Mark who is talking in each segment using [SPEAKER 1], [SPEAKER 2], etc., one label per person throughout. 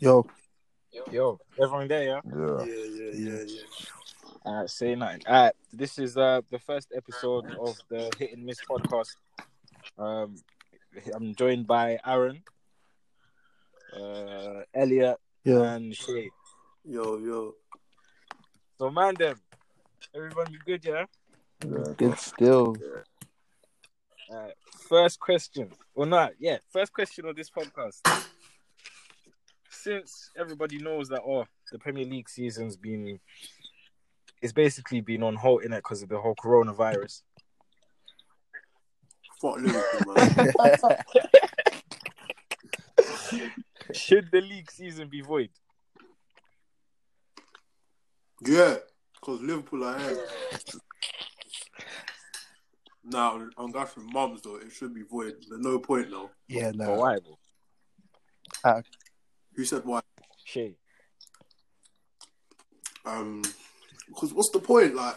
[SPEAKER 1] Yo.
[SPEAKER 2] Yo, everyone there, yeah?
[SPEAKER 3] Yeah.
[SPEAKER 1] yeah, yeah, yeah.
[SPEAKER 2] All right, say nothing. All right, this is uh, the first episode of the Hit and Miss podcast. Um, I'm joined by Aaron, uh, Elliot,
[SPEAKER 1] Yeah.
[SPEAKER 2] and Shay.
[SPEAKER 1] Yo, yo.
[SPEAKER 2] So, man, them, everyone be good, yeah?
[SPEAKER 3] Yeah.
[SPEAKER 1] Good still.
[SPEAKER 2] All right, first question. Well, not, yeah, first question of this podcast. Since everybody knows that, oh, the Premier League season's been, it's basically been on hold in it because of the whole coronavirus.
[SPEAKER 4] Fuck Liverpool, man.
[SPEAKER 2] Should the league season be void?
[SPEAKER 4] yeah, because Liverpool are here. Now, I'm going from mums, though. It should be void. There's no point now.
[SPEAKER 1] Yeah,
[SPEAKER 2] Or
[SPEAKER 1] no.
[SPEAKER 2] why, bro?
[SPEAKER 4] Who said why?
[SPEAKER 2] Shay.
[SPEAKER 4] Um, Because what's the point? Like,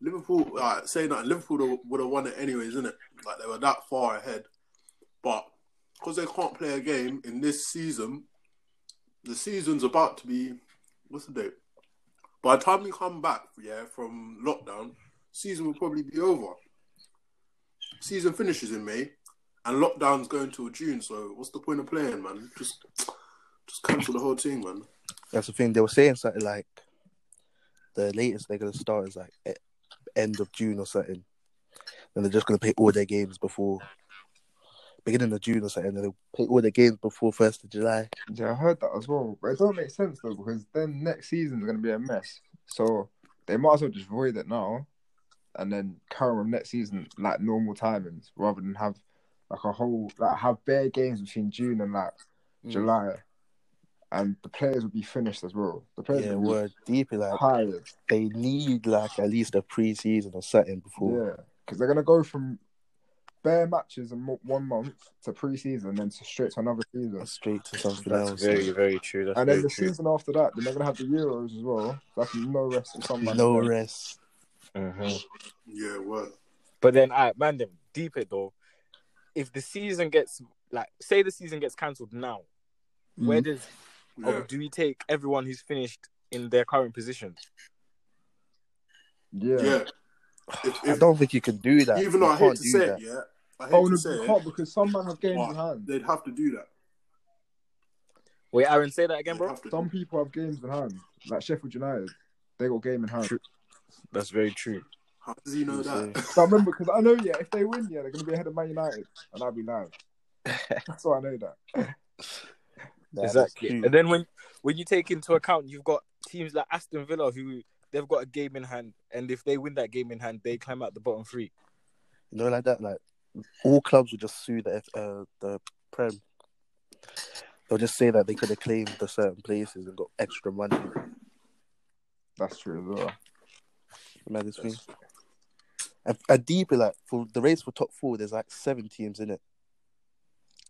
[SPEAKER 4] Liverpool, like, saying that Liverpool would have won it anyways, isn't it? Like, they were that far ahead. But because they can't play a game in this season, the season's about to be. What's the date? By the time we come back, yeah, from lockdown, season will probably be over. Season finishes in May, and lockdown's going till June. So what's the point of playing, man? Just, just cancel the whole thing, man.
[SPEAKER 1] That's the thing. They were saying something like the latest they're gonna start is like e- end of June or something. And they're just gonna play all their games before beginning of June or something, and they'll play all their games before first of July.
[SPEAKER 3] Yeah, I heard that as well. But it do not make sense though, because then next season's gonna be a mess. So they might as well just void it now and then carry on next season like normal timings rather than have like a whole like have bare games between June and like July. And the players will be finished as well. The players
[SPEAKER 1] Yeah,
[SPEAKER 3] will
[SPEAKER 1] we're deep in,
[SPEAKER 3] be
[SPEAKER 1] like
[SPEAKER 3] tired.
[SPEAKER 1] they need like at least a pre season or something before
[SPEAKER 3] Yeah, because they're gonna go from bare matches in mo- one month to pre-season, then to straight to another season,
[SPEAKER 1] straight to something else.
[SPEAKER 2] That's very, very true. That's
[SPEAKER 3] and
[SPEAKER 2] very
[SPEAKER 3] then the
[SPEAKER 2] true.
[SPEAKER 3] season after that, then they're gonna have the Euros as well. So That's no rest for someone.
[SPEAKER 1] No rest.
[SPEAKER 2] Mhm.
[SPEAKER 4] Yeah, well,
[SPEAKER 2] But then, I man, them deeper though. If the season gets like, say the season gets cancelled now, where does
[SPEAKER 4] yeah.
[SPEAKER 2] or do we take everyone who's finished in their current position?
[SPEAKER 3] Yeah.
[SPEAKER 4] yeah. If,
[SPEAKER 1] I
[SPEAKER 4] if,
[SPEAKER 1] don't think you can do that.
[SPEAKER 4] even
[SPEAKER 1] You
[SPEAKER 4] though I hate
[SPEAKER 1] can't
[SPEAKER 4] to
[SPEAKER 1] do
[SPEAKER 4] say
[SPEAKER 1] that.
[SPEAKER 4] it, yeah, I hate
[SPEAKER 3] Oh no,
[SPEAKER 4] to say
[SPEAKER 3] you
[SPEAKER 4] it,
[SPEAKER 3] can't because some man have games in
[SPEAKER 4] but
[SPEAKER 3] hand.
[SPEAKER 4] they'd have to do that.
[SPEAKER 2] Wait, Aaron, say that again,
[SPEAKER 4] They'd
[SPEAKER 2] bro.
[SPEAKER 4] have to
[SPEAKER 3] Some people have games in hand, like Sheffield United. They got game in hand.
[SPEAKER 2] True. That's very true.
[SPEAKER 4] How does he know that?
[SPEAKER 3] So I remember because I know, yeah, if they win, yeah, they're gonna be ahead of Man United, and I'll be live. That's why I know that.
[SPEAKER 1] Nah, that's
[SPEAKER 2] exactly.
[SPEAKER 1] true.
[SPEAKER 2] And then when when you take into account, you've got teams like Aston Villa who they've got a game in hand, and if they win that game in hand, they climb out the bottom three.
[SPEAKER 1] You know, like that. Like all clubs would just sue the F- uh, the Prem. They'll just say that they could have claimed the certain places and got extra money.
[SPEAKER 3] That's true as well.
[SPEAKER 1] Remember this thing? And, and deeper, like for the race for top four, there's like seven teams in it.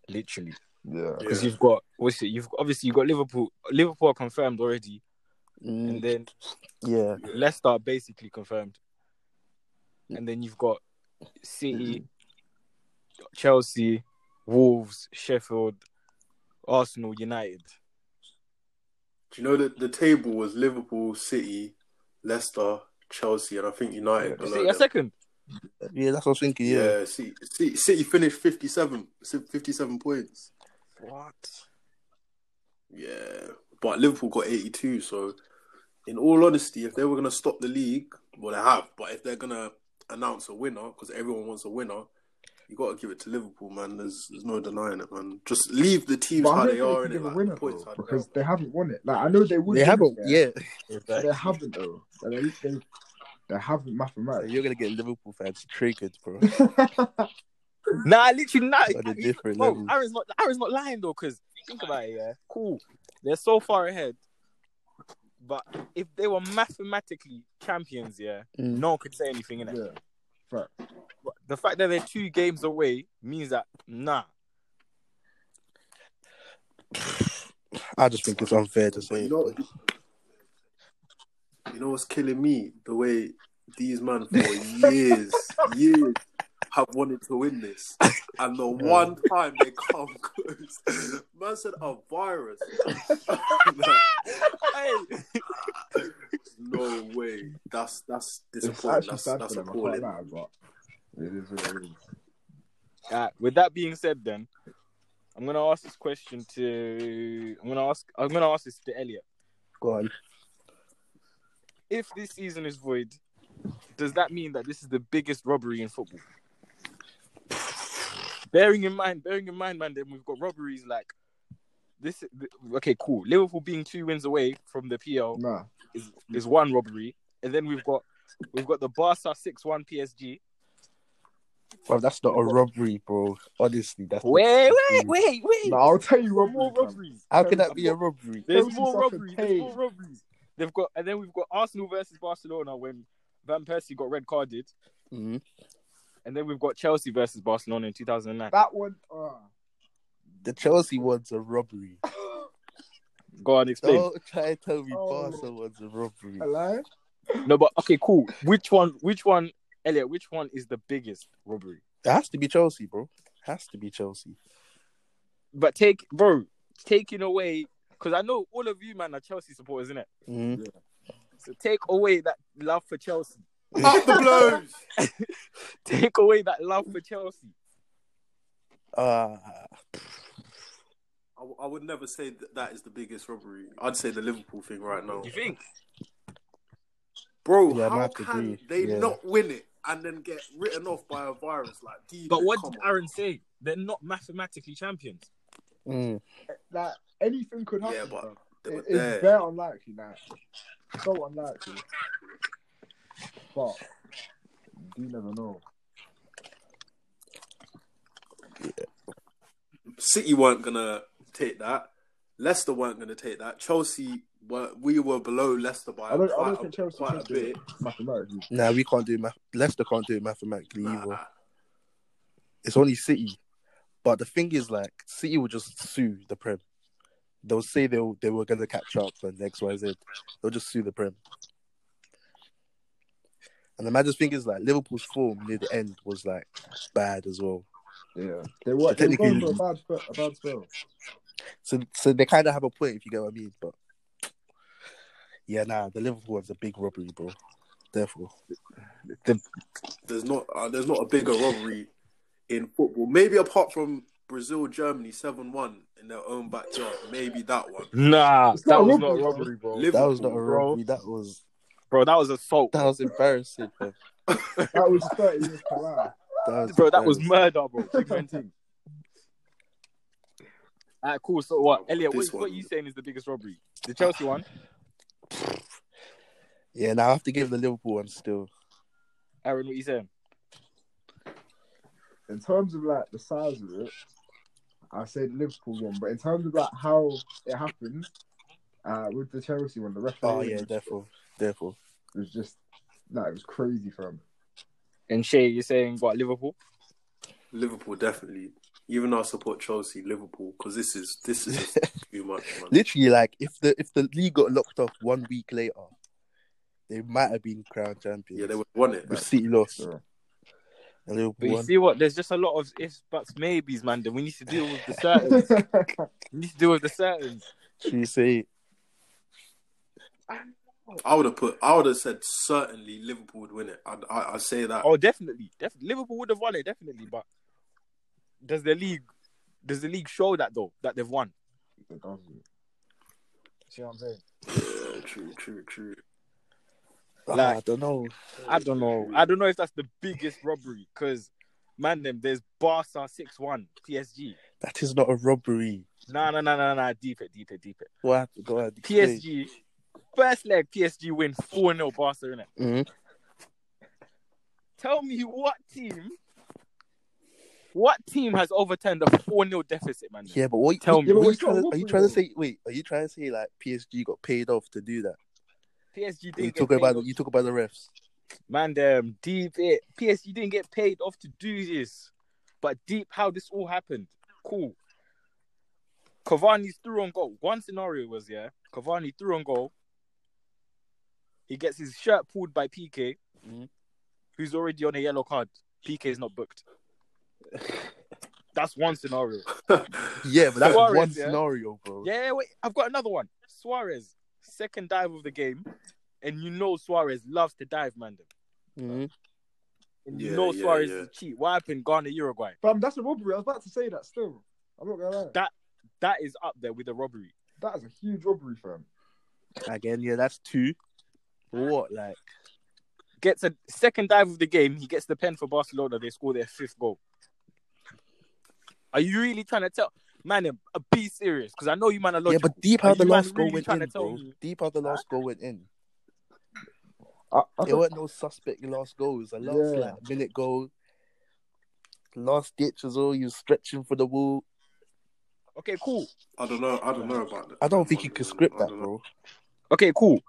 [SPEAKER 2] Literally.
[SPEAKER 3] Yeah.
[SPEAKER 2] Because
[SPEAKER 4] Yeah.
[SPEAKER 2] you've got what's it? You've obviously you've got Liverpool. Liverpool are confirmed already,
[SPEAKER 1] Mm,
[SPEAKER 2] and then
[SPEAKER 1] yeah,
[SPEAKER 2] Leicester are basically confirmed, and then you've got City,
[SPEAKER 1] Mm-hmm.
[SPEAKER 2] Chelsea, Wolves, Sheffield, Arsenal, United.
[SPEAKER 4] Do you know that the table was Liverpool, City, Leicester, Chelsea, and I think United. below
[SPEAKER 2] City are
[SPEAKER 4] them.
[SPEAKER 2] second.
[SPEAKER 1] yeah. That's what I was thinking. Yeah,
[SPEAKER 4] yeah, City, City, City finished 57, 57 points.
[SPEAKER 2] What?
[SPEAKER 4] Yeah, but Liverpool got 82. So, in all honesty, if they were going to stop the league, well, they have, but if they're going to announce a winner, because everyone wants a winner, you got to give it to Liverpool, man. There's, there's no denying it, man. Just leave the teams
[SPEAKER 3] But I
[SPEAKER 4] how
[SPEAKER 3] don't
[SPEAKER 4] they
[SPEAKER 3] think
[SPEAKER 4] are
[SPEAKER 3] they
[SPEAKER 4] in it.
[SPEAKER 3] can give a
[SPEAKER 4] Like,
[SPEAKER 3] winner
[SPEAKER 4] points
[SPEAKER 3] though,
[SPEAKER 4] how they
[SPEAKER 3] because
[SPEAKER 4] are.
[SPEAKER 3] they haven't won it. Like I know they would.
[SPEAKER 1] they
[SPEAKER 3] win
[SPEAKER 1] haven't.
[SPEAKER 3] it,
[SPEAKER 1] Yeah,
[SPEAKER 3] but they haven't though. Like, they, they, they haven't
[SPEAKER 1] So
[SPEAKER 3] mathematically.
[SPEAKER 1] you're gonna get Liverpool fans triggered, bro.
[SPEAKER 2] Nah, literally not.
[SPEAKER 1] On a different
[SPEAKER 2] Bro,
[SPEAKER 1] level.
[SPEAKER 2] Aaron's not. Aaron's not lying though, because think about it. Yeah, cool. They're so far ahead, but if they were mathematically champions, yeah,
[SPEAKER 1] Mm.
[SPEAKER 2] no one could say anything in it.
[SPEAKER 3] yeah.
[SPEAKER 2] The fact that they're two games away means that nah,
[SPEAKER 1] I just think it's unfair to
[SPEAKER 4] But
[SPEAKER 1] say.
[SPEAKER 4] you know, you know what's killing me? The way these men for years, years have wanted to win this, and the one time they come close, man said a virus. no way. That's that's
[SPEAKER 3] It's
[SPEAKER 4] disappointing.
[SPEAKER 3] actually
[SPEAKER 4] That's,
[SPEAKER 3] sad
[SPEAKER 4] that's
[SPEAKER 3] for them. I quite
[SPEAKER 4] appalling.
[SPEAKER 3] like it, but it is what it is.
[SPEAKER 2] Uh, with that being said, then I'm gonna ask this question to I'm gonna ask I'm gonna ask this to Elliot.
[SPEAKER 1] Go on.
[SPEAKER 2] If this season is void, does that mean that this is the biggest robbery in football? Bearing in mind, bearing in mind, man, then we've got robberies like this. th- Okay, cool. Liverpool being two wins away from the PL
[SPEAKER 3] Nah,
[SPEAKER 2] is is one robbery, and then we've got we've got the Barca six one PSG.
[SPEAKER 1] Bro, that's not a robbery, bro. Honestly, that's not-
[SPEAKER 2] Wait, wait, wait, wait.
[SPEAKER 3] nah I'll tell you
[SPEAKER 2] There's
[SPEAKER 3] one
[SPEAKER 2] more
[SPEAKER 3] more.
[SPEAKER 2] robberies.
[SPEAKER 1] How can that be a robbery?
[SPEAKER 2] There's
[SPEAKER 3] Chelsea's
[SPEAKER 2] more
[SPEAKER 3] fucking
[SPEAKER 2] robberies. There's more
[SPEAKER 3] paid.
[SPEAKER 2] robberies. They've got, and then we've got Arsenal versus Barcelona when Van Persie got red carded,
[SPEAKER 1] Mhm.
[SPEAKER 2] and then we've got Chelsea versus Barcelona in 2009.
[SPEAKER 3] That one. Uh,
[SPEAKER 1] The Chelsea one's a robbery.
[SPEAKER 2] Go on, explain.
[SPEAKER 1] Don't try and tell me
[SPEAKER 3] Oh.
[SPEAKER 1] Barca one's a robbery.
[SPEAKER 3] hello.
[SPEAKER 2] No, but okay, cool. Which one? Which one, Elliot? Which one is the biggest robbery?
[SPEAKER 1] It has to be Chelsea, bro. has to be Chelsea.
[SPEAKER 2] But take, bro, taking away because I know all of you, man, are Chelsea supporters, innit?
[SPEAKER 1] Mhm.
[SPEAKER 2] So take away that love for Chelsea.
[SPEAKER 4] Up the blows.
[SPEAKER 2] Take away that love for Chelsea.
[SPEAKER 1] Ah,
[SPEAKER 4] I, w- I would never say that that is the biggest robbery. I'd say the Liverpool thing right now.
[SPEAKER 2] think?
[SPEAKER 4] Bro,
[SPEAKER 1] Yeah, I
[SPEAKER 4] how
[SPEAKER 1] might
[SPEAKER 4] can
[SPEAKER 1] agree.
[SPEAKER 4] they
[SPEAKER 1] Yeah.
[SPEAKER 4] not win it and then get written off by a virus like D?
[SPEAKER 2] But what
[SPEAKER 4] come
[SPEAKER 2] did
[SPEAKER 4] on.
[SPEAKER 2] Aaron say? They're not mathematically champions.
[SPEAKER 1] mm.
[SPEAKER 3] Like anything could happen.
[SPEAKER 4] Yeah, but
[SPEAKER 3] bro.
[SPEAKER 4] They
[SPEAKER 3] It-
[SPEAKER 4] were
[SPEAKER 3] it's
[SPEAKER 4] there.
[SPEAKER 3] very unlikely now. So unlikely. But you never know.
[SPEAKER 4] City weren't gonna take that. Leicester weren't gonna take that. Chelsea were. We were below Leicester by
[SPEAKER 3] I don't. I
[SPEAKER 4] Um, quite,
[SPEAKER 3] don't
[SPEAKER 4] a,
[SPEAKER 3] think Chelsea
[SPEAKER 4] quite
[SPEAKER 3] can
[SPEAKER 4] a
[SPEAKER 3] do
[SPEAKER 4] bit.
[SPEAKER 3] it mathematically.
[SPEAKER 1] Nah, we can't do it. Math- Leicester can't do it mathematically either.
[SPEAKER 4] Nah.
[SPEAKER 1] It's only City. But the thing is, like, City will just sue the Prem. They'll say they will they were going to catch up and X, Y, Z. They'll just sue the Prem. And the maddest thing is, like, Liverpool's form near the end was, like, bad as well.
[SPEAKER 3] Yeah, they were. They were
[SPEAKER 1] Technically-
[SPEAKER 3] going for a bad, spell- a bad spell.
[SPEAKER 1] So so they kind of have a point, if you get what I mean. But yeah, nah, the Liverpool was a big robbery, bro. Therefore,
[SPEAKER 4] There's not. Uh, there's not a bigger robbery in football. Maybe apart from Brazil, Germany, seven-one in their own backyard. Maybe that one.
[SPEAKER 2] Nah,
[SPEAKER 3] It's
[SPEAKER 2] that
[SPEAKER 3] not a
[SPEAKER 2] was not
[SPEAKER 3] robbery,
[SPEAKER 2] a
[SPEAKER 3] bro.
[SPEAKER 2] robbery, bro.
[SPEAKER 1] that was not a
[SPEAKER 2] bro.
[SPEAKER 1] robbery. That was
[SPEAKER 2] Bro, that was assault.
[SPEAKER 1] that was embarrassing, bro.
[SPEAKER 3] That was thirty years per hour.
[SPEAKER 1] That was
[SPEAKER 2] Bro, that was
[SPEAKER 1] embarrassing.
[SPEAKER 2] murder, bro. Segmenting. Alright, cool. So what, Elliot? What,
[SPEAKER 4] This
[SPEAKER 2] what
[SPEAKER 4] one.
[SPEAKER 2] you saying is the biggest robbery? The Chelsea one.
[SPEAKER 1] Yeah, now I have to give the Liverpool one still.
[SPEAKER 2] Aaron, what you saying?
[SPEAKER 3] In terms of like the size of it, I said Liverpool won. But in terms of like how it happened, uh, with the Chelsea one, the referee
[SPEAKER 1] Oh yeah, therefore, therefore.
[SPEAKER 3] was just like it was crazy for him.
[SPEAKER 2] And Shay, you're saying what? Liverpool?
[SPEAKER 4] Liverpool definitely. Even though I support Chelsea, Liverpool because this is this is just too much. Man.
[SPEAKER 1] Literally, like if the if the league got locked off one week later, they might have been crowned champions.
[SPEAKER 4] Yeah, they would want it.
[SPEAKER 1] With City lost
[SPEAKER 3] So
[SPEAKER 1] and
[SPEAKER 2] But
[SPEAKER 1] Liverpool
[SPEAKER 2] you
[SPEAKER 1] won.
[SPEAKER 2] see what? There's just a lot of ifs, buts, maybes, man. Then we need to deal with the certain. we need to deal with the certain.
[SPEAKER 1] Should we say
[SPEAKER 4] I would have put. I would have said certainly Liverpool would win it. I'd, I, I'd say that.
[SPEAKER 2] Oh, definitely. Def- Liverpool would have won it, definitely. But does the league? Does the league show that though? That they've won.
[SPEAKER 3] It doesn't.
[SPEAKER 2] See what I'm saying?
[SPEAKER 4] Yeah, uh, true, true, true.
[SPEAKER 1] Ah,
[SPEAKER 2] Like-
[SPEAKER 1] I don't know.
[SPEAKER 2] I don't know. I don't know if that's the biggest robbery because, man, them there's Barca six one PSG.
[SPEAKER 1] That is not a robbery.
[SPEAKER 2] Nah, nah, nah, nah, nah. Deep it, deep it, deep it.
[SPEAKER 1] What happened? Go ahead. explain.
[SPEAKER 2] PSG first leg PSG win four 0 Barca innit?
[SPEAKER 1] Mhm.
[SPEAKER 2] Tell me what team, what team has overturned a four 0 deficit, man?
[SPEAKER 1] Yeah, but what?
[SPEAKER 2] Tell
[SPEAKER 1] what-
[SPEAKER 2] me.
[SPEAKER 1] what are
[SPEAKER 3] Yeah, but
[SPEAKER 1] you
[SPEAKER 3] it's not
[SPEAKER 1] trying
[SPEAKER 3] a
[SPEAKER 1] to, are you
[SPEAKER 3] robbery,
[SPEAKER 1] trying to
[SPEAKER 3] though.
[SPEAKER 1] say? Wait, are you trying to say like PSG got paid off to do that?
[SPEAKER 2] PSG
[SPEAKER 1] You
[SPEAKER 2] didn't get
[SPEAKER 1] talk
[SPEAKER 2] paid
[SPEAKER 1] about
[SPEAKER 2] off.
[SPEAKER 1] you talk about the refs.
[SPEAKER 2] man. Them deep eh, it. PSG didn't get paid off to do this, but deep how this all happened. Cool. Cavani's through on goal. One scenario was yeah, Cavani through on goal. He gets his shirt pulled by PK,
[SPEAKER 1] Mhm.
[SPEAKER 2] who's already on a yellow card. PK is not booked. That's one scenario.
[SPEAKER 1] Yeah, but that's
[SPEAKER 2] Suarez,
[SPEAKER 1] one
[SPEAKER 2] yeah?
[SPEAKER 1] scenario, bro.
[SPEAKER 2] Yeah, wait, I've got another one. Suarez, second dive of the game, and you know Suarez loves to dive, man.
[SPEAKER 1] Mhm.
[SPEAKER 2] And you
[SPEAKER 4] Yeah,
[SPEAKER 2] know
[SPEAKER 4] yeah,
[SPEAKER 2] Suarez
[SPEAKER 4] yeah.
[SPEAKER 2] is cheat. What happened, Ghana, Uruguay?
[SPEAKER 3] But that's a robbery. I was about to say that still. I'm not gonna lie.
[SPEAKER 2] That that is up there with a robbery.
[SPEAKER 3] That is a huge robbery, fam.
[SPEAKER 1] Again, yeah, that's two. What like?
[SPEAKER 2] Gets a second dive of the game. He gets the pen for Barcelona. They score their fifth goal. Are you really trying to tell, man? uh, Be serious, because I know you man are
[SPEAKER 1] yeah,
[SPEAKER 2] logical.
[SPEAKER 1] but deep how
[SPEAKER 2] Are
[SPEAKER 1] the
[SPEAKER 2] you man
[SPEAKER 1] last goal
[SPEAKER 2] really
[SPEAKER 1] went
[SPEAKER 2] trying to
[SPEAKER 1] in,
[SPEAKER 2] tell
[SPEAKER 1] bro.
[SPEAKER 2] me?
[SPEAKER 1] Deep how the last goal went in.
[SPEAKER 3] I, I
[SPEAKER 1] There
[SPEAKER 3] thought,
[SPEAKER 1] weren't no suspect last goals. The last
[SPEAKER 3] Yeah.
[SPEAKER 1] like minute goal, last ditch as well. You was stretching for the wall.
[SPEAKER 2] Okay, cool.
[SPEAKER 4] I don't know. I don't know about that.
[SPEAKER 1] I don't think you can script
[SPEAKER 4] I
[SPEAKER 1] that,
[SPEAKER 4] don't know.
[SPEAKER 1] bro.
[SPEAKER 2] Okay, cool.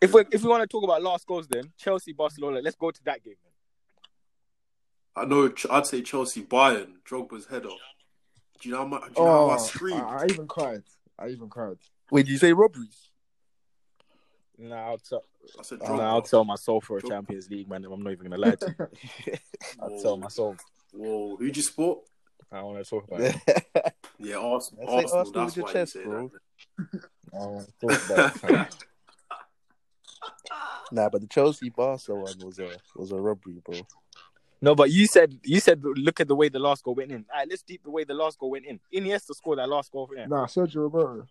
[SPEAKER 2] If we if we want to talk about last goals, then Chelsea Barcelona. Let's go to that game.
[SPEAKER 4] I know. Ch- I'd say Chelsea Bayern. Drogba's head off. Do you know how much? Do you know how I
[SPEAKER 3] oh, I,
[SPEAKER 4] screamed?
[SPEAKER 3] I even cried. I even cried.
[SPEAKER 1] Wait, did you say robberies?
[SPEAKER 2] Nah, I'll tell.
[SPEAKER 4] I said
[SPEAKER 2] Nah,
[SPEAKER 4] Drogba.
[SPEAKER 2] I'll tell my soul for a
[SPEAKER 4] Drogba.
[SPEAKER 2] Champions League, man. I'm not even gonna lie to you. I'll
[SPEAKER 4] Whoa.
[SPEAKER 2] tell my soul.
[SPEAKER 4] Whoa, who'd you support?
[SPEAKER 2] I don't want to talk about it.
[SPEAKER 1] yeah,
[SPEAKER 4] Yeah, Arsenal.
[SPEAKER 1] I say
[SPEAKER 4] Arsenal,
[SPEAKER 1] Arsenal with
[SPEAKER 4] that's
[SPEAKER 1] your
[SPEAKER 4] why
[SPEAKER 1] chest,
[SPEAKER 4] you say
[SPEAKER 1] bro.
[SPEAKER 2] I don't
[SPEAKER 3] Oh,
[SPEAKER 2] want to talk about it.
[SPEAKER 1] nah, but the Chelsea Barca one was a was a robbery, bro.
[SPEAKER 2] No, but you said you said look at the way the last goal went in. All right, let's deep the way the last goal went in. Iniesta scored that last goal. Yeah.
[SPEAKER 3] Nah, Sergio Roberto.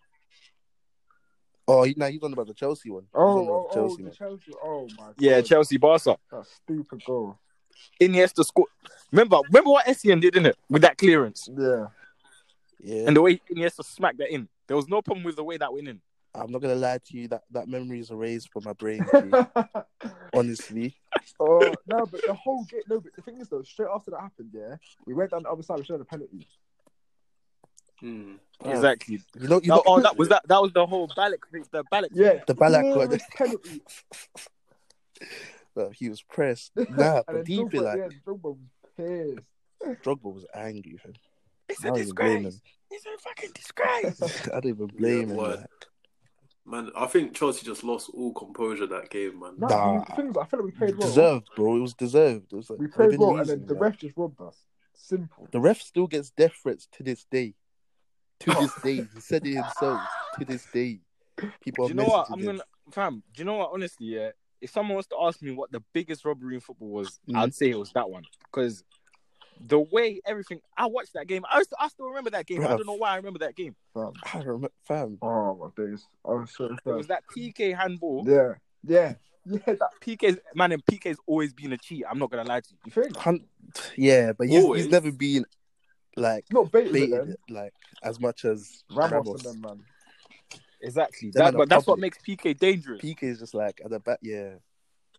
[SPEAKER 1] Oh, you nah, you talking about the Chelsea one? You
[SPEAKER 3] Oh,
[SPEAKER 1] talking
[SPEAKER 3] oh,
[SPEAKER 1] about the
[SPEAKER 3] oh,
[SPEAKER 1] Chelsea
[SPEAKER 3] the
[SPEAKER 1] one.
[SPEAKER 3] Chelsea. Oh my god.
[SPEAKER 2] Yeah, Chelsea Barca.
[SPEAKER 3] That stupid goal.
[SPEAKER 2] Iniesta scored. Remember, remember what Essien did in it with that clearance
[SPEAKER 3] Yeah.
[SPEAKER 1] Yeah,
[SPEAKER 2] and the way Iniesta smacked that in. There was no problem with the way that went in.
[SPEAKER 1] I'm not gonna lie to you. That that memory is erased from my brain. G.
[SPEAKER 3] oh
[SPEAKER 1] Honestly,
[SPEAKER 3] no, but the whole game. No, but the thing is though, straight after that happened, yeah, we went down the other side. We showed a penalty.
[SPEAKER 4] Hmm.
[SPEAKER 1] Oh.
[SPEAKER 2] Exactly.
[SPEAKER 1] you know, you
[SPEAKER 2] That-
[SPEAKER 1] know,
[SPEAKER 2] oh, that was that. That was the whole Balak. The Balak.
[SPEAKER 3] Yeah,
[SPEAKER 1] The Ballack got-
[SPEAKER 3] clearest penalty.
[SPEAKER 1] he was pressed. Nah,
[SPEAKER 3] and
[SPEAKER 1] but
[SPEAKER 3] then
[SPEAKER 1] deep
[SPEAKER 3] Drogba,
[SPEAKER 1] in, like
[SPEAKER 3] yeah, Drogba was pissed.
[SPEAKER 1] Drogba was angry. fam.
[SPEAKER 2] It's
[SPEAKER 1] I don't even blame him.
[SPEAKER 2] It's a fucking disgrace.
[SPEAKER 1] I don't even blame him.
[SPEAKER 4] word.
[SPEAKER 1] Like.
[SPEAKER 4] Man, I think Chelsea just lost all composure that game, man.
[SPEAKER 3] No,
[SPEAKER 1] Nah.
[SPEAKER 3] the thing is, I feel like we played well.
[SPEAKER 1] Deserved, bro. It was deserved. It was like
[SPEAKER 3] We
[SPEAKER 1] we've
[SPEAKER 3] played
[SPEAKER 1] been
[SPEAKER 3] well, and
[SPEAKER 1] losing,
[SPEAKER 3] then the
[SPEAKER 1] like.
[SPEAKER 3] ref just robbed us. Simple.
[SPEAKER 1] The ref still gets death threats to this day. To this day, he said it himself. To this day, people are
[SPEAKER 2] do you know what?
[SPEAKER 1] messaging
[SPEAKER 2] I'm
[SPEAKER 1] him.
[SPEAKER 2] gonna, fam. Do you know what? Honestly, yeah. If someone was to ask me what the biggest robbery in football was,
[SPEAKER 1] Mhm.
[SPEAKER 2] I'd say it was that one because the way everything. I watched that game. I, still I still remember that game. I
[SPEAKER 1] Bruv.
[SPEAKER 2] don't know why I remember that game.
[SPEAKER 3] Fam.
[SPEAKER 1] I remember, fam.
[SPEAKER 3] Oh my days. I was so
[SPEAKER 2] It was
[SPEAKER 3] sad.
[SPEAKER 2] that PK handball.
[SPEAKER 3] Yeah. Yeah. Yeah. That
[SPEAKER 2] PK's man, and PK's always been a cheat. I'm not gonna lie to you.
[SPEAKER 3] thing.
[SPEAKER 1] Hun- yeah, but he's,
[SPEAKER 4] Always.
[SPEAKER 1] he's never been like
[SPEAKER 3] Not baited, it
[SPEAKER 1] baited
[SPEAKER 3] then.
[SPEAKER 1] like as much as
[SPEAKER 3] Ramos,
[SPEAKER 1] Ramos.
[SPEAKER 3] and them, man.
[SPEAKER 2] Exactly.
[SPEAKER 1] Them
[SPEAKER 2] That,
[SPEAKER 1] man are
[SPEAKER 2] but that's what
[SPEAKER 1] public.
[SPEAKER 2] makes PK dangerous
[SPEAKER 1] PK is just like at the back, yeah.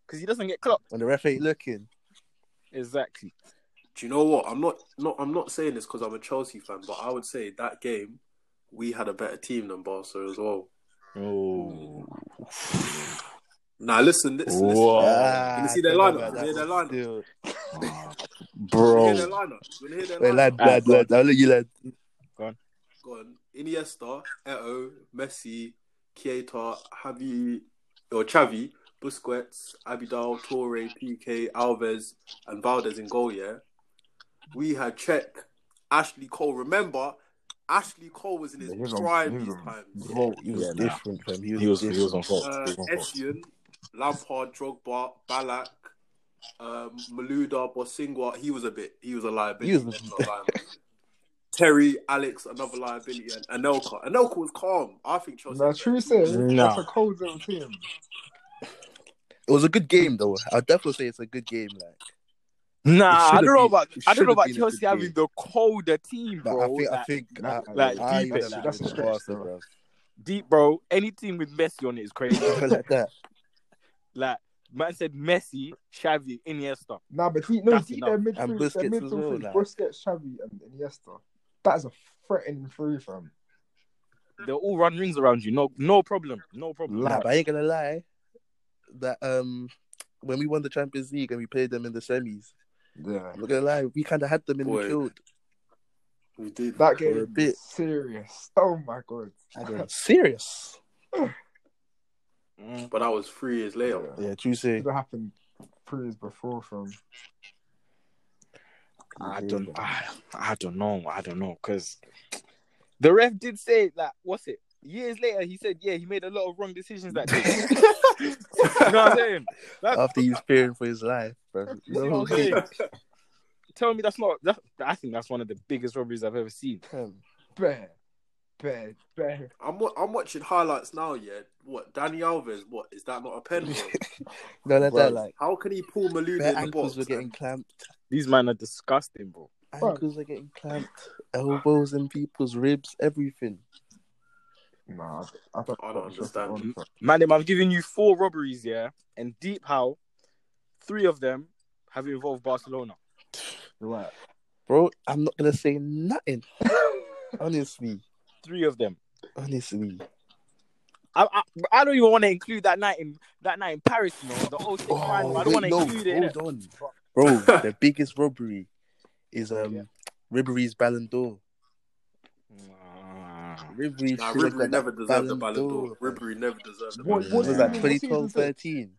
[SPEAKER 2] because he doesn't get clocked.
[SPEAKER 1] When the ref ain't looking,
[SPEAKER 2] Exactly.
[SPEAKER 4] Do you know what? I'm not not I'm not saying this because I'm a Chelsea fan, but I would say that game we had a better team than Barca as well.
[SPEAKER 2] Oh.
[SPEAKER 4] Now listen, listen, listen.
[SPEAKER 2] Whoa.
[SPEAKER 4] Oh.
[SPEAKER 1] Ah,
[SPEAKER 4] you see their lineup? You hear their lineup?
[SPEAKER 1] Still, Ah.
[SPEAKER 4] You
[SPEAKER 2] Bro.
[SPEAKER 4] hear their lineup? You hear their
[SPEAKER 1] wait,
[SPEAKER 4] lineup?
[SPEAKER 1] lad,
[SPEAKER 2] Ah,
[SPEAKER 1] lad,
[SPEAKER 2] God.
[SPEAKER 1] lad. I'll let you, lad.
[SPEAKER 4] Go on. Iniesta, Eto, Messi, Keita, Javi or Chavi, Busquets, Abidal, Torre, PK, Alves, and Valdez in goal. Yeah, we had Czech, Ashley Cole. Remember, Ashley Cole was in his
[SPEAKER 3] He was on-
[SPEAKER 4] prime
[SPEAKER 3] he was
[SPEAKER 4] these
[SPEAKER 3] on-
[SPEAKER 4] times.
[SPEAKER 1] Yeah, he was
[SPEAKER 2] Yeah, nah.
[SPEAKER 1] different, fam. He was,
[SPEAKER 2] He was he
[SPEAKER 1] different.
[SPEAKER 2] was on fault.
[SPEAKER 4] uh,
[SPEAKER 2] He was on fault.
[SPEAKER 4] Essien, Lampard, Drogba, Balak, um, Maluda, Bosingwa. He was a bit. He was a liability.
[SPEAKER 1] He was-
[SPEAKER 4] I'm not lying. Terry, Alex, another liability, and Anelka. Anelka was calm. I think Chelsea.
[SPEAKER 3] No, true says
[SPEAKER 2] Nah.
[SPEAKER 3] that's a cold zone team.
[SPEAKER 1] It was a good game, though. I'll definitely say it's a good game. Like,
[SPEAKER 2] Nah,
[SPEAKER 1] It
[SPEAKER 2] I
[SPEAKER 1] should've
[SPEAKER 2] don't know
[SPEAKER 1] been-
[SPEAKER 2] about
[SPEAKER 1] it
[SPEAKER 2] I don't know
[SPEAKER 1] should've
[SPEAKER 2] about
[SPEAKER 1] been a
[SPEAKER 2] Chelsea
[SPEAKER 1] good
[SPEAKER 2] having
[SPEAKER 1] game.
[SPEAKER 2] the colder team,
[SPEAKER 1] but
[SPEAKER 2] bro.
[SPEAKER 1] I think, I
[SPEAKER 2] Like,
[SPEAKER 1] think,
[SPEAKER 3] Nah,
[SPEAKER 1] I,
[SPEAKER 2] like,
[SPEAKER 1] I,
[SPEAKER 2] deep
[SPEAKER 1] I,
[SPEAKER 2] it.
[SPEAKER 1] I,
[SPEAKER 3] That's a stretch, though.
[SPEAKER 1] bro.
[SPEAKER 2] deep, bro. Any team with Messi on it is crazy.
[SPEAKER 1] like that.
[SPEAKER 2] like man said, Messi, Xavi, Iniesta.
[SPEAKER 3] Nah, but he, no,
[SPEAKER 2] That's
[SPEAKER 3] he,
[SPEAKER 2] enough.
[SPEAKER 3] their
[SPEAKER 1] And
[SPEAKER 3] midfield, their
[SPEAKER 1] Busquets as well,
[SPEAKER 3] midfield three,
[SPEAKER 1] like.
[SPEAKER 3] Busquets, Xavi, and Iniesta. That is a threatening three, fam.
[SPEAKER 2] They'll all run rings around you. No, no problem. No problem.
[SPEAKER 1] Nah, but I ain't gonna lie. That um, when we won the Champions League and we played them in the semis,
[SPEAKER 3] Yeah.
[SPEAKER 1] I'm not gonna lie, we kind of had them in
[SPEAKER 4] Boy.
[SPEAKER 1] the field.
[SPEAKER 4] We did.
[SPEAKER 3] That
[SPEAKER 1] For a
[SPEAKER 3] game
[SPEAKER 1] bit.
[SPEAKER 3] was serious. Oh my god.
[SPEAKER 1] I go, serious.
[SPEAKER 2] Mm.
[SPEAKER 4] But that was three years later.
[SPEAKER 3] Yeah.
[SPEAKER 1] Yeah, true say.
[SPEAKER 3] It happened three years before, fam.
[SPEAKER 2] I don't, I, I don't know, I don't know, because the ref did say like, what's it? Years later, he said, yeah, he made a lot of wrong decisions that day. you know what I'm saying? That's,
[SPEAKER 1] After he's fearing for his life, bro.
[SPEAKER 2] you see
[SPEAKER 1] No
[SPEAKER 2] what I'm
[SPEAKER 1] way.
[SPEAKER 2] saying? Tell me that's not. That, I think that's one of the biggest robberies I've ever seen.
[SPEAKER 1] Fam,
[SPEAKER 3] Bear, bear, bear.
[SPEAKER 4] I'm wa- I'm watching highlights now. Yeah, what Danny Alves? What is that not a penalty?
[SPEAKER 1] No, that, that,
[SPEAKER 3] Bro.
[SPEAKER 1] like,
[SPEAKER 4] How can he pull
[SPEAKER 1] their
[SPEAKER 4] Maluda in the box?
[SPEAKER 1] ankles were getting clamped.
[SPEAKER 2] These men are disgusting, bro.
[SPEAKER 3] Bro.
[SPEAKER 1] Ankles were getting clamped. Elbows in people's ribs, everything.
[SPEAKER 3] Nah, I don't,
[SPEAKER 4] I don't understand.
[SPEAKER 2] Man, I'm giving you four robberies, yeah, and deep how three of them have involved Barcelona.
[SPEAKER 3] Right.
[SPEAKER 1] Bro, I'm not going to say nothing. honestly.
[SPEAKER 2] Three of them.
[SPEAKER 1] Honestly.
[SPEAKER 2] I, I, I don't even want to include that night in that night in Paris, you know, the 06 final. I don't want to include it. innit?
[SPEAKER 1] Oh, hold on. Bro, the biggest robbery is um
[SPEAKER 2] Yeah.
[SPEAKER 1] Ribery's Ballon d'Or.
[SPEAKER 2] Nah.
[SPEAKER 1] Ribery,
[SPEAKER 4] Nah,
[SPEAKER 1] should have got
[SPEAKER 4] Ribery never
[SPEAKER 1] that
[SPEAKER 4] deserved the Ballon d'Or. Ribery never deserved the
[SPEAKER 3] What-
[SPEAKER 4] Ballon
[SPEAKER 1] What
[SPEAKER 4] d'Or.
[SPEAKER 1] was
[SPEAKER 2] Yeah.
[SPEAKER 1] that, 2012 13?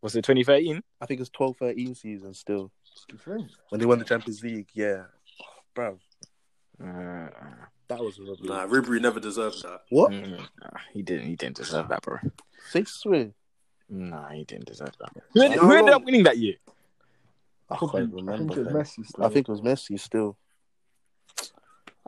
[SPEAKER 2] Was it 2013?
[SPEAKER 1] I think it's 12 13 season still.
[SPEAKER 3] You think?
[SPEAKER 1] When they won the Champions League, yeah. Bro,
[SPEAKER 2] Uh,
[SPEAKER 1] that was a robbery.
[SPEAKER 4] Nah, Ribery never deserved that.
[SPEAKER 1] What?
[SPEAKER 2] he didn't. He didn't deserve that, bro.
[SPEAKER 1] Six win?
[SPEAKER 2] Nah, he didn't deserve that. Who ended,
[SPEAKER 4] No.
[SPEAKER 2] who ended up winning that year?
[SPEAKER 1] I can't
[SPEAKER 3] I think
[SPEAKER 1] remember.
[SPEAKER 3] it's
[SPEAKER 1] fam.
[SPEAKER 3] Messi still.
[SPEAKER 1] I think it was Messi still.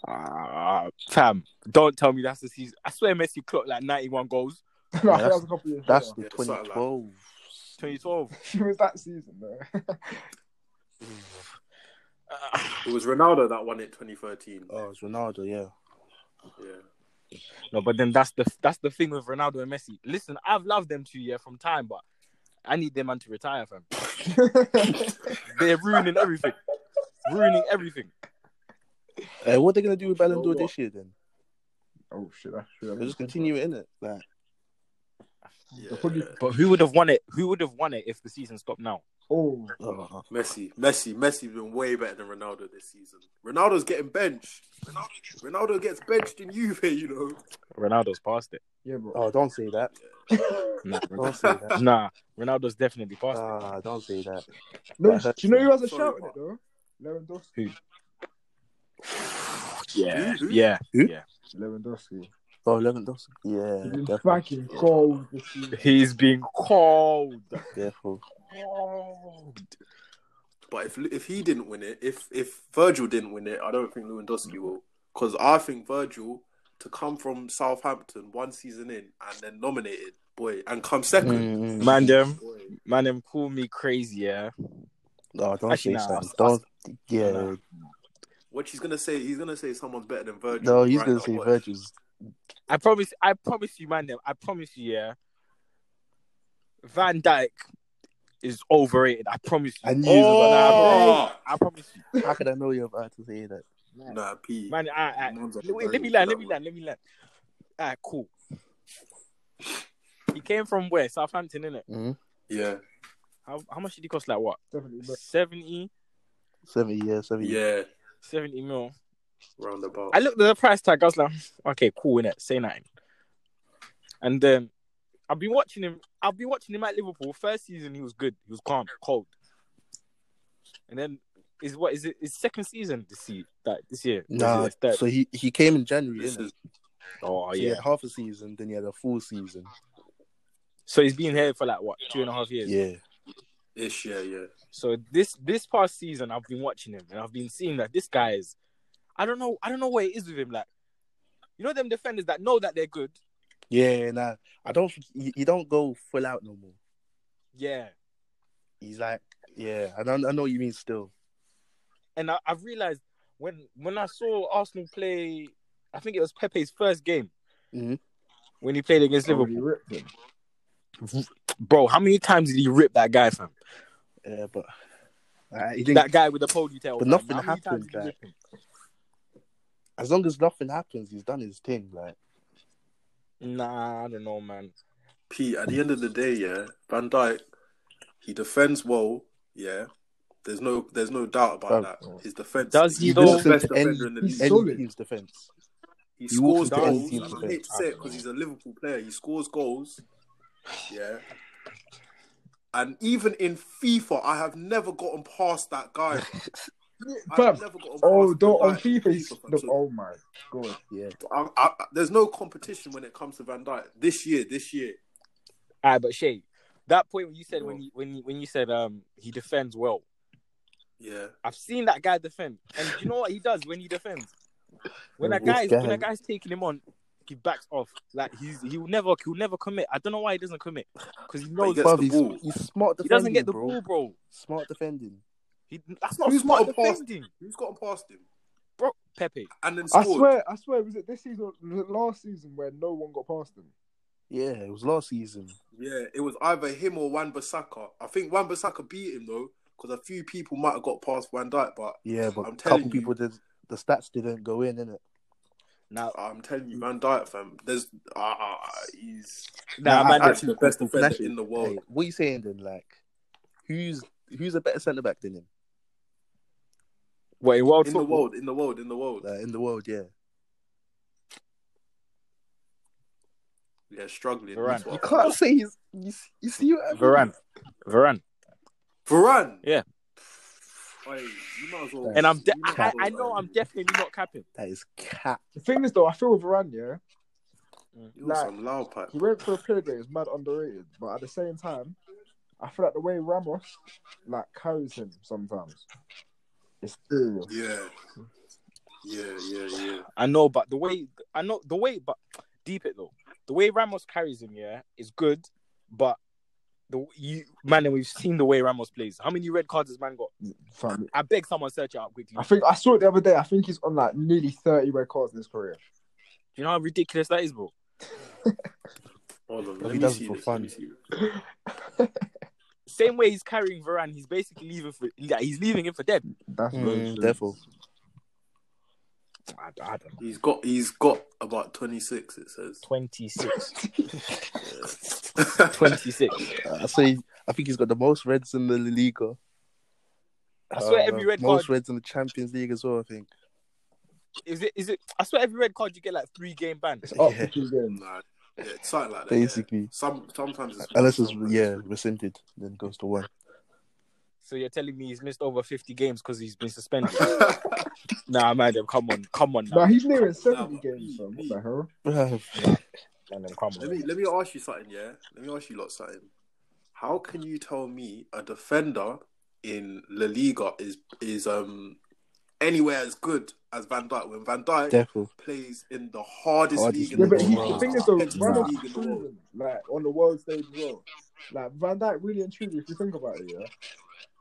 [SPEAKER 2] Ah, fam, don't tell me that's the season. I swear Messi clocked like 91 goals.
[SPEAKER 3] no, that
[SPEAKER 1] that's-
[SPEAKER 3] was a couple years
[SPEAKER 1] That's
[SPEAKER 3] later.
[SPEAKER 1] the
[SPEAKER 4] Yeah, something like that.
[SPEAKER 1] 2012.
[SPEAKER 2] 2012.
[SPEAKER 3] It was that season, though.
[SPEAKER 2] Ah,
[SPEAKER 4] It was Ronaldo that won it 2013.
[SPEAKER 1] Oh, it was Ronaldo, yeah.
[SPEAKER 4] Yeah.
[SPEAKER 2] no, but then that's the that's the thing with Ronaldo and Messi. Listen, I've loved them two yeah from time, but I need them man to retire, fam. They're ruining everything, ruining everything.
[SPEAKER 1] Uh, what they gonna do with Ballon
[SPEAKER 4] Well,
[SPEAKER 1] d'Or
[SPEAKER 4] what-
[SPEAKER 1] this year then?
[SPEAKER 3] oh shit! I should
[SPEAKER 1] They'll just continue it, innit? Like,
[SPEAKER 4] yeah.
[SPEAKER 2] But who would have won it? Who would have won it if the season stopped now?
[SPEAKER 3] Oh,
[SPEAKER 1] oh,
[SPEAKER 4] Messi, Messi, Messi's been way better than Ronaldo this season. Ronaldo's getting benched. Ronaldo gets benched in Juve, you know.
[SPEAKER 2] Ronaldo's past it.
[SPEAKER 3] yeah, bro.
[SPEAKER 1] oh, don't say that.
[SPEAKER 2] Nah,
[SPEAKER 1] Don't say that.
[SPEAKER 2] nah Ronaldo's definitely past it.
[SPEAKER 1] Ah, don't say that.
[SPEAKER 3] no,
[SPEAKER 1] I
[SPEAKER 3] do
[SPEAKER 1] heard
[SPEAKER 3] you know who has a
[SPEAKER 4] Sorry,
[SPEAKER 3] shout in
[SPEAKER 4] what?
[SPEAKER 3] it though? Lewandowski.
[SPEAKER 2] Yeah,
[SPEAKER 4] Who? Who?
[SPEAKER 2] yeah,
[SPEAKER 1] Who?
[SPEAKER 2] yeah.
[SPEAKER 3] Lewandowski.
[SPEAKER 1] Oh, Lewandowski.
[SPEAKER 3] He's
[SPEAKER 1] Yeah,
[SPEAKER 3] been
[SPEAKER 1] definitely.
[SPEAKER 3] fucking gold this season.
[SPEAKER 2] He's being called.
[SPEAKER 1] Careful.
[SPEAKER 2] Called.
[SPEAKER 4] But if if he didn't win it, if if Virgil didn't win it, I don't think Lewandowski will. Because I think Virgil to come from Southampton one season in and then nominated, boy, and come second.
[SPEAKER 1] Mm,
[SPEAKER 2] Man, them,
[SPEAKER 4] Boy,
[SPEAKER 2] man, them call me crazy, yeah.
[SPEAKER 1] oh, don't
[SPEAKER 2] Actually,
[SPEAKER 1] say
[SPEAKER 2] nah,
[SPEAKER 1] that.
[SPEAKER 2] I'll-
[SPEAKER 1] Don't. yeah.
[SPEAKER 2] nah.
[SPEAKER 4] what he's gonna say? He's gonna say someone's better than Virgil.
[SPEAKER 1] No, he's
[SPEAKER 4] Right
[SPEAKER 1] gonna
[SPEAKER 4] now,
[SPEAKER 1] say
[SPEAKER 4] watch.
[SPEAKER 1] Virgil's.
[SPEAKER 2] I promise, I promise you, man, them, I promise you, yeah. Van Dyke is overrated. I promise you.
[SPEAKER 1] I knew you was about
[SPEAKER 4] Oh,
[SPEAKER 2] I promise you,
[SPEAKER 1] to. How could I know you're about to say that?
[SPEAKER 4] nah, P.
[SPEAKER 2] man. I, I,
[SPEAKER 4] Man's on
[SPEAKER 2] wait, let
[SPEAKER 4] Virgil
[SPEAKER 2] me
[SPEAKER 4] for
[SPEAKER 2] land,
[SPEAKER 4] that
[SPEAKER 2] let me
[SPEAKER 4] one.
[SPEAKER 2] land, let me land. Alright, cool. He came from where? Southampton, innit?
[SPEAKER 1] Mm-hmm.
[SPEAKER 4] Yeah,
[SPEAKER 2] How, how much did he cost? Like what?
[SPEAKER 3] Definitely. Lewandowski.
[SPEAKER 2] 70,
[SPEAKER 1] Seventy years. Seventy. years.
[SPEAKER 4] yeah,
[SPEAKER 2] 70 mil.
[SPEAKER 4] roundabout.
[SPEAKER 2] I looked at the price tag. I was like, "Hmm, okay, cool, innit? Say nine. And then I've been watching him. I've been watching him at Liverpool. First season, he was good. He was calm, cold. And then is what is it? His second season this year? That this year? Or is it
[SPEAKER 1] Nah.
[SPEAKER 2] his third?
[SPEAKER 1] So he he came in January.
[SPEAKER 4] This
[SPEAKER 1] Innit?
[SPEAKER 4] is
[SPEAKER 2] oh
[SPEAKER 1] So he
[SPEAKER 2] yeah.
[SPEAKER 1] had half a season, then he had a full season.
[SPEAKER 2] So he's been here for like what two and a half years.
[SPEAKER 1] Yeah.
[SPEAKER 4] ish, yeah, yeah.
[SPEAKER 2] So this this past season, I've been watching him and I've been seeing that this guy is. I don't know. I don't know what it is with him. Like, you know them defenders that know that they're good.
[SPEAKER 1] Yeah. Nah. I don't. think- He, he don't go full out no more.
[SPEAKER 2] Yeah.
[SPEAKER 1] He's like, yeah. I don't. I know what you mean. Still.
[SPEAKER 2] And I, I've realized when when I saw Arsenal play, I think it was Pepe's first game.
[SPEAKER 1] Mhm.
[SPEAKER 2] When he played against
[SPEAKER 3] Oh,
[SPEAKER 2] Liverpool.
[SPEAKER 3] he ripped him.
[SPEAKER 2] Bro, how many times did he rip that guy from?
[SPEAKER 1] Yeah. But uh, he didn't.
[SPEAKER 2] That guy with the ponytail.
[SPEAKER 1] But
[SPEAKER 2] fam.
[SPEAKER 1] nothing
[SPEAKER 2] How many times
[SPEAKER 1] happened,
[SPEAKER 2] did he
[SPEAKER 1] like.
[SPEAKER 2] rip him?
[SPEAKER 1] as long as nothing happens, he's done his thing. Like,
[SPEAKER 2] Nah, I don't know, man.
[SPEAKER 4] P. At the end of the day, yeah, Van Dyke, he defends well. Yeah, there's no there's no doubt about
[SPEAKER 1] Bro.
[SPEAKER 4] that. His defense.
[SPEAKER 2] Does he
[SPEAKER 4] he's
[SPEAKER 2] though?
[SPEAKER 4] the best
[SPEAKER 1] Listen to
[SPEAKER 4] defender in the
[SPEAKER 1] any
[SPEAKER 4] league.
[SPEAKER 3] solid.
[SPEAKER 1] team's defense.
[SPEAKER 4] He
[SPEAKER 1] He walks into
[SPEAKER 4] scores
[SPEAKER 1] any
[SPEAKER 4] goals.
[SPEAKER 1] team's
[SPEAKER 4] and I
[SPEAKER 1] defense.
[SPEAKER 4] hate to say it because he's a Liverpool player. He scores goals. Yeah, And even in FIFA, I have never gotten past that guy. I've
[SPEAKER 3] Bruv,
[SPEAKER 4] never gotten
[SPEAKER 3] Oh,
[SPEAKER 4] past
[SPEAKER 3] don't
[SPEAKER 4] the
[SPEAKER 3] on
[SPEAKER 4] guy
[SPEAKER 3] FIFA.
[SPEAKER 4] in
[SPEAKER 3] he's-
[SPEAKER 4] fam.
[SPEAKER 3] look,
[SPEAKER 4] So
[SPEAKER 3] Oh my god, yeah.
[SPEAKER 4] I, I, there's no competition when it comes to Van Dijk this year. This year,
[SPEAKER 2] All right, but Shay, that point when you said
[SPEAKER 4] Yo.
[SPEAKER 2] when you when you, when you said um he defends well.
[SPEAKER 4] yeah,
[SPEAKER 2] I've seen that guy defend, and do you know what he does when he defends? When a
[SPEAKER 1] This
[SPEAKER 2] guy's when
[SPEAKER 1] guy.
[SPEAKER 2] a guy's taking him on, he backs off. Like he's he will never he'll never commit. I don't know why he doesn't commit because he
[SPEAKER 4] But he
[SPEAKER 2] knows
[SPEAKER 4] gets
[SPEAKER 1] Bruv,
[SPEAKER 4] the
[SPEAKER 1] he's,
[SPEAKER 4] ball.
[SPEAKER 1] he's smart
[SPEAKER 2] he
[SPEAKER 1] defending.
[SPEAKER 2] doesn't get the
[SPEAKER 1] bro.
[SPEAKER 2] ball, bro.
[SPEAKER 1] Smart defending.
[SPEAKER 2] He, that's not
[SPEAKER 4] Who's
[SPEAKER 2] smart
[SPEAKER 4] got a pass?
[SPEAKER 2] defending,
[SPEAKER 4] who's gotten past him
[SPEAKER 2] bro. Pepe,
[SPEAKER 4] and then
[SPEAKER 3] I
[SPEAKER 4] scored?
[SPEAKER 3] swear, I swear, was it this season, or was it last season where no one got past him?
[SPEAKER 1] Yeah, it was last season.
[SPEAKER 4] Yeah, it was either him or Wan Bissaka. I think Wan Bissaka beat him though, because a few people might have got past Van Dijk, but
[SPEAKER 1] Yeah, but
[SPEAKER 4] I'm
[SPEAKER 1] a
[SPEAKER 4] telling
[SPEAKER 1] couple
[SPEAKER 4] you.
[SPEAKER 1] people did. The stats didn't go in, innit?
[SPEAKER 2] now
[SPEAKER 4] I'm telling you, Van Dijk, fam, there's uh, he's
[SPEAKER 2] now
[SPEAKER 4] he's
[SPEAKER 2] man,
[SPEAKER 4] actually the best
[SPEAKER 1] Well,
[SPEAKER 4] defender
[SPEAKER 1] Flash-
[SPEAKER 4] in the world.
[SPEAKER 1] Hey, what are you saying then? Like, who's who's a better centre back than him
[SPEAKER 2] what in world
[SPEAKER 4] In the
[SPEAKER 2] football?
[SPEAKER 4] world, in the world, in the world.
[SPEAKER 1] like, in the world? Yeah,
[SPEAKER 4] Yeah, struggling.
[SPEAKER 2] Varane.
[SPEAKER 4] that's
[SPEAKER 1] you
[SPEAKER 4] what-
[SPEAKER 1] can't say he's. You, s- you see what I mean?
[SPEAKER 2] Varane, Varane,
[SPEAKER 4] Varane.
[SPEAKER 2] Yeah.
[SPEAKER 4] Hey, you might as well.
[SPEAKER 2] and I'm de-
[SPEAKER 4] you might
[SPEAKER 2] I,
[SPEAKER 4] as
[SPEAKER 2] I I
[SPEAKER 4] well,
[SPEAKER 2] know
[SPEAKER 4] like,
[SPEAKER 2] I'm definitely not capping.
[SPEAKER 1] That is cat.
[SPEAKER 3] The thing is, though, I feel with Varane, yeah,
[SPEAKER 4] you want some loud pipe.
[SPEAKER 3] he went for a period where he was mad underrated, but at the same time, I feel like the way Ramos like carries him sometimes, it's serious.
[SPEAKER 4] Yeah, yeah, yeah, yeah.
[SPEAKER 2] I know, but the way I know the way, but deep it though. The way Ramos carries him, yeah, is good, but the you man, and we've seen the way Ramos plays. How many red cards has man got?
[SPEAKER 3] Fam,
[SPEAKER 2] I beg someone search it up quickly.
[SPEAKER 3] I
[SPEAKER 2] Do
[SPEAKER 3] think I saw it the other day. I think he's on like nearly thirty red cards in his career.
[SPEAKER 2] you know how ridiculous that is, bro?
[SPEAKER 4] Hold on,
[SPEAKER 1] But
[SPEAKER 4] let
[SPEAKER 1] he
[SPEAKER 4] me
[SPEAKER 1] does it
[SPEAKER 4] see
[SPEAKER 1] for
[SPEAKER 4] this,
[SPEAKER 1] fun.
[SPEAKER 4] Let me see this.
[SPEAKER 2] Same way he's carrying Varane, he's basically leaving for like, he's leaving him for dead.
[SPEAKER 3] That's
[SPEAKER 1] Mm,
[SPEAKER 3] very true.
[SPEAKER 1] therefore.
[SPEAKER 2] I, I don't know.
[SPEAKER 4] He's got he's got about twenty six. It says.
[SPEAKER 2] 26.
[SPEAKER 4] Yeah.
[SPEAKER 2] 26.
[SPEAKER 1] I say. I think he's got the most reds in the La Liga.
[SPEAKER 2] I swear
[SPEAKER 1] Uh,
[SPEAKER 2] every red
[SPEAKER 1] most
[SPEAKER 2] card
[SPEAKER 1] reds in the Champions League as well. I think.
[SPEAKER 2] is it is it I swear every red card you get like three game ban.
[SPEAKER 3] It's up
[SPEAKER 1] Yeah.
[SPEAKER 3] for two games.
[SPEAKER 4] Nah, yeah, it's something like that. yeah.
[SPEAKER 1] Basically,
[SPEAKER 4] Some sometimes it's
[SPEAKER 1] unless it's
[SPEAKER 4] sometimes
[SPEAKER 1] yeah rescinded, then it goes to one.
[SPEAKER 2] So you're telling me he's missed over 50 games because he's been suspended.
[SPEAKER 4] it's-
[SPEAKER 2] nah man, come on, come on
[SPEAKER 3] Nah,
[SPEAKER 2] now.
[SPEAKER 3] he's nearing seventy
[SPEAKER 4] Nah, but
[SPEAKER 3] games. Fam. What the hell?
[SPEAKER 2] Man, them, come on.
[SPEAKER 4] let me let me ask you something. Yeah, let me ask you lot something. How can you tell me a defender in La Liga is is um anywhere as good as Van Dijk when Van Dijk
[SPEAKER 1] Therefore,
[SPEAKER 4] plays in the hardest,
[SPEAKER 1] Hardest
[SPEAKER 4] league in
[SPEAKER 3] Yeah,
[SPEAKER 4] the
[SPEAKER 1] league
[SPEAKER 3] but
[SPEAKER 4] world?
[SPEAKER 3] he,
[SPEAKER 1] Wow.
[SPEAKER 3] the thing is, though,
[SPEAKER 4] It's
[SPEAKER 3] Ramos
[SPEAKER 4] league
[SPEAKER 3] is
[SPEAKER 4] in the world.
[SPEAKER 3] proven, like, on the world stage as well. Like, Van Dijk really and truly, if you think about it, yeah,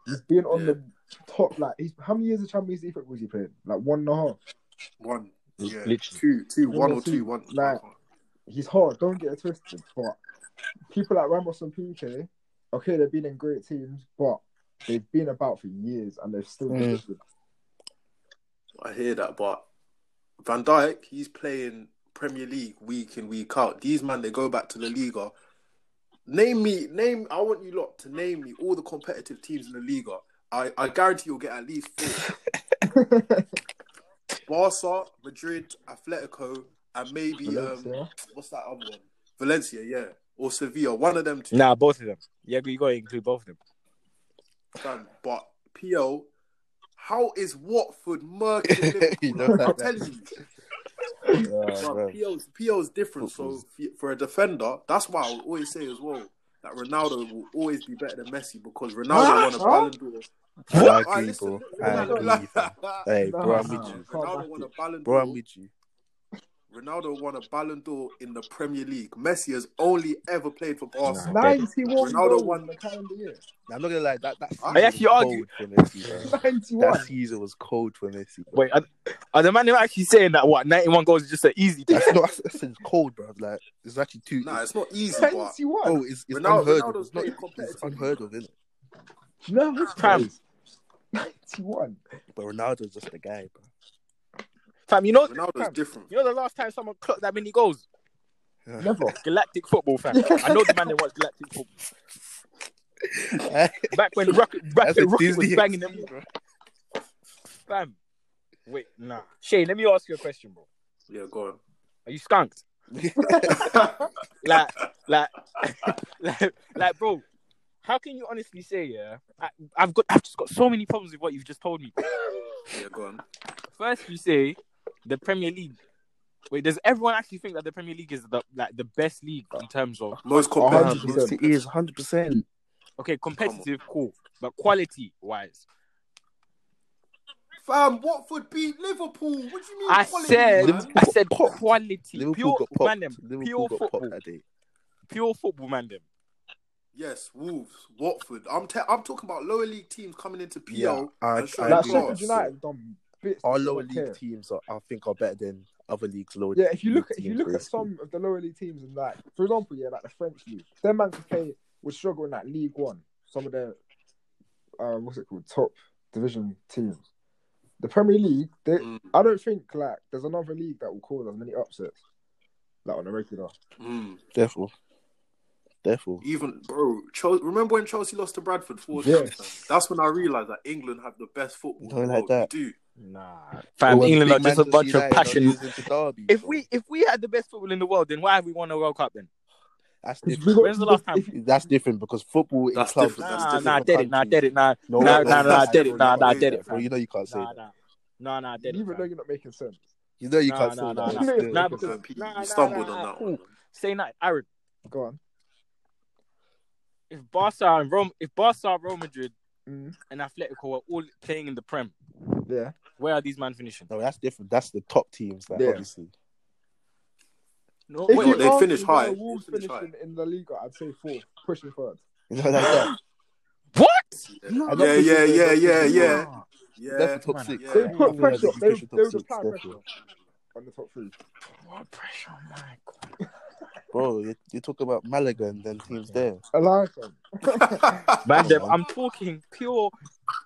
[SPEAKER 3] he's been on the top, like, he's, how many years of Champions League football was he playing? Like, one and a half.
[SPEAKER 4] One, yeah,
[SPEAKER 2] Literally.
[SPEAKER 4] two, two,
[SPEAKER 3] Yeah,
[SPEAKER 4] one or
[SPEAKER 3] but
[SPEAKER 4] two, one.
[SPEAKER 3] like- He's hard, don't get it twisted, but people like Ramos and PK, okay, they've been in great teams, but they've been about for years and they've still
[SPEAKER 1] Mm.
[SPEAKER 3] delivered.
[SPEAKER 4] I hear that, but Van Dijk, he's playing Premier League week in week out. These man, they go back to the Liga. Name me, name. I want you lot to name me all the competitive teams in the Liga. I, I guarantee you'll get at least four: Barca, Madrid, Atletico, and maybe um,
[SPEAKER 3] Valencia.
[SPEAKER 4] what's that other one? Valencia, yeah, or Sevilla. One of them two.
[SPEAKER 2] Nah, both of them. Yeah, you gotta include both of them.
[SPEAKER 4] Fam, But PL, how is Watford murking
[SPEAKER 1] You
[SPEAKER 4] Liverpool?
[SPEAKER 1] know
[SPEAKER 4] I'm
[SPEAKER 1] that,
[SPEAKER 4] telling
[SPEAKER 1] man.
[SPEAKER 4] you.
[SPEAKER 1] Yeah,
[SPEAKER 4] But
[SPEAKER 1] bro.
[SPEAKER 4] PL's, PL's different. So
[SPEAKER 1] Football's-
[SPEAKER 4] f- for a defender, that's why I would always say as well that Ronaldo will always be better than Messi because
[SPEAKER 3] Huh?
[SPEAKER 4] Ronaldo won a Ballon
[SPEAKER 3] Huh?
[SPEAKER 4] d'Or.
[SPEAKER 1] I
[SPEAKER 4] Alright,
[SPEAKER 1] agree,
[SPEAKER 4] listen,
[SPEAKER 1] bro.
[SPEAKER 4] listen,
[SPEAKER 1] I
[SPEAKER 4] Ronaldo-
[SPEAKER 1] agree. fam. Hey, bro, I'm with
[SPEAKER 3] Nah.
[SPEAKER 1] you.
[SPEAKER 4] Ronaldo won a Ballon
[SPEAKER 1] Bro,
[SPEAKER 4] d'Or.
[SPEAKER 1] I'm with you.
[SPEAKER 4] Ronaldo won a Ballon d'Or in the Premier League. Messi has only ever played for Barca.
[SPEAKER 2] Nah,
[SPEAKER 3] 91
[SPEAKER 4] Ronaldo
[SPEAKER 3] goals
[SPEAKER 4] won-
[SPEAKER 3] in the calendar year.
[SPEAKER 1] Now, I'm not gonna lie. That that season
[SPEAKER 4] I
[SPEAKER 2] actually
[SPEAKER 1] was
[SPEAKER 2] argue-
[SPEAKER 1] cold for Messi. Bro.
[SPEAKER 3] 91.
[SPEAKER 1] That season was cold for Messi. Bro.
[SPEAKER 2] Wait, are, are the man who actually saying that what 91 goals is just an easy thing?
[SPEAKER 1] That's not that's, that's it's cold, bro. Like it's actually too.
[SPEAKER 4] Nah, it's not easy, but
[SPEAKER 3] 91.
[SPEAKER 1] oh, it's, it's
[SPEAKER 4] Ronaldo-
[SPEAKER 1] unheard of.
[SPEAKER 4] Ronaldo's
[SPEAKER 1] It's, not,
[SPEAKER 4] played
[SPEAKER 1] it's
[SPEAKER 4] competitively.
[SPEAKER 1] unheard of, isn't it? Oh,
[SPEAKER 3] No, it's
[SPEAKER 2] Fam.
[SPEAKER 3] crazy. 91.
[SPEAKER 1] But Ronaldo's just a guy, bro.
[SPEAKER 2] Fam, you know,
[SPEAKER 4] Ronaldo's
[SPEAKER 2] fam,
[SPEAKER 4] different.
[SPEAKER 2] you know the last time someone clocked that many goals?
[SPEAKER 3] Never.
[SPEAKER 2] Galactic football, fam. I know the man that watched Galactic football. Back when Rocket, back
[SPEAKER 1] That's a
[SPEAKER 2] when Rocket was
[SPEAKER 1] Disney
[SPEAKER 2] banging them,
[SPEAKER 1] XD, bro.
[SPEAKER 2] fam. Wait, nah. Shay, let me ask you a question, bro.
[SPEAKER 4] Yeah, go
[SPEAKER 2] Are you skunked?
[SPEAKER 4] on.
[SPEAKER 2] Like, like, like, like, bro. How can you honestly say, yeah? I, I've got, I've just got so many problems with what you've just told me.
[SPEAKER 4] Yeah, go on.
[SPEAKER 2] First, you say the Premier League. Wait, does everyone actually think that the Premier League is the like the best league in terms of
[SPEAKER 4] Most
[SPEAKER 1] Nah,
[SPEAKER 4] competitive.
[SPEAKER 3] 100%.
[SPEAKER 1] it is hundred percent.
[SPEAKER 2] okay competitive, cool, but quality wise?
[SPEAKER 4] Fam, Watford beat Liverpool. What do you mean?
[SPEAKER 2] I
[SPEAKER 4] quality,
[SPEAKER 2] said,
[SPEAKER 4] man?
[SPEAKER 1] Liverpool
[SPEAKER 2] I
[SPEAKER 1] got
[SPEAKER 2] said
[SPEAKER 1] popped.
[SPEAKER 2] quality,
[SPEAKER 1] Liverpool
[SPEAKER 2] pure
[SPEAKER 1] got
[SPEAKER 2] man,
[SPEAKER 1] popped.
[SPEAKER 2] them,
[SPEAKER 1] Liverpool
[SPEAKER 2] pure
[SPEAKER 1] got
[SPEAKER 2] football,
[SPEAKER 1] popped that day.
[SPEAKER 2] pure football, man, them.
[SPEAKER 4] Yes, Wolves, Watford. I'm te- I'm talking about lower league teams coming into PL.
[SPEAKER 1] Yeah, I,
[SPEAKER 4] and showing
[SPEAKER 1] I
[SPEAKER 3] Like
[SPEAKER 1] agree.
[SPEAKER 3] Sheffield
[SPEAKER 4] class.
[SPEAKER 3] United have done bits.
[SPEAKER 1] Our
[SPEAKER 3] to
[SPEAKER 1] lower
[SPEAKER 3] not
[SPEAKER 1] league
[SPEAKER 3] care.
[SPEAKER 1] teams, are, I think, are better than other leagues. Lower
[SPEAKER 3] Yeah, if you look at
[SPEAKER 1] league
[SPEAKER 3] if you
[SPEAKER 1] teams,
[SPEAKER 3] look at
[SPEAKER 1] basically.
[SPEAKER 3] some of the lower league teams and like for example, yeah, like the French league, their man could play would struggle in that League One. Some of their uh, what's it called, top division teams. The Premier League, they,
[SPEAKER 4] Mm,
[SPEAKER 3] I don't think like there's another league that will cause as many upsets like on a regular.
[SPEAKER 4] mm.
[SPEAKER 1] Therefore, therefore,
[SPEAKER 4] Even bro, Chelsea, remember when Chelsea lost to Bradford four
[SPEAKER 3] Yes.
[SPEAKER 4] times? man? That's when I realised that England have the best football.
[SPEAKER 1] Don't
[SPEAKER 4] in the
[SPEAKER 1] like
[SPEAKER 4] world.
[SPEAKER 1] that.
[SPEAKER 4] You do.
[SPEAKER 2] Nah, fam, England are just a bunch of passion. If we if we had the best football in the world, then why have we won a World Cup then?
[SPEAKER 1] that's
[SPEAKER 3] If
[SPEAKER 1] different.
[SPEAKER 3] got-
[SPEAKER 2] When's the last time?
[SPEAKER 3] if you-
[SPEAKER 1] That's different because football in
[SPEAKER 4] That's
[SPEAKER 1] clubs.
[SPEAKER 4] different, that's
[SPEAKER 2] Nah, Um,
[SPEAKER 4] different
[SPEAKER 2] nah, I did it, nah, I did it, nah,
[SPEAKER 1] No,
[SPEAKER 2] nah,
[SPEAKER 1] no,
[SPEAKER 2] nah, nah, I
[SPEAKER 1] no,
[SPEAKER 2] did it,
[SPEAKER 1] no,
[SPEAKER 2] nah,
[SPEAKER 1] no,
[SPEAKER 2] nah, I
[SPEAKER 1] no,
[SPEAKER 2] did
[SPEAKER 1] no,
[SPEAKER 2] it,
[SPEAKER 1] bro.
[SPEAKER 2] fam.
[SPEAKER 1] You know you can't say
[SPEAKER 2] Nah,
[SPEAKER 1] that.
[SPEAKER 2] nah, nah, nah, I did it.
[SPEAKER 3] Even
[SPEAKER 2] fam.
[SPEAKER 3] though you're not making sense,
[SPEAKER 1] You know you
[SPEAKER 2] Nah,
[SPEAKER 1] can't say
[SPEAKER 2] nah,
[SPEAKER 1] that.
[SPEAKER 2] nah,
[SPEAKER 1] That's
[SPEAKER 3] nah.
[SPEAKER 1] still-
[SPEAKER 2] Nah,
[SPEAKER 4] Because
[SPEAKER 2] because
[SPEAKER 4] Pete,
[SPEAKER 2] nah,
[SPEAKER 4] you
[SPEAKER 2] nah,
[SPEAKER 4] stumbled
[SPEAKER 2] nah,
[SPEAKER 4] on
[SPEAKER 2] nah,
[SPEAKER 4] that
[SPEAKER 2] cool.
[SPEAKER 4] one.
[SPEAKER 2] Say that, Aaron.
[SPEAKER 3] go on.
[SPEAKER 2] If Barca and Rome, if Barca, Real Madrid,
[SPEAKER 3] Mm,
[SPEAKER 2] and Atletico are all playing in the Prem,
[SPEAKER 3] yeah,
[SPEAKER 2] where are these man finishing?
[SPEAKER 1] No, that's different. That's the top teams, like,
[SPEAKER 3] Yeah.
[SPEAKER 1] obviously.
[SPEAKER 2] No,
[SPEAKER 3] If
[SPEAKER 2] wait,
[SPEAKER 4] you
[SPEAKER 2] wait,
[SPEAKER 4] they
[SPEAKER 3] asked
[SPEAKER 4] finish
[SPEAKER 3] me where
[SPEAKER 4] high.
[SPEAKER 3] Wolves
[SPEAKER 4] They finish
[SPEAKER 3] finished in, in the Liga, I'd say fourth, pushing third.
[SPEAKER 1] You know that's that.
[SPEAKER 2] what?
[SPEAKER 1] I
[SPEAKER 4] Yeah,
[SPEAKER 1] don't
[SPEAKER 4] yeah,
[SPEAKER 1] think they're
[SPEAKER 4] yeah, yeah,
[SPEAKER 1] top
[SPEAKER 4] yeah,
[SPEAKER 2] Nah.
[SPEAKER 4] yeah.
[SPEAKER 1] Definitely top
[SPEAKER 2] Man,
[SPEAKER 1] six.
[SPEAKER 4] yeah.
[SPEAKER 3] They
[SPEAKER 1] Like,
[SPEAKER 3] put
[SPEAKER 1] England has
[SPEAKER 3] pressure.
[SPEAKER 1] the
[SPEAKER 3] They,
[SPEAKER 1] official
[SPEAKER 3] they would
[SPEAKER 1] top six,
[SPEAKER 3] apply pressure
[SPEAKER 1] therefore.
[SPEAKER 3] on the top three.
[SPEAKER 2] What pressure, my God.
[SPEAKER 1] Bro, you, you talk about Malaga and then teams there.
[SPEAKER 3] Allow them.
[SPEAKER 2] Man,
[SPEAKER 1] Come
[SPEAKER 2] them,
[SPEAKER 1] on.
[SPEAKER 2] I'm talking pure.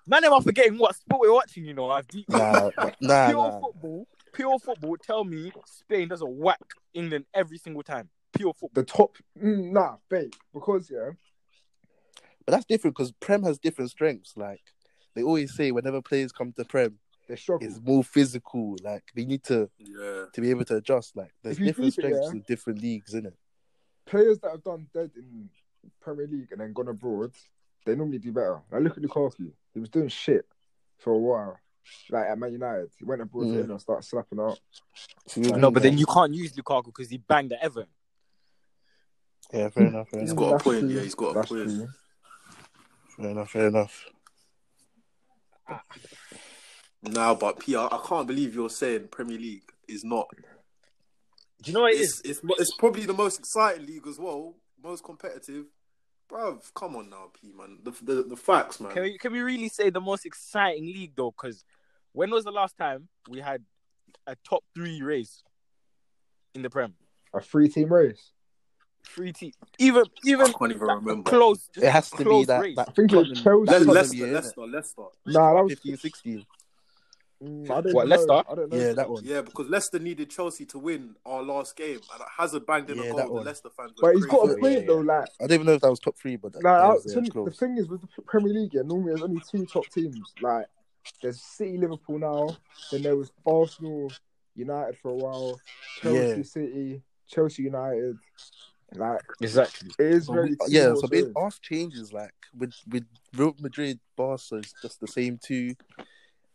[SPEAKER 2] Man, them are forgetting what sport we're watching. You know, I've deep.
[SPEAKER 1] Nah, nah,
[SPEAKER 2] pure
[SPEAKER 1] nah.
[SPEAKER 2] football, pure football. Tell me, Spain doesn't whack England every single time. Pure football.
[SPEAKER 3] the top. Mm, nah, babe, because yeah,
[SPEAKER 1] But that's different because Prem has different strengths. Like they always say, whenever players come to Prem,
[SPEAKER 3] they struggle.
[SPEAKER 1] it's more physical. Like they need to
[SPEAKER 4] yeah.
[SPEAKER 1] to be able to adjust. Like there's
[SPEAKER 3] If you
[SPEAKER 1] different
[SPEAKER 3] keep it,
[SPEAKER 1] strengths
[SPEAKER 3] yeah.
[SPEAKER 1] in different leagues, isn't it?
[SPEAKER 3] Players that have done dead in Premier League and then gone abroad, they normally do better. Like look at Lukaku, he was doing shit for a while. Like at Man United, he went abroad
[SPEAKER 1] Mm.
[SPEAKER 3] to England, started slapping up.
[SPEAKER 2] No, but then you can't use Lukaku because he banged at Everton.
[SPEAKER 1] Yeah, fair enough. Fair
[SPEAKER 4] He's
[SPEAKER 1] enough.
[SPEAKER 4] got a
[SPEAKER 3] That's
[SPEAKER 4] point,
[SPEAKER 3] true.
[SPEAKER 4] yeah, he's got a
[SPEAKER 3] That's
[SPEAKER 4] point.
[SPEAKER 3] true.
[SPEAKER 1] Fair enough. Fair enough.
[SPEAKER 4] Nah, but PR, I can't believe you're saying Premier League is not.
[SPEAKER 2] Do you know what it
[SPEAKER 4] It's
[SPEAKER 2] is?
[SPEAKER 4] it's mo- it's probably the most exciting league as well, most competitive. Bruv, come on now, P man. The the, the facts, man.
[SPEAKER 2] Can we can we really say the most exciting league though? Because when was the last time we had a top three race in the Prem?
[SPEAKER 3] A three team race.
[SPEAKER 2] Three teams, even
[SPEAKER 4] I
[SPEAKER 2] even
[SPEAKER 4] can't even
[SPEAKER 2] like, a
[SPEAKER 4] remember.
[SPEAKER 2] close. just
[SPEAKER 1] It has to
[SPEAKER 2] a
[SPEAKER 1] be
[SPEAKER 2] close
[SPEAKER 1] that.
[SPEAKER 2] race.
[SPEAKER 1] that
[SPEAKER 3] I think it
[SPEAKER 1] Tottenham-
[SPEAKER 3] was Chelsea.
[SPEAKER 1] that
[SPEAKER 4] Le-
[SPEAKER 1] Tottenham
[SPEAKER 4] Leicester,
[SPEAKER 1] year, innit?
[SPEAKER 4] Leicester, Leicester.
[SPEAKER 3] Nah, that was.
[SPEAKER 1] 15, 16.
[SPEAKER 3] Mm, I don't
[SPEAKER 2] What,
[SPEAKER 3] know.
[SPEAKER 2] Leicester?
[SPEAKER 3] I don't know.
[SPEAKER 1] Yeah, that one.
[SPEAKER 4] Yeah, because Leicester needed Chelsea to win our last game, and Hazard banged in
[SPEAKER 1] Yeah,
[SPEAKER 4] a
[SPEAKER 1] that
[SPEAKER 4] goal. The
[SPEAKER 1] one.
[SPEAKER 4] Leicester fans were
[SPEAKER 3] But he's
[SPEAKER 4] crazy.
[SPEAKER 3] got
[SPEAKER 1] Yeah,
[SPEAKER 3] a point
[SPEAKER 1] yeah,
[SPEAKER 3] though.
[SPEAKER 1] I
[SPEAKER 3] Like
[SPEAKER 1] don't even know if that was top three, but that,
[SPEAKER 3] Nah,
[SPEAKER 1] that
[SPEAKER 3] I-
[SPEAKER 1] was
[SPEAKER 3] so
[SPEAKER 1] uh,
[SPEAKER 3] the
[SPEAKER 1] close.
[SPEAKER 3] thing is with the Premier League, yeah, normally there's only two top teams. Like there's City, Liverpool now. Then there was Arsenal, United for a while, Chelsea,
[SPEAKER 1] Yeah.
[SPEAKER 3] City, Chelsea United. Like
[SPEAKER 2] Exactly.
[SPEAKER 3] it is
[SPEAKER 1] But
[SPEAKER 3] very
[SPEAKER 1] we- uh,
[SPEAKER 3] two
[SPEAKER 1] yeah,
[SPEAKER 3] horse
[SPEAKER 1] so it
[SPEAKER 3] race.
[SPEAKER 1] ours changes like with with Real Madrid, Barca is just the same two.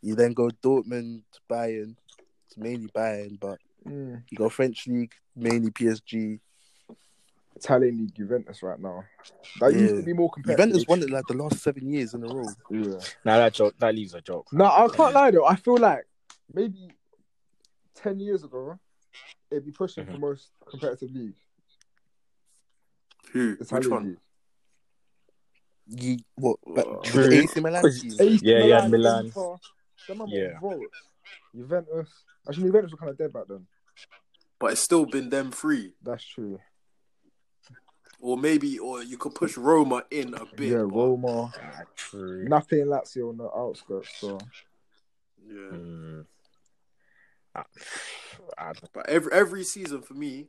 [SPEAKER 1] You then go Dortmund, Bayern. It's mainly Bayern, but
[SPEAKER 3] Mm.
[SPEAKER 1] you go French league, mainly PSG.
[SPEAKER 3] Italian league, Juventus right now. That used
[SPEAKER 1] Yeah.
[SPEAKER 3] to be more competitive.
[SPEAKER 1] Juventus won it like the last seven years in a row.
[SPEAKER 3] Yeah.
[SPEAKER 2] Now that joke, that leaves a joke.
[SPEAKER 3] No, I can't lie though. I feel like maybe ten years ago, it'd be pushing for
[SPEAKER 2] Mhm.
[SPEAKER 3] most competitive league.
[SPEAKER 4] Who? Which
[SPEAKER 3] Italian
[SPEAKER 4] one?
[SPEAKER 3] league.
[SPEAKER 1] You, what? Like,
[SPEAKER 4] Uh,
[SPEAKER 1] with the AC Milan
[SPEAKER 2] Cause-
[SPEAKER 1] team?
[SPEAKER 3] AC
[SPEAKER 2] Yeah, yeah,
[SPEAKER 3] Milan,
[SPEAKER 2] Milan.
[SPEAKER 3] Inter, them man
[SPEAKER 2] Yeah.
[SPEAKER 3] were rolled. Juventus. Actually, Juventus were kind of dead back then.
[SPEAKER 4] But it's still been them three,
[SPEAKER 3] That's true.
[SPEAKER 4] or maybe, or you could push Roma in a bit.
[SPEAKER 3] yeah,
[SPEAKER 4] but-
[SPEAKER 3] Roma.
[SPEAKER 2] True.
[SPEAKER 3] Napoli and Lazio on the outskirts. So
[SPEAKER 4] Yeah.
[SPEAKER 2] Mm. I, I,
[SPEAKER 4] But every every season for me,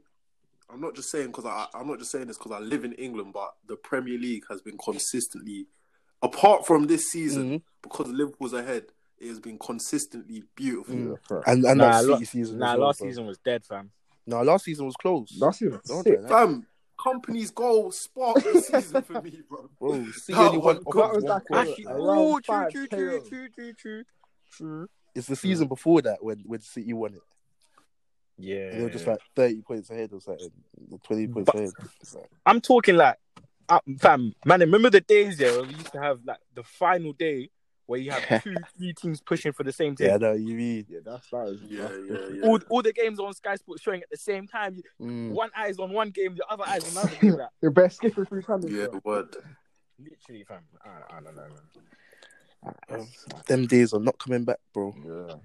[SPEAKER 4] I'm not just saying because I I'm not just saying this because I live in England, but the Premier League has been consistently, apart from this season,
[SPEAKER 1] Mhm.
[SPEAKER 4] because Liverpool's ahead, it has been consistently beautiful.
[SPEAKER 1] Mm.
[SPEAKER 3] yeah, fair.
[SPEAKER 1] And and
[SPEAKER 2] Nah,
[SPEAKER 1] that
[SPEAKER 2] lo-
[SPEAKER 1] City season.
[SPEAKER 2] nah,
[SPEAKER 1] as well,
[SPEAKER 2] last
[SPEAKER 1] bro.
[SPEAKER 2] season was dead, fam.
[SPEAKER 1] No, last season was close.
[SPEAKER 3] That's even
[SPEAKER 1] Don't
[SPEAKER 3] sick.
[SPEAKER 1] do that.
[SPEAKER 4] Fam, company's goal sparked the season for me, bro.
[SPEAKER 1] Bro, see
[SPEAKER 4] That
[SPEAKER 1] anyone
[SPEAKER 4] was-
[SPEAKER 1] off
[SPEAKER 3] that
[SPEAKER 1] one
[SPEAKER 3] was like
[SPEAKER 1] goal,
[SPEAKER 2] Actually,
[SPEAKER 1] like,
[SPEAKER 3] around
[SPEAKER 2] oh, true,
[SPEAKER 3] five
[SPEAKER 2] true, true,
[SPEAKER 3] KO.
[SPEAKER 2] true, true, true, true.
[SPEAKER 1] It's
[SPEAKER 2] hmm.
[SPEAKER 1] the season before that when when City won it.
[SPEAKER 2] Yeah,
[SPEAKER 1] They were just like thirty points ahead or something, or twenty points
[SPEAKER 2] But-
[SPEAKER 1] ahead. It's like,
[SPEAKER 2] I'm talking like, uh, fam, man. Remember the days yeah, where we used to have like the final day where you have two, three teams pushing for the same thing.
[SPEAKER 1] yeah, I know what you mean.
[SPEAKER 3] Yeah, that's that is.
[SPEAKER 4] Yeah, yeah, yeah.
[SPEAKER 2] All, all the games on Sky Sports showing at the same time. You-
[SPEAKER 1] Mm.
[SPEAKER 2] One eye is on one game, the other eye is on another game. Like,
[SPEAKER 3] Your best skipper through time.
[SPEAKER 4] yeah, word.
[SPEAKER 2] literally, fam. I, I don't know, man.
[SPEAKER 1] Them days are not coming back, bro.
[SPEAKER 3] Yeah.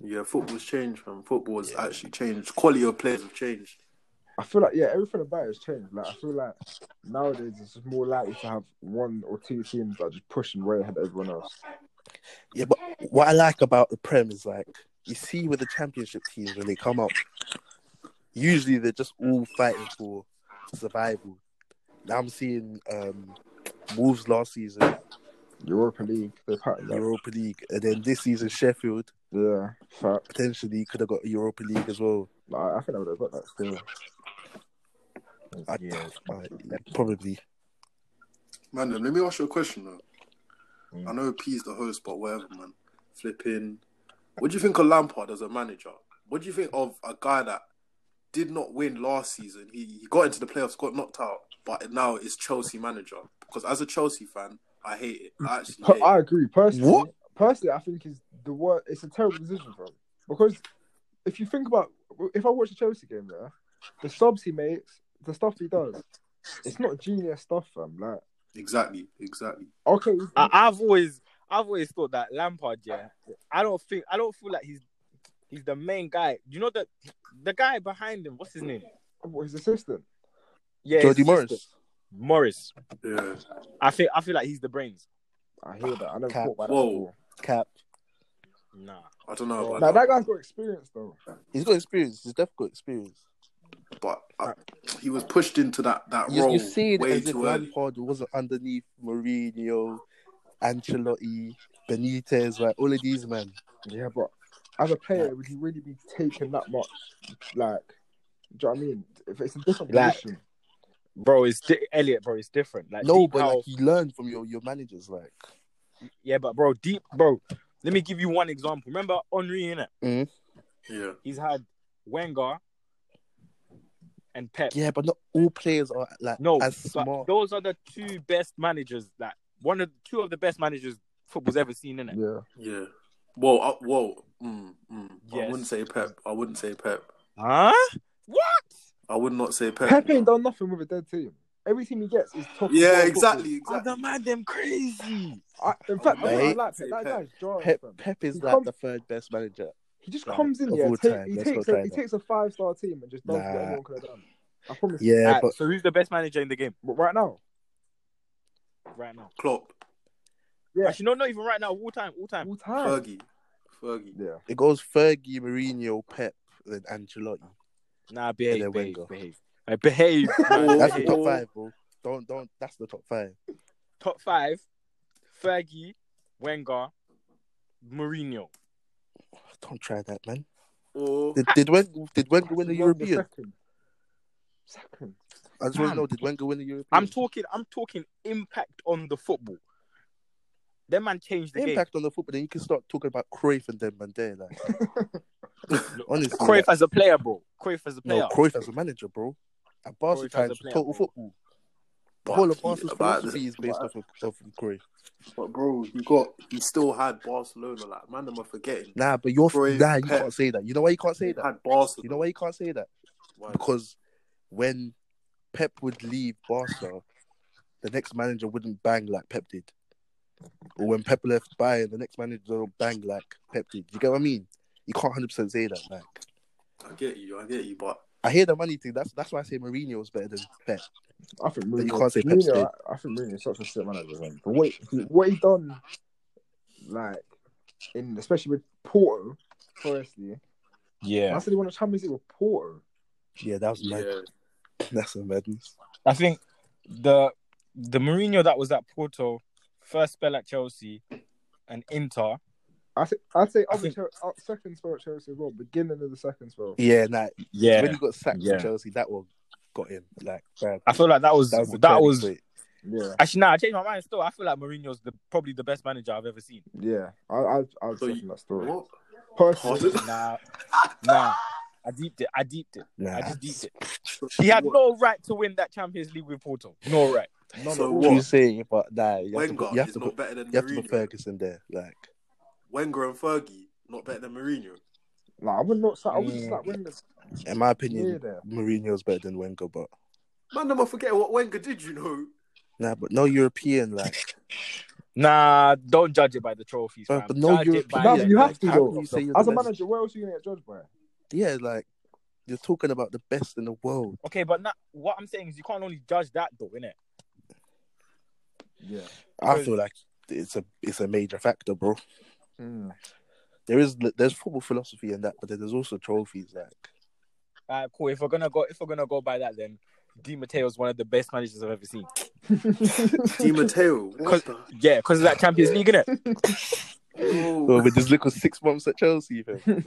[SPEAKER 4] Yeah, football's changed, man. Football has actually changed. Quality of players have changed.
[SPEAKER 3] I feel like yeah, everything about it has changed. Like I feel like nowadays it's just more likely to have one or two teams that are just pushing way ahead of everyone else.
[SPEAKER 1] Yeah, but what I like about the Prem is like you see with the Championship teams when they come up, usually they're just all fighting for survival. Now I'm seeing um, Wolves last season,
[SPEAKER 3] Europa League, they're patterned up.
[SPEAKER 1] Europa League, and then this season Sheffield
[SPEAKER 3] Yeah, fact.
[SPEAKER 1] potentially could have got Europa League as well.
[SPEAKER 3] Like, I think I would have got that still.
[SPEAKER 1] I,
[SPEAKER 2] Yeah.
[SPEAKER 1] uh, probably.
[SPEAKER 4] Man, let me ask you a question though.
[SPEAKER 2] Mm.
[SPEAKER 4] I know P's the host, but whatever, man. Flipping. What do you think of Lampard as a manager? What do you think of a guy that did not win last season? He, he got into the playoffs, got knocked out, but now is Chelsea manager. Because as a Chelsea fan, I hate it. I actually hate
[SPEAKER 3] Per- I
[SPEAKER 4] it.
[SPEAKER 3] agree. Personally,
[SPEAKER 1] What?
[SPEAKER 3] personally, I think is the wor It's a terrible decision for him because if you think about, if I watch the Chelsea game there, the subs he makes, the stuff he does, it's not genius stuff, fam. Like,
[SPEAKER 4] Exactly, exactly.
[SPEAKER 3] okay,
[SPEAKER 1] Ah.
[SPEAKER 2] I, I've always, I've always thought that Lampard. Yeah, I don't think, I don't feel like he's, he's the main guy. You know the, the guy behind him. What's his name?
[SPEAKER 3] what, his assistant.
[SPEAKER 2] Yeah,
[SPEAKER 1] Jody
[SPEAKER 2] his sister.
[SPEAKER 1] Morris.
[SPEAKER 2] Morris.
[SPEAKER 4] Yeah.
[SPEAKER 2] I feel, I feel like he's the brains.
[SPEAKER 3] I hear that. I never
[SPEAKER 1] Cap.
[SPEAKER 3] thought about that.
[SPEAKER 4] Whoa.
[SPEAKER 3] before.
[SPEAKER 1] Cap.
[SPEAKER 2] Nah.
[SPEAKER 4] I don't know
[SPEAKER 3] Now
[SPEAKER 4] about
[SPEAKER 3] that
[SPEAKER 4] that,
[SPEAKER 3] guy's got experience though.
[SPEAKER 1] He's got experience. He's definitely got experience.
[SPEAKER 4] but I, he was pushed into that, that
[SPEAKER 1] You,
[SPEAKER 4] role
[SPEAKER 1] you see it
[SPEAKER 4] way
[SPEAKER 1] as if
[SPEAKER 4] too early.
[SPEAKER 1] Lampard wasn't underneath Mourinho, Ancelotti, Benitez, like all of these men.
[SPEAKER 3] Yeah, but as a player, would you really be taking that much? Like, do you know what I mean? If it's a different
[SPEAKER 2] Like-
[SPEAKER 3] position,
[SPEAKER 2] bro. It's di- Elliot, bro. It's different. Like
[SPEAKER 1] no,
[SPEAKER 2] deep
[SPEAKER 1] but
[SPEAKER 2] how-
[SPEAKER 1] like you learn from your, your managers, like
[SPEAKER 2] yeah, but bro, deep, bro. Let me give you one example. Remember Henri in it?
[SPEAKER 4] Yeah.
[SPEAKER 2] He's had Wenger and Pep.
[SPEAKER 1] yeah, but not all players are like
[SPEAKER 2] no,
[SPEAKER 1] as
[SPEAKER 2] but
[SPEAKER 1] smart.
[SPEAKER 2] those are the two best managers that one of two of the best managers football's ever seen in it.
[SPEAKER 3] yeah.
[SPEAKER 4] Yeah. Whoa, uh, whoa. Mm, mm. I
[SPEAKER 2] Yes.
[SPEAKER 4] wouldn't say Pep. I wouldn't say Pep.
[SPEAKER 2] Huh? What?
[SPEAKER 4] I would not say Pep.
[SPEAKER 3] Pepe ain't done nothing with a dead team. Every team he gets is top.
[SPEAKER 4] Yeah,
[SPEAKER 3] football.
[SPEAKER 4] exactly,
[SPEAKER 2] Are
[SPEAKER 4] exactly.
[SPEAKER 2] the man them crazy?
[SPEAKER 3] I, in fact,
[SPEAKER 1] Mate.
[SPEAKER 3] I like Pep. That guy's jarring,
[SPEAKER 1] Pep,
[SPEAKER 3] fam.
[SPEAKER 1] Pep is
[SPEAKER 3] He
[SPEAKER 1] like
[SPEAKER 3] come-
[SPEAKER 1] the third best manager.
[SPEAKER 3] He just
[SPEAKER 1] Nah,
[SPEAKER 3] comes in
[SPEAKER 1] of
[SPEAKER 3] here.
[SPEAKER 1] all
[SPEAKER 3] take-
[SPEAKER 1] time,
[SPEAKER 3] he,
[SPEAKER 1] let's
[SPEAKER 3] takes
[SPEAKER 1] not
[SPEAKER 3] a,
[SPEAKER 1] try
[SPEAKER 3] he
[SPEAKER 1] that.
[SPEAKER 3] takes a five star team and just does what
[SPEAKER 1] Nah.
[SPEAKER 3] everyone could have done. I promise. you.
[SPEAKER 1] Yeah,
[SPEAKER 2] Alright,
[SPEAKER 1] but
[SPEAKER 2] so who's the best manager in the game
[SPEAKER 3] But right now,
[SPEAKER 2] right now?
[SPEAKER 4] Klopp,
[SPEAKER 3] Yeah.
[SPEAKER 2] Actually, no, not even right now. All time, all time.
[SPEAKER 3] all time.
[SPEAKER 4] Fergie, Fergie.
[SPEAKER 3] Yeah,
[SPEAKER 1] it goes Fergie, Mourinho, Pep, then Ancelotti.
[SPEAKER 2] Nah, behave,
[SPEAKER 1] then
[SPEAKER 2] behave,
[SPEAKER 1] Wenger.
[SPEAKER 2] behave. Like, behave. man,
[SPEAKER 1] That's the
[SPEAKER 2] behave.
[SPEAKER 1] top five, bro. Don't don't. That's the top five.
[SPEAKER 2] top five: Fergie, Wenger, Mourinho.
[SPEAKER 1] Don't try that, man.
[SPEAKER 4] Or
[SPEAKER 1] Did did Wenger, did Wenger win the
[SPEAKER 3] Wenger
[SPEAKER 1] European?
[SPEAKER 3] Second. second.
[SPEAKER 1] I just want
[SPEAKER 2] Man.
[SPEAKER 1] to know. Did Wenger win the European?
[SPEAKER 2] I'm talking. I'm talking impact on the football. Them man changed the
[SPEAKER 1] impact on the football. Then you can start talking about Cruyff and them and there. Like
[SPEAKER 2] game.
[SPEAKER 1] honestly,
[SPEAKER 2] Cruyff
[SPEAKER 1] like,
[SPEAKER 2] as a player, bro. Cruyff as a player.
[SPEAKER 1] no Cruyff as a manager, bro. At Barca
[SPEAKER 2] Cruyff as a
[SPEAKER 1] times,
[SPEAKER 2] player,
[SPEAKER 1] total
[SPEAKER 2] bro.
[SPEAKER 1] football. The
[SPEAKER 4] but
[SPEAKER 1] whole of
[SPEAKER 4] he-
[SPEAKER 1] Barca's
[SPEAKER 4] but-
[SPEAKER 1] philosophy is based off of, off of Cruyff.
[SPEAKER 4] But bro, he got he still had Barcelona. Like man, am I forgetting?
[SPEAKER 1] Nah, but you're
[SPEAKER 4] Cruyff,
[SPEAKER 1] nah. You
[SPEAKER 4] Pep.
[SPEAKER 1] can't say that. You know why you can't say
[SPEAKER 4] He
[SPEAKER 1] that.
[SPEAKER 4] had Barcelona.
[SPEAKER 1] You know why you can't say that
[SPEAKER 4] Why?
[SPEAKER 1] because when Pep would leave Barca, the next manager wouldn't bang like Pep did. Or when Pep left Bayern, the next manager don't bang like Pep did. You get what I mean? You can't hundred percent say that. Like
[SPEAKER 4] I get you, I get you, but
[SPEAKER 1] I hear the money thing. That's that's why I say Mourinho is better than Pep.
[SPEAKER 3] I think
[SPEAKER 1] But
[SPEAKER 3] Mourinho.
[SPEAKER 1] you can't say Pep's
[SPEAKER 3] Mourinho I, I think Mourinho's such a shit manager. Man. But what he- what he done, like in especially with Porto, firstly, I
[SPEAKER 2] Yeah,
[SPEAKER 3] said he won a Champions League with Porto.
[SPEAKER 1] Yeah, that was
[SPEAKER 4] yeah,
[SPEAKER 1] mad. That's a madness.
[SPEAKER 2] I think the the Mourinho that was at Porto, first spell at Chelsea, and Inter.
[SPEAKER 3] I th- I'd say
[SPEAKER 2] I
[SPEAKER 3] other
[SPEAKER 2] think-
[SPEAKER 3] Chel- uh, second spell at Chelsea as well. Beginning of the second spell.
[SPEAKER 1] Yeah, nah.
[SPEAKER 2] Yeah,
[SPEAKER 1] When he got sacked
[SPEAKER 2] Yeah.
[SPEAKER 1] from Chelsea, that one got him. Like, bad.
[SPEAKER 2] I feel like that was that was,
[SPEAKER 1] a turning point.
[SPEAKER 3] Yeah,
[SPEAKER 2] actually nah, I changed my mind. Still, I feel like Mourinho's the probably the best manager I've ever seen.
[SPEAKER 3] yeah. I, I, I was
[SPEAKER 4] So
[SPEAKER 3] thinking
[SPEAKER 4] you-
[SPEAKER 3] that story.
[SPEAKER 4] What?
[SPEAKER 3] Personally,
[SPEAKER 2] Nah, nah. I deeped it. I deeped it. I
[SPEAKER 1] Nah.
[SPEAKER 2] just deeped it. He had
[SPEAKER 4] What?
[SPEAKER 2] no right to win that Champions League with Porto. No right.
[SPEAKER 3] no,
[SPEAKER 4] So
[SPEAKER 3] no,
[SPEAKER 1] What you
[SPEAKER 4] what?
[SPEAKER 1] say? But nah, you have to
[SPEAKER 4] Wenger
[SPEAKER 1] put, you have
[SPEAKER 4] is
[SPEAKER 1] to
[SPEAKER 4] not
[SPEAKER 1] put,
[SPEAKER 4] better than
[SPEAKER 1] you have to put
[SPEAKER 4] Mourinho.
[SPEAKER 1] Ferguson there. Like,
[SPEAKER 4] Wenger and Fergie not better than Mourinho.
[SPEAKER 3] like, I would not. I would just
[SPEAKER 2] Mm.
[SPEAKER 3] like win this
[SPEAKER 1] in my
[SPEAKER 3] year
[SPEAKER 1] opinion,
[SPEAKER 3] there.
[SPEAKER 1] Mourinho's better than Wenger. But
[SPEAKER 4] Man, I'm forgetting what Wenger did. You know,
[SPEAKER 1] nah, but no European. Like,
[SPEAKER 2] Nah, don't judge it by the trophies,
[SPEAKER 1] But-
[SPEAKER 2] man.
[SPEAKER 1] but no
[SPEAKER 2] judge it
[SPEAKER 1] European-
[SPEAKER 2] by
[SPEAKER 3] No,
[SPEAKER 1] yeah,
[SPEAKER 3] but you
[SPEAKER 1] like,
[SPEAKER 3] have to
[SPEAKER 1] how
[SPEAKER 3] though.
[SPEAKER 1] can you say you're
[SPEAKER 3] As
[SPEAKER 1] the
[SPEAKER 3] a
[SPEAKER 1] best?
[SPEAKER 3] manager, where else are you gonna get judged by?
[SPEAKER 1] yeah, like you're talking about the best in the world.
[SPEAKER 2] Okay, but not, what I'm saying is you can't only judge that though, innit?
[SPEAKER 3] Yeah.
[SPEAKER 1] I feel like it's a it's a major factor, bro. Hmm.
[SPEAKER 3] Mm.
[SPEAKER 1] There is there's football philosophy in that, but then there's also trophies. Like,
[SPEAKER 2] Alright, cool. If we're gonna go, if we're gonna go by that, then Di Matteo is one of the best managers I've ever seen.
[SPEAKER 4] Di Matteo. What the?
[SPEAKER 2] Yeah, because of that Champions League, innit?
[SPEAKER 1] well,
[SPEAKER 4] Oh,
[SPEAKER 1] with this little six months at Chelsea, fam.
[SPEAKER 4] then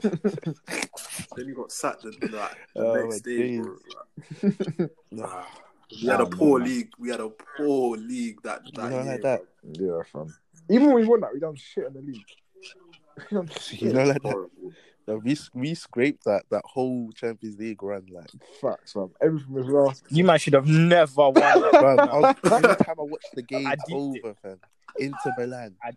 [SPEAKER 4] he got sacked the, like, the
[SPEAKER 1] Oh,
[SPEAKER 4] next day.
[SPEAKER 1] my
[SPEAKER 4] Bro.
[SPEAKER 1] Nah,
[SPEAKER 4] We had
[SPEAKER 3] Oh,
[SPEAKER 4] a poor
[SPEAKER 3] man.
[SPEAKER 4] league. We had a poor league that
[SPEAKER 1] you
[SPEAKER 4] that
[SPEAKER 1] know,
[SPEAKER 4] year.
[SPEAKER 1] like that.
[SPEAKER 3] yeah, fam. Even when we won that, we done shit in the league. We done
[SPEAKER 1] You
[SPEAKER 3] shit.
[SPEAKER 1] know, like that.
[SPEAKER 4] Horrible.
[SPEAKER 1] Like, we we scraped that that whole Champions League run. Like,
[SPEAKER 3] Facts, fam. Everything was lost.
[SPEAKER 2] You man should have never won. that.
[SPEAKER 1] Bruv, I was, by the time I watched the game
[SPEAKER 2] I did it.
[SPEAKER 1] over, fam, Inter Milan,
[SPEAKER 2] I-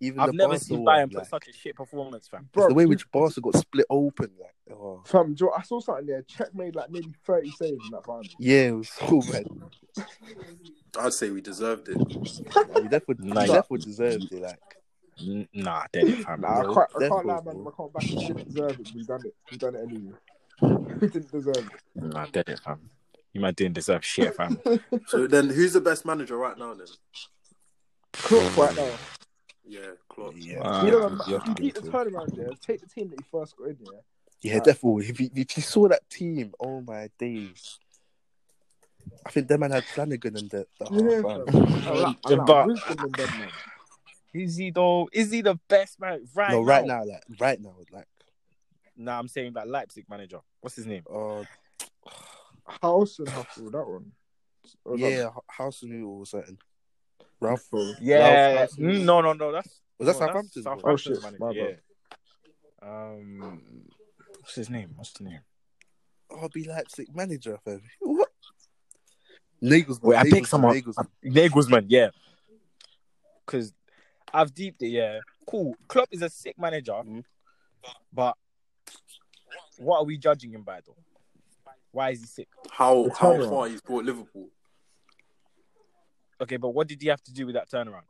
[SPEAKER 1] even
[SPEAKER 2] I've
[SPEAKER 1] the
[SPEAKER 2] never
[SPEAKER 1] Barca
[SPEAKER 2] seen
[SPEAKER 1] one,
[SPEAKER 2] Bayern
[SPEAKER 1] like,
[SPEAKER 2] put such a shit performance, fam.
[SPEAKER 1] it's
[SPEAKER 3] Bro,
[SPEAKER 1] the way which Barca got split open, like, oh,
[SPEAKER 3] fam, Joe, I saw something there. Czech made like maybe 30 saves in that final.
[SPEAKER 1] yeah, it was so bad.
[SPEAKER 4] I'd say we deserved it.
[SPEAKER 1] Like, we definitely,
[SPEAKER 2] Nice.
[SPEAKER 1] we definitely deserved it. Like,
[SPEAKER 2] N- Nah, dead it, fam.
[SPEAKER 3] Nah, I
[SPEAKER 1] No,
[SPEAKER 3] can't, I
[SPEAKER 1] that's
[SPEAKER 3] can't lie, man.
[SPEAKER 1] awful.
[SPEAKER 3] I can't back it. We didn't deserve it. We done it. We done it anyway. We didn't deserve it.
[SPEAKER 2] Nah, dead it, fam. You man didn't deserve shit, fam.
[SPEAKER 4] So then, who's the best manager right now? Then,
[SPEAKER 3] Klopp right now.
[SPEAKER 4] yeah, Klopp.
[SPEAKER 1] yeah,
[SPEAKER 2] Wow.
[SPEAKER 3] You
[SPEAKER 2] Ah,
[SPEAKER 3] know, man,
[SPEAKER 2] yeah.
[SPEAKER 3] if you beat the turnaround, yeah. Take the team that you first got in, yeah.
[SPEAKER 1] yeah, definitely. If you, if you saw that team, oh my days. I think that man had Flanagan in the. the
[SPEAKER 3] Yeah,
[SPEAKER 1] oh,
[SPEAKER 3] fam.
[SPEAKER 1] fam.
[SPEAKER 3] I like- I like
[SPEAKER 2] But-
[SPEAKER 3] wisdom in them, man.
[SPEAKER 2] Is he though? Is he the best man right
[SPEAKER 1] no,
[SPEAKER 2] now?
[SPEAKER 1] right now, like, right now, like,
[SPEAKER 2] Nah, I'm saying that Leipzig manager. What's his name?
[SPEAKER 1] oh,
[SPEAKER 3] House and Huffle, that one. Or that
[SPEAKER 1] yeah, House of or something. Ralph,
[SPEAKER 3] one.
[SPEAKER 2] Yeah.
[SPEAKER 1] Ralph
[SPEAKER 2] mm,
[SPEAKER 1] Hasenhuttl.
[SPEAKER 2] no, no, no. That's
[SPEAKER 1] Was that
[SPEAKER 2] no,
[SPEAKER 1] Southampton's
[SPEAKER 2] that's
[SPEAKER 1] one?
[SPEAKER 3] Oh,
[SPEAKER 2] Southampton's
[SPEAKER 3] shit, my
[SPEAKER 2] manager. Yeah. Um, what's his name? What's his name?
[SPEAKER 1] RB Leipzig manager, fam. What? Nagelsmann.
[SPEAKER 2] Wait, I picked
[SPEAKER 1] Nagelsmann,
[SPEAKER 2] someone.
[SPEAKER 1] Nagelsmann.
[SPEAKER 2] Nagelsmann. Yeah. Because I've deeped it. Yeah. Cool. Klopp is a sick manager,
[SPEAKER 1] Mhm.
[SPEAKER 2] but what are we judging him by though? Why is he sick?
[SPEAKER 4] How
[SPEAKER 3] The
[SPEAKER 4] how
[SPEAKER 3] turnaround.
[SPEAKER 4] far he's brought Liverpool?
[SPEAKER 2] Okay, but what did he have to do with that turnaround?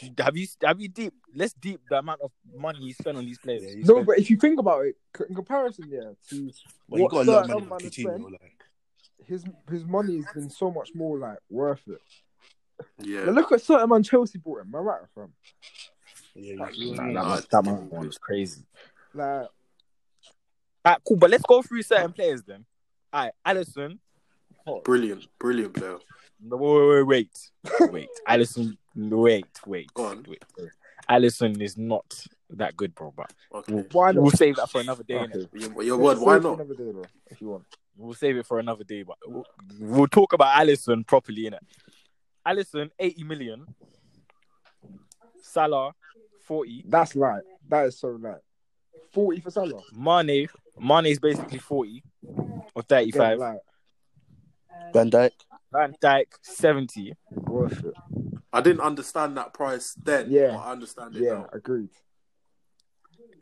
[SPEAKER 2] Do you- Have you have you deep? Let's deep the amount of money he spent on these players.
[SPEAKER 1] Yeah, he's
[SPEAKER 3] No,
[SPEAKER 1] been-
[SPEAKER 3] but if you think about it, c- in comparison, yeah, to
[SPEAKER 1] Well, you
[SPEAKER 3] what
[SPEAKER 1] got a lot of
[SPEAKER 3] certain
[SPEAKER 1] money
[SPEAKER 3] other man
[SPEAKER 1] on
[SPEAKER 3] has
[SPEAKER 1] Coutinho,
[SPEAKER 3] spent,
[SPEAKER 1] like.
[SPEAKER 3] his his money has been so much more like worth it. Now
[SPEAKER 4] Yeah,
[SPEAKER 3] look at certain man Chelsea bought him, my right from.
[SPEAKER 1] Yeah, you-
[SPEAKER 2] Nah,
[SPEAKER 4] Nah,
[SPEAKER 2] that,
[SPEAKER 4] I-
[SPEAKER 2] that man one is crazy.
[SPEAKER 3] Like
[SPEAKER 2] Alright, cool. But let's go through certain players then. All right, Allison.
[SPEAKER 4] brilliant, brilliant player.
[SPEAKER 2] No, Wait, wait, wait, wait. Allison. Wait, wait,
[SPEAKER 4] Go on.
[SPEAKER 2] wait. Allison is not that good, bro. But
[SPEAKER 4] Okay,
[SPEAKER 3] why not?
[SPEAKER 2] we'll save that for another day. innit?
[SPEAKER 3] Okay.
[SPEAKER 4] your, your word. Why
[SPEAKER 3] Save for
[SPEAKER 4] not?
[SPEAKER 3] Another day, though, if you want.
[SPEAKER 2] We'll save it for another day. But we'll, we'll talk about Allison properly in it. Allison, eighty million. Salah, forty.
[SPEAKER 3] That's light. That is so light. Forty for Salah.
[SPEAKER 2] Mane, Mane is basically forty or thirty-five.
[SPEAKER 3] like
[SPEAKER 1] Van Dijk.
[SPEAKER 2] Van Dijk, seventy.
[SPEAKER 3] worth it.
[SPEAKER 4] I didn't understand that price then.
[SPEAKER 3] Yeah.
[SPEAKER 4] but I understand it
[SPEAKER 3] Yeah,
[SPEAKER 4] now.
[SPEAKER 3] agreed.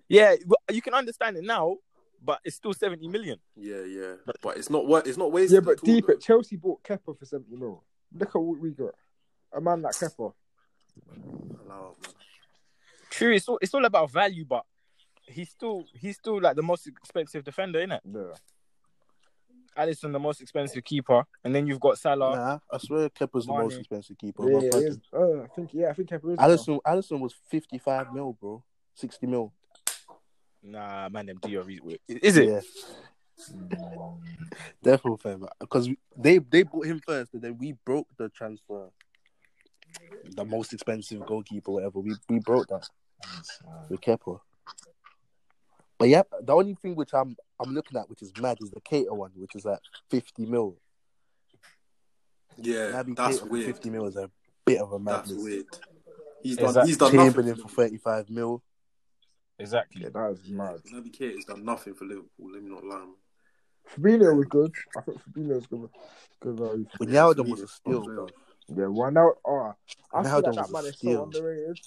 [SPEAKER 2] Yeah, well, you can understand it now, but it's still 70 million.
[SPEAKER 4] Yeah, yeah. But it's not what it's not wasted.
[SPEAKER 3] Yeah, but
[SPEAKER 4] at all,
[SPEAKER 3] deep
[SPEAKER 4] though.
[SPEAKER 3] at Chelsea bought Kepa for seventy mil. Look at what we got. A man like Kepa.
[SPEAKER 4] Allow it, man.
[SPEAKER 2] True, it's all, it's all about value, but he's still he's still like the most expensive defender, isn't it?
[SPEAKER 3] Yeah.
[SPEAKER 2] Allison, the most expensive keeper, and then you've got Salah.
[SPEAKER 1] Nah, I swear Kepa's the
[SPEAKER 2] Mane.
[SPEAKER 1] most expensive keeper.
[SPEAKER 3] Yeah,
[SPEAKER 1] My
[SPEAKER 3] yeah,
[SPEAKER 1] friend.
[SPEAKER 3] it is. Uh, I think yeah, I think Kepa is.
[SPEAKER 1] Allison, Allison was 55 mil, bro. 60 mil.
[SPEAKER 2] Nah, man, them do Is it?
[SPEAKER 1] Yeah. Definitely fair, because they they bought him first, and then we broke the transfer. The most expensive goalkeeper, whatever. We we broke that with Kepa. But yeah, the only thing which I'm I'm looking at, which is mad, is the Cater one, which is at 50 mil.
[SPEAKER 4] Yeah,
[SPEAKER 1] Naby
[SPEAKER 4] that's
[SPEAKER 1] Keita for
[SPEAKER 4] weird.
[SPEAKER 1] Fifty mil is a bit of a
[SPEAKER 4] That's
[SPEAKER 1] madness.
[SPEAKER 4] weird. He's
[SPEAKER 2] Is
[SPEAKER 4] done.
[SPEAKER 2] that
[SPEAKER 4] he's done
[SPEAKER 1] Chamberlain
[SPEAKER 4] nothing.
[SPEAKER 1] for thirty-five mil.
[SPEAKER 2] Exactly.
[SPEAKER 3] Yeah, that was mad.
[SPEAKER 4] Naby Keita's done nothing for Liverpool. Let me not lie. man.
[SPEAKER 3] Fabinho was good. I thought Fabinho was good. Good value.
[SPEAKER 1] Wijnaldum was a
[SPEAKER 4] Fabinho's
[SPEAKER 1] steal,
[SPEAKER 4] done
[SPEAKER 1] bro.
[SPEAKER 4] well.
[SPEAKER 3] Yeah, one out. Oh, I feel
[SPEAKER 1] Ronaldo
[SPEAKER 3] like
[SPEAKER 1] was
[SPEAKER 3] that
[SPEAKER 1] a
[SPEAKER 3] man is so
[SPEAKER 1] steal.
[SPEAKER 3] underrated.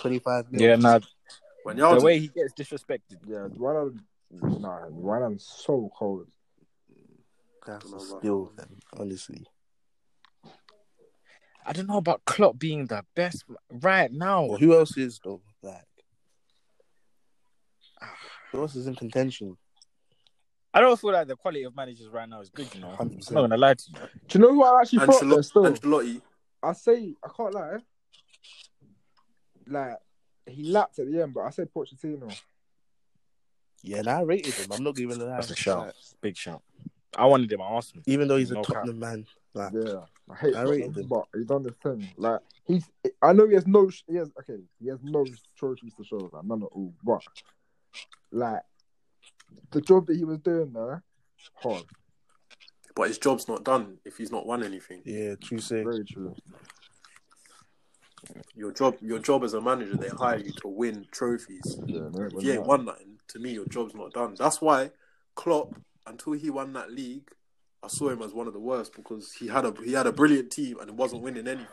[SPEAKER 1] Twenty-five mil.
[SPEAKER 2] Yeah, nah. The
[SPEAKER 4] Wijnaldum-
[SPEAKER 2] way he gets disrespected.
[SPEAKER 3] Yeah, one out. Nah, one out's so cold.
[SPEAKER 1] That's a
[SPEAKER 4] Dunno about
[SPEAKER 1] steal, man, honestly.
[SPEAKER 2] I don't know about Klopp being the best right now.
[SPEAKER 1] Well, who else is though? Like,
[SPEAKER 2] Ah.
[SPEAKER 1] who else is in contention?
[SPEAKER 2] I don't feel like the quality of managers right now is good, you know. I'm not
[SPEAKER 1] 100%.
[SPEAKER 2] gonna lie to you.
[SPEAKER 3] Do you know who I actually thought? though,
[SPEAKER 4] Ancelotti,
[SPEAKER 3] Still,
[SPEAKER 4] Ancelotti.
[SPEAKER 3] I say I can't lie. Like he lapped at the end, but I said Pochettino.
[SPEAKER 1] Yeah, and I rated him. I'm not giving a lie.
[SPEAKER 2] That's a shout.
[SPEAKER 1] Like,
[SPEAKER 2] Big shout. I wanted him at Arsenal.
[SPEAKER 1] even though he's a
[SPEAKER 2] No cap.
[SPEAKER 1] Tottenham man, like,
[SPEAKER 3] Yeah, I hate
[SPEAKER 1] I
[SPEAKER 3] Tottenham,
[SPEAKER 1] rated him.
[SPEAKER 3] but he done this thing. Like he's, I know he has no, he has okay, he has no trophies to show, like none at all. But like the job that he was doing there, hard,
[SPEAKER 4] But his job's not done if he's not won anything.
[SPEAKER 1] yeah, true say.
[SPEAKER 3] very true.
[SPEAKER 4] Your job, your job as a manager, they hire you to win trophies.
[SPEAKER 3] Yeah, no,
[SPEAKER 4] If you ain't won nothing, to me, your job's not done. That's why Klopp, until he won that league, I saw him as one of the worst because he had a he had a brilliant team and wasn't winning anything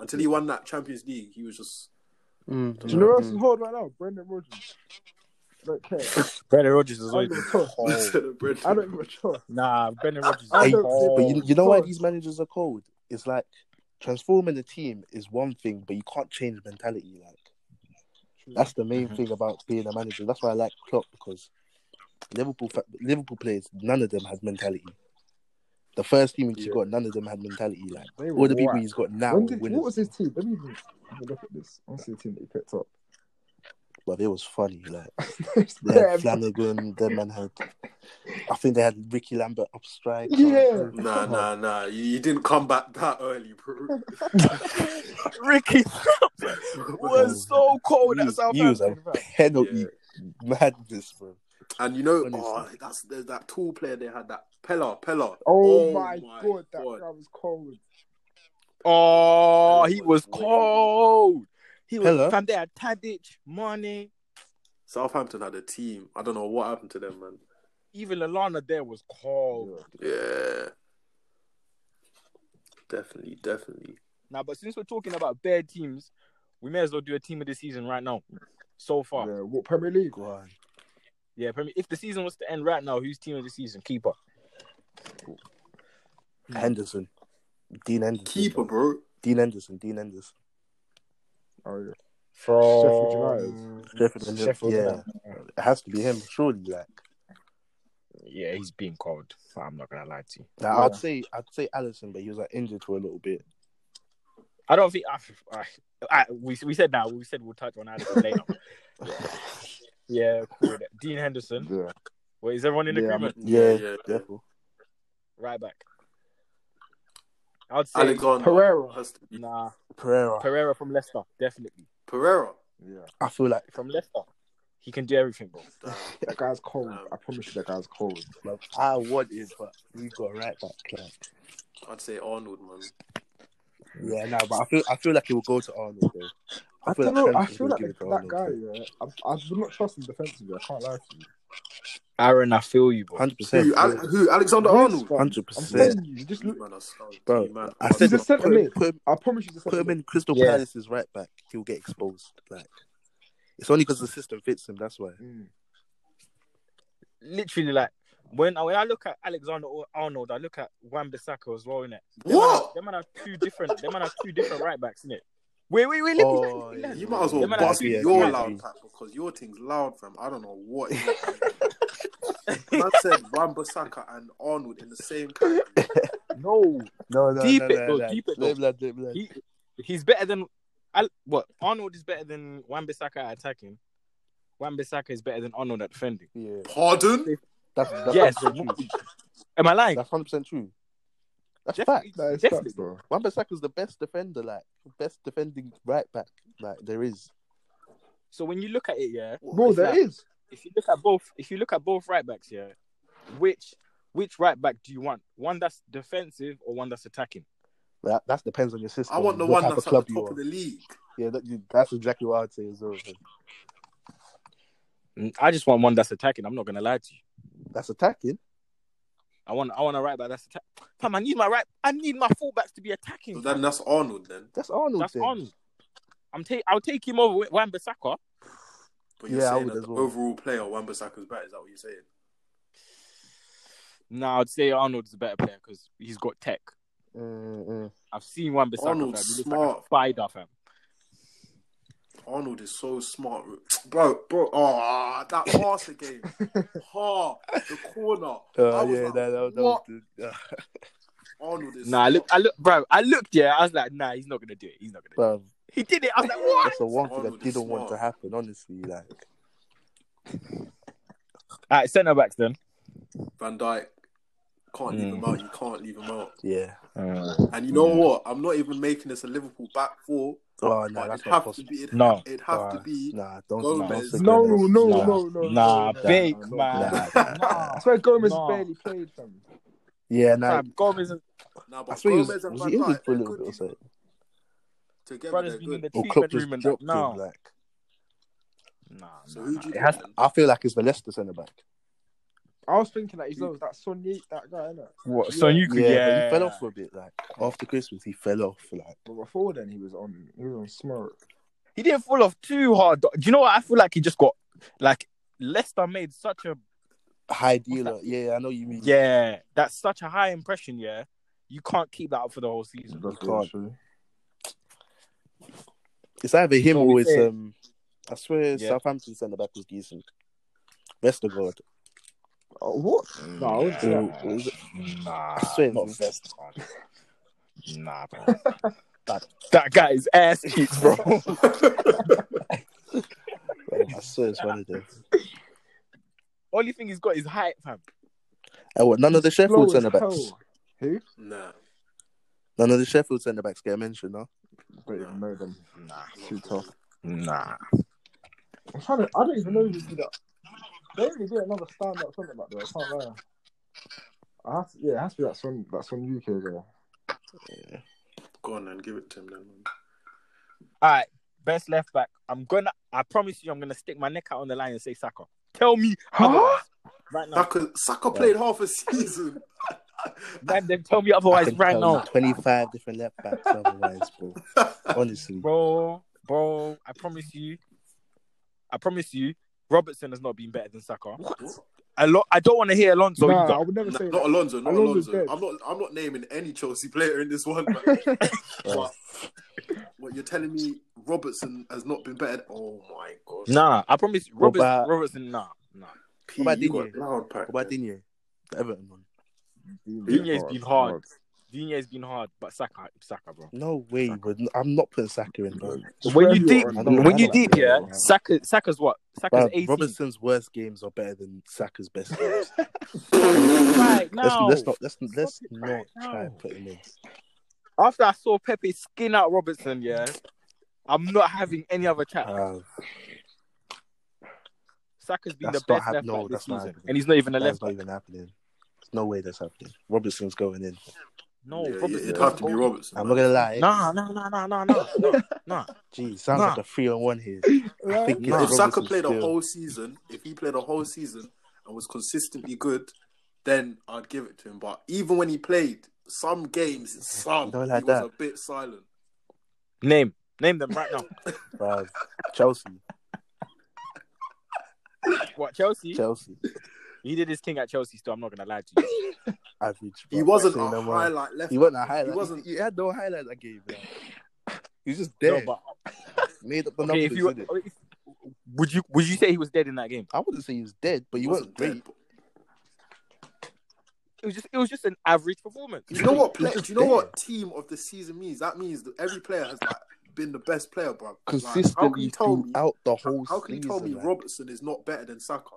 [SPEAKER 4] until he won that Champions League. He was just
[SPEAKER 1] Mm.
[SPEAKER 3] Do you know what else is hard right now? Brendan Rodgers. Don't care.
[SPEAKER 2] Brendan Rodgers is
[SPEAKER 3] I don't
[SPEAKER 2] always
[SPEAKER 3] give
[SPEAKER 2] been
[SPEAKER 3] a toss.
[SPEAKER 2] cold.
[SPEAKER 4] Brendan-
[SPEAKER 3] I don't give a toss.
[SPEAKER 2] Nah, Brendan Rodgers is
[SPEAKER 3] I
[SPEAKER 1] Hey,
[SPEAKER 3] don't-
[SPEAKER 2] cold.
[SPEAKER 1] But you, you know why
[SPEAKER 3] cold.
[SPEAKER 1] these managers are cold? It's like transforming the team is one thing, but you can't change mentality. Like that's the main
[SPEAKER 2] Mhm.
[SPEAKER 1] thing about being a manager. That's why I like Klopp because Liverpool fa- Liverpool players, none of them had mentality. The first team he's
[SPEAKER 3] Yeah.
[SPEAKER 1] got, none of them had mentality. Like
[SPEAKER 3] They were
[SPEAKER 1] all the people
[SPEAKER 3] whack.
[SPEAKER 1] he's got now,
[SPEAKER 3] When
[SPEAKER 1] are
[SPEAKER 3] did,
[SPEAKER 1] winners,
[SPEAKER 3] what was his team? Let me just have a look at this. I want to see the team that he picked up.
[SPEAKER 1] but it was funny. Like they
[SPEAKER 3] yeah,
[SPEAKER 1] had Flanagan, them man had. I think they had Ricky Lambert up strike. Oh,
[SPEAKER 3] Yeah.
[SPEAKER 4] Nah, nah, nah. You, you didn't come back that early, bro.
[SPEAKER 2] Ricky was so
[SPEAKER 3] Oh,
[SPEAKER 2] cold
[SPEAKER 1] He
[SPEAKER 2] at
[SPEAKER 1] was- he was a
[SPEAKER 2] Southampton. bro.
[SPEAKER 1] penalty madness, bro.
[SPEAKER 4] And you know,
[SPEAKER 1] Honestly.
[SPEAKER 4] oh, that's there's that tall player they had that Pella, Pella.
[SPEAKER 3] Oh, my god, that guy was cold.
[SPEAKER 2] Oh, he was cold. He was
[SPEAKER 1] Hello?
[SPEAKER 2] fam. They had Tadic, Mane,
[SPEAKER 4] Southampton had a team. I don't know what happened to them, man.
[SPEAKER 2] even Lallana. There was cold.
[SPEAKER 4] Yeah, definitely, definitely.
[SPEAKER 2] Now, but since we're talking about bad teams, we may as well do a team of the season right now. So far, yeah.
[SPEAKER 3] Yeah, what Premier League?
[SPEAKER 1] Go on.
[SPEAKER 2] Premier, if the season was to end right now, who's team of the season? Keeper.
[SPEAKER 3] Hmm.
[SPEAKER 1] Henderson. Dean Henderson.
[SPEAKER 4] Keeper, bro.
[SPEAKER 1] Dean Henderson. Dean Henderson.
[SPEAKER 3] Oh, yeah.
[SPEAKER 2] From
[SPEAKER 1] Sheffield United. yeah, it has to be him, surely. Like,
[SPEAKER 2] Yeah, he's being cold. I'm not gonna lie to you.
[SPEAKER 1] now,
[SPEAKER 3] Yeah.
[SPEAKER 1] I'd say I'd say Allison, but he was like injured for a little bit.
[SPEAKER 2] I don't think I, I, I- we we said now. We said we'll touch on Allison later. yeah, cool. Dean Henderson.
[SPEAKER 3] yeah.
[SPEAKER 2] Wait, is everyone in
[SPEAKER 3] Yeah, I'm-
[SPEAKER 2] agreement?
[SPEAKER 1] Yeah,
[SPEAKER 4] yeah.
[SPEAKER 1] Therefore,
[SPEAKER 2] Right back. I'd say
[SPEAKER 4] Alexander
[SPEAKER 3] Pereira.
[SPEAKER 4] has to be
[SPEAKER 2] nah.
[SPEAKER 1] Pereira.
[SPEAKER 2] Pereira from Leicester, definitely
[SPEAKER 4] Pereira.
[SPEAKER 3] Yeah,
[SPEAKER 1] I feel like
[SPEAKER 2] from Leicester. He can do everything, bro.
[SPEAKER 4] Damn.
[SPEAKER 3] that guy's cold. I promise you, that guy's cold.
[SPEAKER 1] like, I want it, but we got right back. Like,
[SPEAKER 4] I'd say Arnold, man.
[SPEAKER 1] yeah, no, but I feel I feel like it will go to Arnold though.
[SPEAKER 3] I,
[SPEAKER 1] feel
[SPEAKER 3] don't
[SPEAKER 1] like
[SPEAKER 3] know. I
[SPEAKER 1] Chelsea's
[SPEAKER 3] feel
[SPEAKER 1] gonna
[SPEAKER 3] like
[SPEAKER 1] give it
[SPEAKER 3] that,
[SPEAKER 1] to
[SPEAKER 3] that
[SPEAKER 1] Arnold,
[SPEAKER 3] guy.
[SPEAKER 1] too.
[SPEAKER 3] Yeah, I, I do not trust him defensively. I can't lie to you.
[SPEAKER 2] Aaron, I feel you, bro.
[SPEAKER 1] Hundred
[SPEAKER 4] Who,
[SPEAKER 1] percent.
[SPEAKER 4] Ale- who? Alexander
[SPEAKER 3] Yes,
[SPEAKER 4] Arnold.
[SPEAKER 3] fam.
[SPEAKER 1] Hundred
[SPEAKER 3] I'm
[SPEAKER 1] percent.
[SPEAKER 3] telling you, you, just
[SPEAKER 4] You
[SPEAKER 3] look.
[SPEAKER 4] man are so-
[SPEAKER 1] Bro,
[SPEAKER 4] you man
[SPEAKER 1] I
[SPEAKER 4] are
[SPEAKER 1] said
[SPEAKER 3] He's a
[SPEAKER 1] it, put, him-
[SPEAKER 3] centre-mid.
[SPEAKER 1] put, him,
[SPEAKER 3] I promise you, he's a
[SPEAKER 1] put him
[SPEAKER 3] centre-mid.
[SPEAKER 1] in Crystal
[SPEAKER 2] Yeah.
[SPEAKER 1] Palace's right back. He'll get exposed. Like it's only because the system fits him. That's why.
[SPEAKER 3] Mm.
[SPEAKER 2] Literally, like when I, when I look at Alexander or Arnold, I look at Wan Bissaka as well, innit?
[SPEAKER 4] What?
[SPEAKER 2] Them man have two different. them man have two different right backs, innit? Wait, wait, wait. Let me-
[SPEAKER 1] Oh,
[SPEAKER 2] let me. Let me.
[SPEAKER 4] You might as well
[SPEAKER 2] Them man
[SPEAKER 4] bust
[SPEAKER 2] have two
[SPEAKER 4] your
[SPEAKER 2] different
[SPEAKER 1] yeah.
[SPEAKER 4] loud pack because your thing's loud, fam. I don't know what. it is. Man said Wan Bissaka and Arnold in the same category.
[SPEAKER 2] No,
[SPEAKER 1] No, no,
[SPEAKER 2] Deep
[SPEAKER 1] no,
[SPEAKER 2] it,
[SPEAKER 1] no,
[SPEAKER 2] though,
[SPEAKER 1] no.
[SPEAKER 2] deep it,
[SPEAKER 1] Let him land, let him land.
[SPEAKER 2] he he's better than Al- what Arnold is better than Wan Bissaka at attacking. Wan Bissaka is better than Arnold at defending.
[SPEAKER 1] Yeah,
[SPEAKER 4] Pardon?
[SPEAKER 1] that's that's
[SPEAKER 2] Yes.
[SPEAKER 1] 100% true.
[SPEAKER 2] Am I lying?
[SPEAKER 1] That's hundred percent true. That's
[SPEAKER 2] Definitely.
[SPEAKER 1] fact.
[SPEAKER 3] That is
[SPEAKER 2] Definitely.
[SPEAKER 3] facts, bro.
[SPEAKER 1] Wan Bissaka's the best defender, like best defending right back, like there is.
[SPEAKER 2] So when you look at it, yeah,
[SPEAKER 3] Bro, there
[SPEAKER 2] that?
[SPEAKER 3] is.
[SPEAKER 2] if you look at both, if you look at both right backs, yeah, which which right back do you want? One that's defensive or one that's attacking?
[SPEAKER 1] That that depends on your system.
[SPEAKER 4] I want the
[SPEAKER 1] what
[SPEAKER 4] one
[SPEAKER 1] type
[SPEAKER 4] that's
[SPEAKER 1] of club
[SPEAKER 4] at the
[SPEAKER 1] you
[SPEAKER 4] top
[SPEAKER 1] are.
[SPEAKER 4] of the league.
[SPEAKER 1] Yeah, that, you, that's exactly what I'd say as well. man.
[SPEAKER 2] Mm, I just want one that's attacking. I'm not gonna lie to you.
[SPEAKER 1] That's attacking.
[SPEAKER 2] I want I want a right back that's attack. Fam, I need my right. I need my fullbacks to be attacking.
[SPEAKER 4] So then that's Arnold then.
[SPEAKER 1] That's Arnold.
[SPEAKER 2] That's
[SPEAKER 1] then.
[SPEAKER 2] on. I'm take. I'll take him over Wan Bissaka.
[SPEAKER 4] But you're
[SPEAKER 1] Yeah, I
[SPEAKER 4] saying
[SPEAKER 1] would
[SPEAKER 4] that
[SPEAKER 1] as
[SPEAKER 4] the
[SPEAKER 1] well.
[SPEAKER 4] overall player Wan-Bissaka's better. Is that what you're saying?
[SPEAKER 2] Nah, I'd say Arnold's a better player because he's got tech.
[SPEAKER 1] Mm, mm.
[SPEAKER 2] I've seen Wan Bissaka. fam. He
[SPEAKER 4] Arnold's
[SPEAKER 2] looks like a
[SPEAKER 4] smart.
[SPEAKER 2] spider, fam.
[SPEAKER 4] Arnold is so smart, bro. Bro, oh, that pass again. ha, the corner. I
[SPEAKER 1] Uh,
[SPEAKER 4] was
[SPEAKER 1] yeah, that,
[SPEAKER 4] like,
[SPEAKER 1] that, that was
[SPEAKER 4] what?
[SPEAKER 1] the, uh,
[SPEAKER 4] Arnold is.
[SPEAKER 2] Nah, I look,
[SPEAKER 4] smart.
[SPEAKER 2] I look, bro. I looked, yeah. I was like, nah, he's not gonna do it. He's not gonna. Do
[SPEAKER 1] bruv,
[SPEAKER 2] it. He did it. I was like, what?
[SPEAKER 1] that's the one thing I
[SPEAKER 4] Arnold is
[SPEAKER 1] didn't want to
[SPEAKER 4] smart.
[SPEAKER 1] happen. Honestly, like
[SPEAKER 2] All right, centre backs then.
[SPEAKER 4] Van Dyke can't leave
[SPEAKER 2] Mm.
[SPEAKER 1] Hmm.
[SPEAKER 4] him out. You can't leave him out.
[SPEAKER 1] yeah.
[SPEAKER 4] And you know
[SPEAKER 2] Mm.
[SPEAKER 4] what? I'm not even making this a Liverpool back four,
[SPEAKER 1] Oh
[SPEAKER 4] but
[SPEAKER 1] no, that's
[SPEAKER 4] it'd
[SPEAKER 1] not
[SPEAKER 4] have to
[SPEAKER 1] possible.
[SPEAKER 4] be. It'd,
[SPEAKER 2] No.
[SPEAKER 4] it'd have to
[SPEAKER 1] Nah.
[SPEAKER 4] be.
[SPEAKER 1] Nah, don't,
[SPEAKER 4] Gomez.
[SPEAKER 1] don't say
[SPEAKER 3] No,
[SPEAKER 1] Gomez.
[SPEAKER 3] no,
[SPEAKER 1] Nah.
[SPEAKER 3] no, no.
[SPEAKER 2] Nah,
[SPEAKER 3] no, no,
[SPEAKER 2] bake,
[SPEAKER 3] no, no.
[SPEAKER 2] man.
[SPEAKER 1] Nah.
[SPEAKER 2] Nah.
[SPEAKER 3] I swear Gomez
[SPEAKER 2] Nah.
[SPEAKER 3] barely played, fam.
[SPEAKER 1] Yeah, nah.
[SPEAKER 2] Fam, Gomez and
[SPEAKER 4] Nah,
[SPEAKER 1] I
[SPEAKER 4] but
[SPEAKER 1] swear he was,
[SPEAKER 4] Gomez and
[SPEAKER 1] was
[SPEAKER 4] Van
[SPEAKER 1] he injured
[SPEAKER 4] Dijk,
[SPEAKER 1] for a
[SPEAKER 4] they're
[SPEAKER 1] little
[SPEAKER 4] good,
[SPEAKER 1] bit or
[SPEAKER 4] you know.
[SPEAKER 1] something.
[SPEAKER 4] Together
[SPEAKER 2] brothers
[SPEAKER 4] they're
[SPEAKER 2] been in
[SPEAKER 4] good.
[SPEAKER 2] the
[SPEAKER 1] Or Oh, Klopp
[SPEAKER 2] treatment
[SPEAKER 1] just
[SPEAKER 2] room and that.
[SPEAKER 1] dropped
[SPEAKER 2] No,
[SPEAKER 1] him. Like
[SPEAKER 2] nah, nah.
[SPEAKER 4] So who do you
[SPEAKER 2] nah. It
[SPEAKER 4] think?
[SPEAKER 2] has.
[SPEAKER 4] then?
[SPEAKER 1] I feel like it's the Leicester centre back.
[SPEAKER 3] I was thinking that he's low. That Son Yeat, that guy, innit?
[SPEAKER 2] What?
[SPEAKER 3] So you
[SPEAKER 1] Yeah, but he fell off for a bit. Like after Christmas, he fell off. Like
[SPEAKER 3] But before then, he was on. He was on smoke.
[SPEAKER 2] He didn't fall off too hard. though. Do you know what? I feel like he just got like Leicester made such a
[SPEAKER 1] high dealer. Yeah, I know you mean.
[SPEAKER 2] yeah. That's such a high impression. Yeah, you can't keep that up for the whole season.
[SPEAKER 1] can't. It's either him
[SPEAKER 2] Don't be
[SPEAKER 1] or it's
[SPEAKER 2] fair.
[SPEAKER 1] um. I swear,
[SPEAKER 2] Yeah.
[SPEAKER 1] Southampton centre back was decent. Vestergaard.
[SPEAKER 3] Oh, what? No, I wouldn't say
[SPEAKER 1] Yeah.
[SPEAKER 3] that.
[SPEAKER 1] What was it?
[SPEAKER 2] Nah,
[SPEAKER 1] I swear it
[SPEAKER 2] Ah, not
[SPEAKER 1] was-
[SPEAKER 2] Vest. Nah, bro. that that guy is ass cheeks, bro.
[SPEAKER 1] Bro, I swear it's one of them.
[SPEAKER 2] Only thing he's got is height, fam.
[SPEAKER 1] And what? None of the
[SPEAKER 3] Slow
[SPEAKER 1] Sheffield
[SPEAKER 3] as
[SPEAKER 1] centre backs.
[SPEAKER 3] hell. Who?
[SPEAKER 4] Nah,
[SPEAKER 1] None of the Sheffield centre backs get mentioned, no.
[SPEAKER 3] Don't even know them.
[SPEAKER 2] Nah,
[SPEAKER 3] Too tough.
[SPEAKER 2] nah.
[SPEAKER 3] I'm trying to. I don't even know who did that. They really did another stand up something like that. I can't lie. I have to, yeah, it has to be that Son. That Son UK guy.
[SPEAKER 4] go on and give it to him then.
[SPEAKER 2] All right, best left back. I'm gonna. I promise you, I'm gonna stick my neck out on the line and say Saka. Tell me
[SPEAKER 3] Huh?
[SPEAKER 2] otherwise, right now.
[SPEAKER 4] Saka, Saka played half a season.
[SPEAKER 2] Man, then tell me
[SPEAKER 1] I
[SPEAKER 2] otherwise
[SPEAKER 1] can
[SPEAKER 2] right
[SPEAKER 1] tell
[SPEAKER 2] now,
[SPEAKER 1] you 25 different left backs otherwise, bro. Honestly.
[SPEAKER 2] bro, bro. I promise you. I promise you, Robertson has not been better than Saka.
[SPEAKER 4] What?
[SPEAKER 2] A lot. I don't want to hear Alonso
[SPEAKER 3] nah, I
[SPEAKER 2] either.
[SPEAKER 3] would never
[SPEAKER 4] Nah,
[SPEAKER 3] say
[SPEAKER 4] not
[SPEAKER 3] that.
[SPEAKER 4] Alonso, not
[SPEAKER 3] Alonso's
[SPEAKER 4] Alonso.
[SPEAKER 3] dead.
[SPEAKER 4] I'm not. I'm not naming any Chelsea player in this one. man.
[SPEAKER 1] Bro.
[SPEAKER 4] But what you're telling me, Robertson has not been better. Oh my god.
[SPEAKER 2] Nah, I promise you,
[SPEAKER 1] What
[SPEAKER 2] Roberts,
[SPEAKER 1] about-
[SPEAKER 2] Robertson. Nah, nah.
[SPEAKER 4] P,
[SPEAKER 1] What about
[SPEAKER 4] you got
[SPEAKER 1] Digne?
[SPEAKER 4] loud pack.
[SPEAKER 1] What about Digne? The Everton one.
[SPEAKER 2] Dinier's been hard. Dinier's been hard, but Saka, Saka, bro.
[SPEAKER 1] No way. bro. I'm not putting Saka in, bro.
[SPEAKER 2] When you deep,
[SPEAKER 1] I don't
[SPEAKER 2] when you
[SPEAKER 1] like
[SPEAKER 2] deep,
[SPEAKER 1] that,
[SPEAKER 2] yeah,
[SPEAKER 1] bro.
[SPEAKER 2] Saka, Saka's what? Saka's
[SPEAKER 1] Bruv,
[SPEAKER 2] eighteen.
[SPEAKER 1] Robertson's worst games are better than Saka's best games.
[SPEAKER 2] Right
[SPEAKER 1] let's,
[SPEAKER 2] now.
[SPEAKER 1] let's not let's let's
[SPEAKER 2] it
[SPEAKER 1] not
[SPEAKER 2] right
[SPEAKER 1] try
[SPEAKER 2] now.
[SPEAKER 1] and put him in.
[SPEAKER 2] after I saw Pepe skin out Robertson, yeah, I'm not having any other chat.
[SPEAKER 1] Uh,
[SPEAKER 2] Saka's been the
[SPEAKER 1] that's not
[SPEAKER 2] best
[SPEAKER 1] hap-
[SPEAKER 2] left
[SPEAKER 1] no,
[SPEAKER 2] back this
[SPEAKER 1] that's not
[SPEAKER 2] season,
[SPEAKER 1] happening.
[SPEAKER 2] and he's not even a
[SPEAKER 1] that's
[SPEAKER 2] left
[SPEAKER 1] not
[SPEAKER 2] back.
[SPEAKER 1] even happening. There's no way that's happening. Robertson's going in.
[SPEAKER 2] No,
[SPEAKER 4] yeah, yeah,
[SPEAKER 2] Robertson.
[SPEAKER 4] it'd have to be
[SPEAKER 2] doesn't go-
[SPEAKER 4] Robertson.
[SPEAKER 1] I'm
[SPEAKER 4] man.
[SPEAKER 1] not gonna lie.
[SPEAKER 2] Nah, nah, nah, nah, nah, nah, nah, nah.
[SPEAKER 1] Geez, sounds
[SPEAKER 2] Nah.
[SPEAKER 1] like a three on one here. I
[SPEAKER 3] Right?
[SPEAKER 1] think
[SPEAKER 4] if
[SPEAKER 1] it's
[SPEAKER 4] Saka
[SPEAKER 1] Robertson
[SPEAKER 4] played a
[SPEAKER 1] still.
[SPEAKER 4] whole season, if he played a whole season and was consistently good, then I'd give it to him. But even when he played some games, some
[SPEAKER 1] Don't like
[SPEAKER 4] he was
[SPEAKER 1] that.
[SPEAKER 4] a bit silent.
[SPEAKER 2] Name, name them right now.
[SPEAKER 1] Bruv, Chelsea,
[SPEAKER 2] What Chelsea?
[SPEAKER 1] Chelsea,
[SPEAKER 2] He did his thing at Chelsea. Still, I'm not gonna lie to you.
[SPEAKER 1] average.
[SPEAKER 4] He
[SPEAKER 1] bruv.
[SPEAKER 4] wasn't
[SPEAKER 1] Say
[SPEAKER 4] a
[SPEAKER 1] no more.
[SPEAKER 4] highlight left.
[SPEAKER 1] He wasn't a highlight. He
[SPEAKER 4] wasn't-
[SPEAKER 1] He, had no highlight that game. bruv. He was just
[SPEAKER 2] No,
[SPEAKER 1] dead.
[SPEAKER 2] but
[SPEAKER 1] Made up the
[SPEAKER 2] okay,
[SPEAKER 1] numbers.
[SPEAKER 2] if you
[SPEAKER 1] innit?
[SPEAKER 2] if, would you would you say he was dead in that game?
[SPEAKER 1] I wouldn't say he was dead, but he, wasn't great.
[SPEAKER 4] dead.
[SPEAKER 2] It was just it was just an average performance.
[SPEAKER 4] Do you know what?
[SPEAKER 1] He was
[SPEAKER 4] Play, do
[SPEAKER 1] just
[SPEAKER 4] you know what team of the season means? That means that every player has like been the best player, bro. Like, how can
[SPEAKER 1] Consistently
[SPEAKER 4] you tell me?
[SPEAKER 1] throughout the whole
[SPEAKER 4] How can you
[SPEAKER 1] season.
[SPEAKER 4] tell me
[SPEAKER 1] man.
[SPEAKER 4] Robertson is not better than Saka?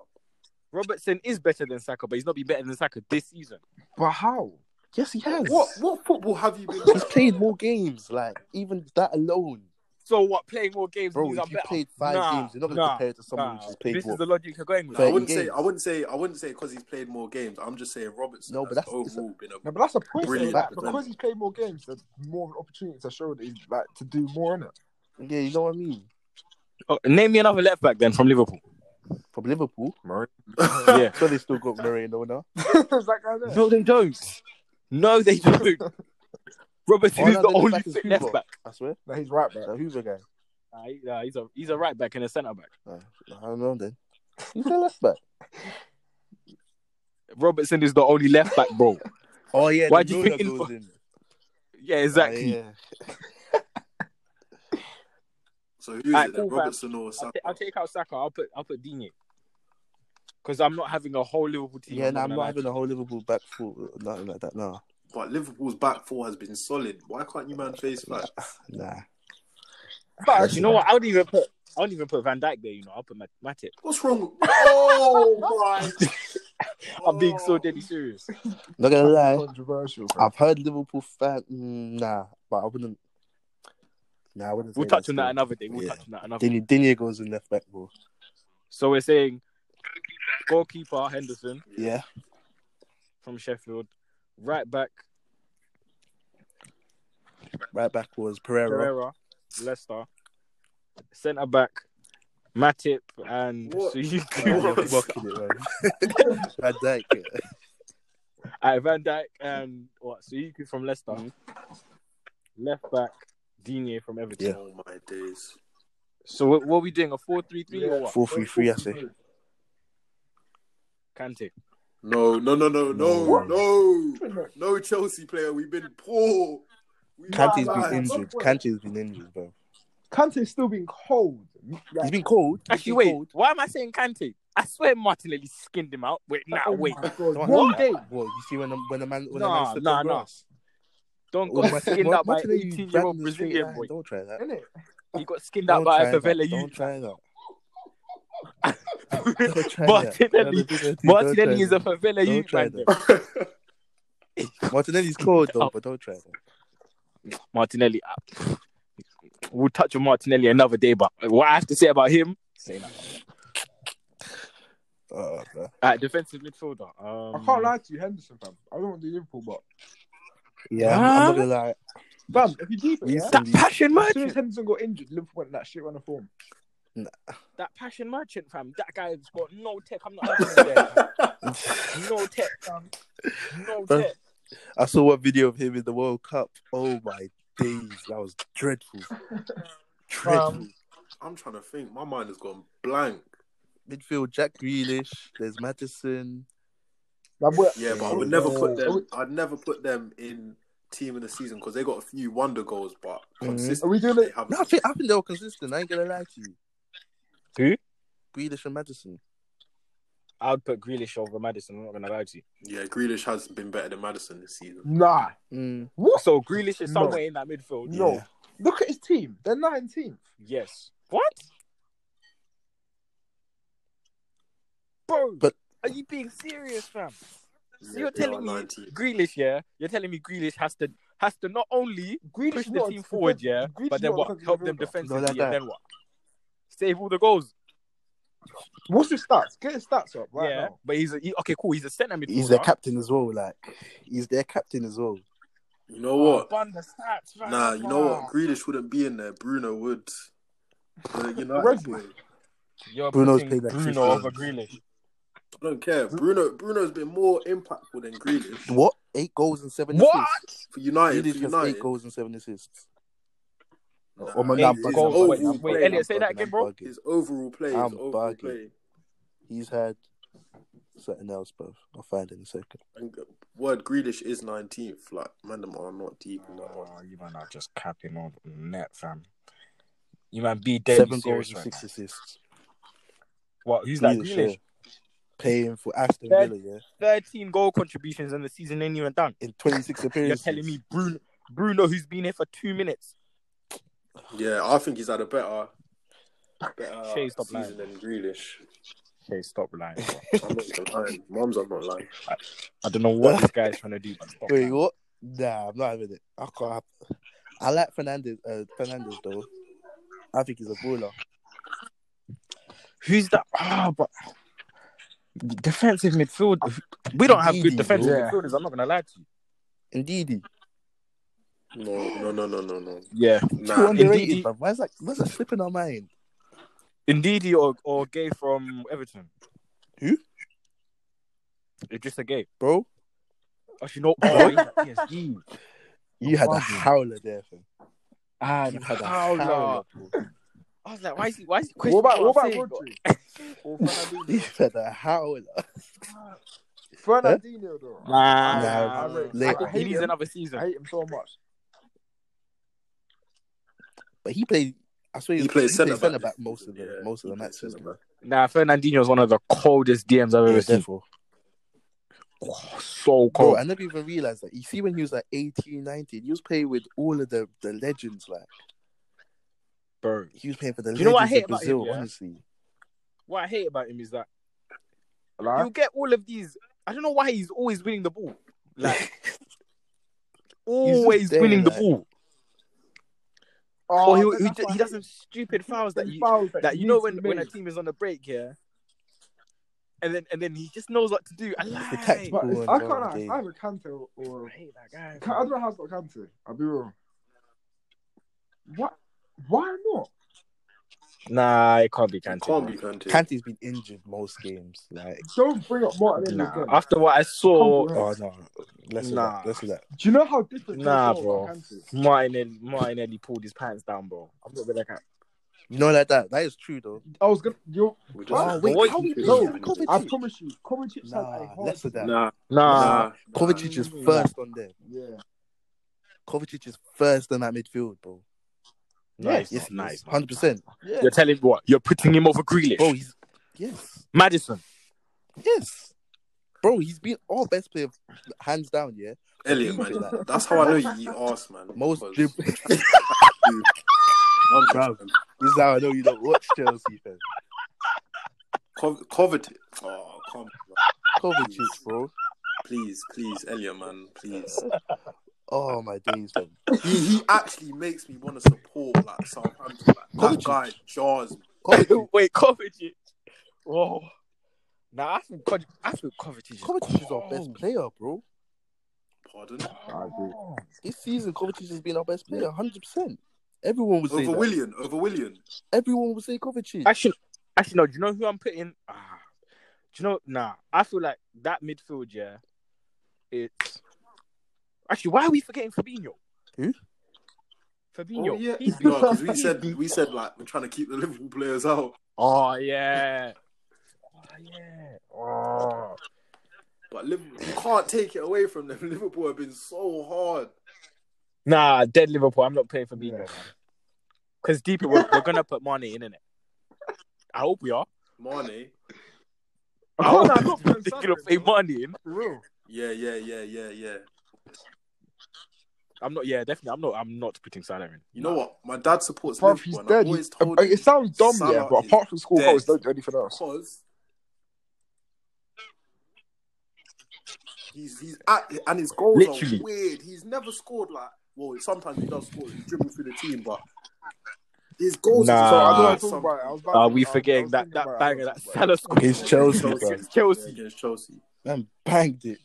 [SPEAKER 2] Robertson is better than Saka, but he's not been better than Saka this season.
[SPEAKER 3] But how?
[SPEAKER 1] Yes, he has.
[SPEAKER 4] What what football have you been?
[SPEAKER 1] He's played more games. Like even that alone.
[SPEAKER 2] So what? Playing more games
[SPEAKER 1] Bro,
[SPEAKER 2] means
[SPEAKER 1] if
[SPEAKER 2] I'm
[SPEAKER 1] you
[SPEAKER 2] better.
[SPEAKER 1] played five
[SPEAKER 2] Nah,
[SPEAKER 1] games, you're not going to
[SPEAKER 2] nah,
[SPEAKER 1] compare it to someone
[SPEAKER 2] nah.
[SPEAKER 1] who's played
[SPEAKER 2] This
[SPEAKER 1] what?
[SPEAKER 2] is the logic you're going with.
[SPEAKER 1] Fair.
[SPEAKER 4] I
[SPEAKER 1] Thirty
[SPEAKER 4] wouldn't say
[SPEAKER 1] games.
[SPEAKER 4] I wouldn't say I wouldn't say because he's played more games. I'm just saying Robertson.
[SPEAKER 1] No,
[SPEAKER 4] No,
[SPEAKER 1] but
[SPEAKER 4] but
[SPEAKER 1] that's- it's a-
[SPEAKER 4] overall been a
[SPEAKER 3] No, but that's the point.
[SPEAKER 4] Brilliant.
[SPEAKER 3] Like,
[SPEAKER 4] Brilliant.
[SPEAKER 3] because he's played more games, there's more opportunities to show that he's like to do more in it.
[SPEAKER 1] Yeah, you know what I mean.
[SPEAKER 2] Oh, name me another left back then from Liverpool.
[SPEAKER 1] From Liverpool,
[SPEAKER 3] Right?
[SPEAKER 2] Yeah.
[SPEAKER 1] so they still got Moreno now.
[SPEAKER 3] There's that guy there.
[SPEAKER 2] No, they don't. No, they don't. Robertson
[SPEAKER 1] All
[SPEAKER 2] is
[SPEAKER 1] that
[SPEAKER 2] the
[SPEAKER 1] left
[SPEAKER 2] only
[SPEAKER 1] back is
[SPEAKER 2] fit
[SPEAKER 1] Hugo.
[SPEAKER 2] left back.
[SPEAKER 1] I swear,
[SPEAKER 3] No, he's right back.
[SPEAKER 1] that Hoover guy.
[SPEAKER 2] Nah, he- nah, he's a he's a right back and a centre back.
[SPEAKER 1] Nah, I don't know then. He's a left back.
[SPEAKER 2] Robertson is the only left back, bro.
[SPEAKER 1] Oh yeah,
[SPEAKER 2] Why
[SPEAKER 1] the
[SPEAKER 2] do you
[SPEAKER 1] Milner
[SPEAKER 2] think
[SPEAKER 1] goes
[SPEAKER 2] in-
[SPEAKER 1] in?
[SPEAKER 2] yeah, exactly.
[SPEAKER 1] Oh, yeah.
[SPEAKER 4] so who's
[SPEAKER 2] Alright,
[SPEAKER 4] it then?
[SPEAKER 2] cool, fam.
[SPEAKER 4] Robertson or
[SPEAKER 2] I'll,
[SPEAKER 4] Saka?
[SPEAKER 2] ta- I'll take out Saka. I'll put I'll put Digne because I'm not having a whole Liverpool team.
[SPEAKER 1] Yeah, nah, I'm
[SPEAKER 2] gonna
[SPEAKER 1] not
[SPEAKER 2] lie.
[SPEAKER 1] having a whole Liverpool back four, nothing like that. Nah,
[SPEAKER 4] But Liverpool's back four has been solid. Why can't you man face that?
[SPEAKER 1] nah.
[SPEAKER 3] But
[SPEAKER 2] You know what? I would even put I would even put Van Dyke there. You know, I'll put Mat- Matip.
[SPEAKER 4] What's wrong? with- Oh my!
[SPEAKER 2] I'm being so
[SPEAKER 4] Oh.
[SPEAKER 2] deadly serious.
[SPEAKER 1] Not gonna
[SPEAKER 3] that's
[SPEAKER 1] lie, Ah,
[SPEAKER 3] controversial. bro.
[SPEAKER 1] I've heard Liverpool fan. Mm, nah, but I wouldn't. Nah, I wouldn't.
[SPEAKER 2] We'll
[SPEAKER 1] say
[SPEAKER 2] touch
[SPEAKER 1] that's
[SPEAKER 2] on that
[SPEAKER 1] good.
[SPEAKER 2] another day. We'll
[SPEAKER 1] Yeah.
[SPEAKER 2] touch on that another.
[SPEAKER 1] Dini, Dini goes in left back, bro.
[SPEAKER 2] So we're saying goalkeeper Henderson
[SPEAKER 1] Yeah.
[SPEAKER 2] from Sheffield, right back
[SPEAKER 1] Right back was Pereira.
[SPEAKER 2] Pereira, Leicester, centre back Matip and
[SPEAKER 4] What?
[SPEAKER 1] Oh,
[SPEAKER 2] Suyuki,
[SPEAKER 1] you're fucking it, man. Van Dijk. yeah.
[SPEAKER 2] uh, Van Dijk and what Suyuki from Leicester, left back Digne from Everton.
[SPEAKER 1] Yeah.
[SPEAKER 4] Oh my days!
[SPEAKER 2] So what, what are we doing? A four-three-three or what?
[SPEAKER 1] Four three three, I say.
[SPEAKER 2] Kante.
[SPEAKER 4] No, no, no, no, no,
[SPEAKER 1] No.
[SPEAKER 4] no, no Chelsea player. We've been poor. We
[SPEAKER 1] Kante's
[SPEAKER 4] lied.
[SPEAKER 1] been injured. Kante's been injured, bro.
[SPEAKER 3] Kante's still being cold.
[SPEAKER 1] He's
[SPEAKER 3] Like,
[SPEAKER 1] been cold. He's
[SPEAKER 2] Actually,
[SPEAKER 1] been
[SPEAKER 2] wait.
[SPEAKER 1] cold.
[SPEAKER 2] Why am I saying Kante? I swear Martinelli skinned him out. Wait, nah,
[SPEAKER 3] oh
[SPEAKER 2] wait.
[SPEAKER 3] my God.
[SPEAKER 1] Don't
[SPEAKER 3] One
[SPEAKER 1] act like
[SPEAKER 3] day,
[SPEAKER 1] that. What you see when the, when the man when the
[SPEAKER 2] Nah,
[SPEAKER 1] man slipped
[SPEAKER 2] nah,
[SPEAKER 1] on
[SPEAKER 2] nah.
[SPEAKER 1] grass?
[SPEAKER 2] Don't
[SPEAKER 1] When the
[SPEAKER 2] go
[SPEAKER 1] man-
[SPEAKER 2] skinned
[SPEAKER 1] when-
[SPEAKER 2] out by
[SPEAKER 1] when
[SPEAKER 2] an
[SPEAKER 1] you ran
[SPEAKER 2] 18-year-old
[SPEAKER 1] in the straight
[SPEAKER 2] Brazilian
[SPEAKER 1] line,
[SPEAKER 2] boy.
[SPEAKER 1] Don't try that.
[SPEAKER 3] isn't it?
[SPEAKER 2] He got skinned out
[SPEAKER 1] Don't
[SPEAKER 2] by a
[SPEAKER 1] try that.
[SPEAKER 2] favela
[SPEAKER 1] Don't
[SPEAKER 2] youth.
[SPEAKER 1] try that. Don't try that.
[SPEAKER 2] Martinelli, Martinelli is a favela
[SPEAKER 1] Don't
[SPEAKER 2] youth
[SPEAKER 1] try
[SPEAKER 2] man.
[SPEAKER 1] that.
[SPEAKER 2] though.
[SPEAKER 1] Martinelli's cold
[SPEAKER 2] Oh.
[SPEAKER 1] though, but don't try that.
[SPEAKER 2] Martinelli. uh, We'll touch on Martinelli another day, but what I have to say about him, say that.
[SPEAKER 1] Oh, bro.
[SPEAKER 2] Uh, defensive midfielder. Um,
[SPEAKER 3] I can't lie to you, Henderson, fam. I don't want to do Liverpool, but
[SPEAKER 1] Yeah, I'm, I'm not gonna lie.
[SPEAKER 3] fam, if you deep it,
[SPEAKER 1] We
[SPEAKER 3] yeah?
[SPEAKER 1] used to-
[SPEAKER 2] That passion
[SPEAKER 3] as soon as
[SPEAKER 2] merchant.
[SPEAKER 3] Henderson got injured, Liverpool went that shit on the form.
[SPEAKER 2] That passion merchant, fam. That guy's got no tech. I'm not having him there. fam. No tech, fam. No
[SPEAKER 1] Bro.
[SPEAKER 2] tech.
[SPEAKER 1] I saw one video of him in the World Cup. Oh my days, that was dreadful. dreadful.
[SPEAKER 2] Fam.
[SPEAKER 4] I'm trying to think. My mind has gone blank.
[SPEAKER 1] Midfield: Jack Grealish. There's Madison.
[SPEAKER 3] Like, we're-
[SPEAKER 4] Yeah, but I would never put them. I'd never put them in team of the season because they got a few wonder goals, but
[SPEAKER 1] Mm-hmm.
[SPEAKER 4] consistently
[SPEAKER 3] Are we doing
[SPEAKER 4] they
[SPEAKER 3] it?
[SPEAKER 4] haven't.
[SPEAKER 1] No, I think I think they were consistent. I ain't gonna lie to you.
[SPEAKER 2] Who?
[SPEAKER 1] Grealish and Madison.
[SPEAKER 2] I would put Grealish over Madison. I'm not gonna lie to you.
[SPEAKER 4] Yeah, Grealish has been better than Madison this season.
[SPEAKER 3] Nah.
[SPEAKER 1] Mm,
[SPEAKER 3] What?
[SPEAKER 2] So Grealish is
[SPEAKER 3] No.
[SPEAKER 2] somewhere in that midfield.
[SPEAKER 3] No.
[SPEAKER 1] Yeah.
[SPEAKER 3] Look at his team. They're 19th.
[SPEAKER 2] Yes. What? Bro,
[SPEAKER 1] But-
[SPEAKER 2] are you being serious, fam? So
[SPEAKER 4] Yeah,
[SPEAKER 2] you're
[SPEAKER 4] they are
[SPEAKER 2] telling me
[SPEAKER 4] 19.
[SPEAKER 2] Grealish, yeah? You're telling me Grealish has to has to not only
[SPEAKER 3] Grealish
[SPEAKER 2] push
[SPEAKER 3] is
[SPEAKER 2] the
[SPEAKER 3] not
[SPEAKER 2] team
[SPEAKER 3] a-
[SPEAKER 2] forward,
[SPEAKER 3] Grealish-
[SPEAKER 2] yeah,
[SPEAKER 3] Grealish
[SPEAKER 2] but
[SPEAKER 3] is
[SPEAKER 2] then
[SPEAKER 3] not a
[SPEAKER 2] what?
[SPEAKER 3] defensive
[SPEAKER 2] Help them
[SPEAKER 3] midfielder.
[SPEAKER 2] defensively,
[SPEAKER 1] No, like
[SPEAKER 2] and
[SPEAKER 1] that.
[SPEAKER 2] then what? Save all the goals.
[SPEAKER 3] What's his stats? Get his stats up right
[SPEAKER 2] yeah,
[SPEAKER 3] now.
[SPEAKER 2] but he's a, he, okay, cool. He's a centre midfielder.
[SPEAKER 1] He's their captain as well. Like he's their captain as well.
[SPEAKER 4] You know
[SPEAKER 2] Oh,
[SPEAKER 4] what?
[SPEAKER 2] bun the stats, fam.
[SPEAKER 4] Nah, you know what?
[SPEAKER 2] Wow.
[SPEAKER 4] Grealish wouldn't be in there. Bruno would. The United
[SPEAKER 3] Where's
[SPEAKER 4] boy.
[SPEAKER 2] You're
[SPEAKER 1] Bruno's
[SPEAKER 2] putting
[SPEAKER 1] played like
[SPEAKER 2] Bruno
[SPEAKER 1] 15.
[SPEAKER 2] over Grealish.
[SPEAKER 4] I don't care. Bruno Bruno's been more impactful than Grealish
[SPEAKER 1] What? Eight goals and seven
[SPEAKER 2] What?
[SPEAKER 1] assists.
[SPEAKER 4] for United.
[SPEAKER 1] Grealish has
[SPEAKER 4] For United,
[SPEAKER 1] eight goals and seven assists.
[SPEAKER 4] Nah,
[SPEAKER 1] Oh, man,
[SPEAKER 4] his-
[SPEAKER 1] I'm
[SPEAKER 4] his
[SPEAKER 1] bugging,
[SPEAKER 2] goals.
[SPEAKER 1] I'm
[SPEAKER 2] Wait,
[SPEAKER 1] bugging,
[SPEAKER 4] overall
[SPEAKER 2] wait,
[SPEAKER 1] I'm
[SPEAKER 4] play-
[SPEAKER 2] Elliot, say
[SPEAKER 1] bugging,
[SPEAKER 2] that
[SPEAKER 1] I'm
[SPEAKER 2] again, bro.
[SPEAKER 1] bugging.
[SPEAKER 4] His overall play.
[SPEAKER 1] I'm
[SPEAKER 4] His overall
[SPEAKER 1] bugging.
[SPEAKER 4] play.
[SPEAKER 1] He's had something else, bro. I'll find it in a second.
[SPEAKER 4] And g- word Grealish is 19th. Like, man, them are not deep in that one.
[SPEAKER 2] Oh, you man are just capping on net, fam. You man be dead
[SPEAKER 1] Seven
[SPEAKER 2] serious
[SPEAKER 1] goals and
[SPEAKER 2] right
[SPEAKER 1] six
[SPEAKER 2] now.
[SPEAKER 1] assists.
[SPEAKER 2] What? Who's that?
[SPEAKER 1] Grealish,
[SPEAKER 2] Grealish.
[SPEAKER 1] yeah. Paying for Aston
[SPEAKER 2] Dead.
[SPEAKER 1] Villa, yeah.
[SPEAKER 2] Thirteen goal contributions in the season ain't even done.
[SPEAKER 1] In 26
[SPEAKER 2] You're
[SPEAKER 1] appearances.
[SPEAKER 2] telling me Bruno, Bruno, who's been here for two minutes.
[SPEAKER 4] Yeah, I think he's had a better, better
[SPEAKER 2] Shay, stop
[SPEAKER 4] season than Grealish.
[SPEAKER 2] Hey, stop lying. bro.
[SPEAKER 4] I'm not even lying. Mom's I'm not lying.
[SPEAKER 2] I don't know what this guy's trying to do, but stop.
[SPEAKER 1] Wait,
[SPEAKER 2] lying.
[SPEAKER 1] what? Nah, I'm not having it. I can't. Have... I like Fernandez. Uh, Fernandez though. I think he's a baller.
[SPEAKER 2] Who's that? Ah, but defensive midfield. We don't have good
[SPEAKER 1] Ndidi,
[SPEAKER 2] defensive
[SPEAKER 3] yeah.
[SPEAKER 2] midfielders. I'm not gonna lie to you.
[SPEAKER 1] Indeed.
[SPEAKER 4] No, no, no, no, no, no.
[SPEAKER 2] Yeah,
[SPEAKER 1] Too
[SPEAKER 4] Nah.
[SPEAKER 1] underrated,
[SPEAKER 2] Ndidi-
[SPEAKER 1] bruv. Why is that, why is that slipping our mind?
[SPEAKER 2] Indeedy or or Gay from Everton.
[SPEAKER 1] Who?
[SPEAKER 2] It's just a Gay.
[SPEAKER 1] Bro,
[SPEAKER 2] Actually, no. Oh, he's at PSG.
[SPEAKER 1] you had a
[SPEAKER 2] Wow.
[SPEAKER 1] howler there, fam.
[SPEAKER 2] Ah,
[SPEAKER 1] You had a
[SPEAKER 2] howler.
[SPEAKER 1] howler, bro.
[SPEAKER 2] I was like, why is he? Why is he?
[SPEAKER 3] What about what about
[SPEAKER 2] questioning I'm
[SPEAKER 3] Rodri?
[SPEAKER 2] saying? Or Fernandinho?
[SPEAKER 1] You had a howler.
[SPEAKER 3] Fernandinho though.
[SPEAKER 2] Nah,
[SPEAKER 3] I
[SPEAKER 1] Nah,
[SPEAKER 3] rate-
[SPEAKER 1] Like,
[SPEAKER 3] I
[SPEAKER 2] he
[SPEAKER 3] hate
[SPEAKER 2] needs
[SPEAKER 3] him.
[SPEAKER 2] another
[SPEAKER 3] I
[SPEAKER 2] season.
[SPEAKER 3] hate him so much.
[SPEAKER 1] But he played. I swear
[SPEAKER 4] He played centre back
[SPEAKER 1] centre
[SPEAKER 4] this
[SPEAKER 1] back most of the
[SPEAKER 4] season, yeah.
[SPEAKER 1] most of the matches.
[SPEAKER 4] Centre-back.
[SPEAKER 2] Nah, Fernandinho is one of the coldest DMs I've
[SPEAKER 1] Yeah,
[SPEAKER 2] ever seen.
[SPEAKER 1] therefore,
[SPEAKER 2] Oh, so
[SPEAKER 1] bro,
[SPEAKER 2] cold.
[SPEAKER 1] I never even realized that. You see, when he was like 18, 19, he was playing with all of the, the legends. Like
[SPEAKER 2] bro.
[SPEAKER 1] he was playing for the
[SPEAKER 2] You
[SPEAKER 1] legends
[SPEAKER 2] know what I hate
[SPEAKER 1] of
[SPEAKER 2] about him,
[SPEAKER 1] Brazil.
[SPEAKER 2] yeah?
[SPEAKER 1] Honestly,
[SPEAKER 2] What I hate about him is that
[SPEAKER 3] Like,
[SPEAKER 2] you get all of these. I don't know why he's always winning the ball. Like always
[SPEAKER 1] there,
[SPEAKER 2] winning
[SPEAKER 1] like-
[SPEAKER 2] the ball.
[SPEAKER 3] oh,
[SPEAKER 2] Or he,
[SPEAKER 3] then
[SPEAKER 2] he,
[SPEAKER 3] that's why
[SPEAKER 2] he
[SPEAKER 3] I
[SPEAKER 2] does
[SPEAKER 3] hate
[SPEAKER 2] some stupid fouls that
[SPEAKER 3] him.
[SPEAKER 2] you
[SPEAKER 3] Fouls that
[SPEAKER 2] that
[SPEAKER 3] he
[SPEAKER 2] you know
[SPEAKER 3] needs
[SPEAKER 2] when,
[SPEAKER 3] to be
[SPEAKER 2] when a
[SPEAKER 3] made.
[SPEAKER 2] team is on a break here, and then and then he just knows what to do. I
[SPEAKER 1] It's
[SPEAKER 2] like.
[SPEAKER 1] the tactic.
[SPEAKER 3] But it's-
[SPEAKER 1] Go on, go
[SPEAKER 3] I can't
[SPEAKER 1] on,
[SPEAKER 3] ask
[SPEAKER 1] Dave.
[SPEAKER 3] either Kante or
[SPEAKER 2] I hate that
[SPEAKER 3] I
[SPEAKER 2] guy.
[SPEAKER 3] don't know how it's not Kante. I'll be real. What? Why not?
[SPEAKER 2] Nah, it can't be
[SPEAKER 4] It
[SPEAKER 2] Kante.
[SPEAKER 4] can't
[SPEAKER 2] bro.
[SPEAKER 4] be Kante.
[SPEAKER 1] Kante's been injured most games. Like,
[SPEAKER 3] Don't bring up Martinelli
[SPEAKER 2] Nah.
[SPEAKER 3] again.
[SPEAKER 2] After what I saw,
[SPEAKER 3] Can't be
[SPEAKER 1] oh no, let's
[SPEAKER 2] Nah.
[SPEAKER 1] nah. let's do that.
[SPEAKER 3] Do you know how different?
[SPEAKER 2] nah,
[SPEAKER 3] Kante
[SPEAKER 2] bro.
[SPEAKER 3] is from Kante?
[SPEAKER 2] Martinelli, Martinelli pulled his pants down, bro. I'm not gonna lie.
[SPEAKER 1] You know, like that. That is true though.
[SPEAKER 3] I was gonna. You.
[SPEAKER 4] We
[SPEAKER 1] Oh, wait,
[SPEAKER 2] boy,
[SPEAKER 1] how we
[SPEAKER 4] you
[SPEAKER 1] beat
[SPEAKER 4] know.
[SPEAKER 1] him? Kovacic.
[SPEAKER 3] I promise you, Kovacic had a
[SPEAKER 1] Nah,
[SPEAKER 3] hard
[SPEAKER 1] let's do that.
[SPEAKER 4] Nah,
[SPEAKER 2] Nah,
[SPEAKER 4] nah.
[SPEAKER 1] Kovacic is
[SPEAKER 3] Nah.
[SPEAKER 1] first on there.
[SPEAKER 3] Yeah.
[SPEAKER 1] Kovacic is first on that midfield, bro.
[SPEAKER 2] nice,
[SPEAKER 1] Yes,
[SPEAKER 2] nice. man.
[SPEAKER 1] hundred percent,
[SPEAKER 3] Yeah.
[SPEAKER 2] You're telling me what? You're putting him over Grealish,
[SPEAKER 1] bro. He's yes,
[SPEAKER 2] Madison.
[SPEAKER 1] yes, bro. He's been our best player, hands down. Yeah,
[SPEAKER 4] Elliot, man. that- That's how I know you eat ass, man.
[SPEAKER 1] most.
[SPEAKER 4] because-
[SPEAKER 1] drib-
[SPEAKER 4] Nonsense, man.
[SPEAKER 1] This is how I know you don't watch Chelsea, fam.
[SPEAKER 4] Co- Coveted. Oh, come on. man.
[SPEAKER 1] Kovacic, bro.
[SPEAKER 4] Please, please, Elliot, man. Please.
[SPEAKER 1] Oh my days, fam.
[SPEAKER 4] He, he actually makes me want to support like Southampton. Like, that
[SPEAKER 1] Kovacic.
[SPEAKER 4] guy jars me.
[SPEAKER 1] Kovacic,
[SPEAKER 2] Wait, Kovacic. Whoa. Nah, I think Kovacic, I think Kovacic is
[SPEAKER 1] Kovacic is our best
[SPEAKER 2] cold.
[SPEAKER 1] player, bro.
[SPEAKER 4] Pardon?
[SPEAKER 3] I agree.
[SPEAKER 1] This season, Kovacic has been our best player, hundred percent. Everyone would say
[SPEAKER 4] Over
[SPEAKER 1] that.
[SPEAKER 4] William. Over William.
[SPEAKER 1] Everyone would say Kovacic.
[SPEAKER 2] Actually, actually, no. Do you know who I'm putting? Ah, do you know? Nah, I feel like that midfield, yeah. It's actually why are we forgetting Fabinho?
[SPEAKER 1] Who?
[SPEAKER 2] Fabinho. He's been-
[SPEAKER 4] No, because we
[SPEAKER 2] he's
[SPEAKER 4] said
[SPEAKER 2] been-
[SPEAKER 4] we said like we're trying to keep the Liverpool players out.
[SPEAKER 2] Oh yeah. Oh yeah. Oh.
[SPEAKER 4] But Liverpool, you can't take it away from them. Liverpool have been so hard.
[SPEAKER 2] Nah, dead Liverpool. I'm not playing Fabinho, man. Because deep, we're, we're gonna put money in it. I hope we are.
[SPEAKER 4] Mane.
[SPEAKER 2] I
[SPEAKER 3] Oh,
[SPEAKER 2] hope
[SPEAKER 3] no,
[SPEAKER 2] they're
[SPEAKER 3] I'm not putting
[SPEAKER 2] gonna
[SPEAKER 3] Sanchez,
[SPEAKER 2] play
[SPEAKER 3] bro.
[SPEAKER 2] money in.
[SPEAKER 3] For real.
[SPEAKER 4] Yeah, yeah, yeah, yeah, yeah.
[SPEAKER 2] I'm not. Yeah, definitely. I'm not. I'm not putting Salah in.
[SPEAKER 4] You know what? My dad supports
[SPEAKER 3] Bruv, he's
[SPEAKER 4] Liverpool. and I
[SPEAKER 3] dead.
[SPEAKER 4] always
[SPEAKER 3] He's-
[SPEAKER 4] told him
[SPEAKER 3] it sounds dumb, yeah,
[SPEAKER 4] Salah
[SPEAKER 3] but
[SPEAKER 4] is
[SPEAKER 3] apart from school
[SPEAKER 4] dead.
[SPEAKER 3] goals, don't do anything else.
[SPEAKER 4] because he's he's at, and his goals
[SPEAKER 2] Literally.
[SPEAKER 4] are weird. He's never scored like well. Sometimes he does score. He's dribble through the team, but his goals.
[SPEAKER 2] Nah.
[SPEAKER 4] are
[SPEAKER 3] so I
[SPEAKER 2] Ah.
[SPEAKER 3] don't know
[SPEAKER 4] know
[SPEAKER 3] what I'm talking about. I was about
[SPEAKER 2] Are
[SPEAKER 3] to-
[SPEAKER 2] we
[SPEAKER 3] I was- I
[SPEAKER 2] forgetting
[SPEAKER 3] was
[SPEAKER 2] that
[SPEAKER 3] thinking
[SPEAKER 2] that
[SPEAKER 3] about it. I
[SPEAKER 2] banger
[SPEAKER 3] was
[SPEAKER 2] that
[SPEAKER 3] thinking about
[SPEAKER 2] Salah
[SPEAKER 3] it.
[SPEAKER 2] scored?
[SPEAKER 1] It's Chelsea, bro.
[SPEAKER 2] It's
[SPEAKER 4] Yeah,
[SPEAKER 2] Chelsea.
[SPEAKER 4] against Chelsea.
[SPEAKER 1] Man banged it.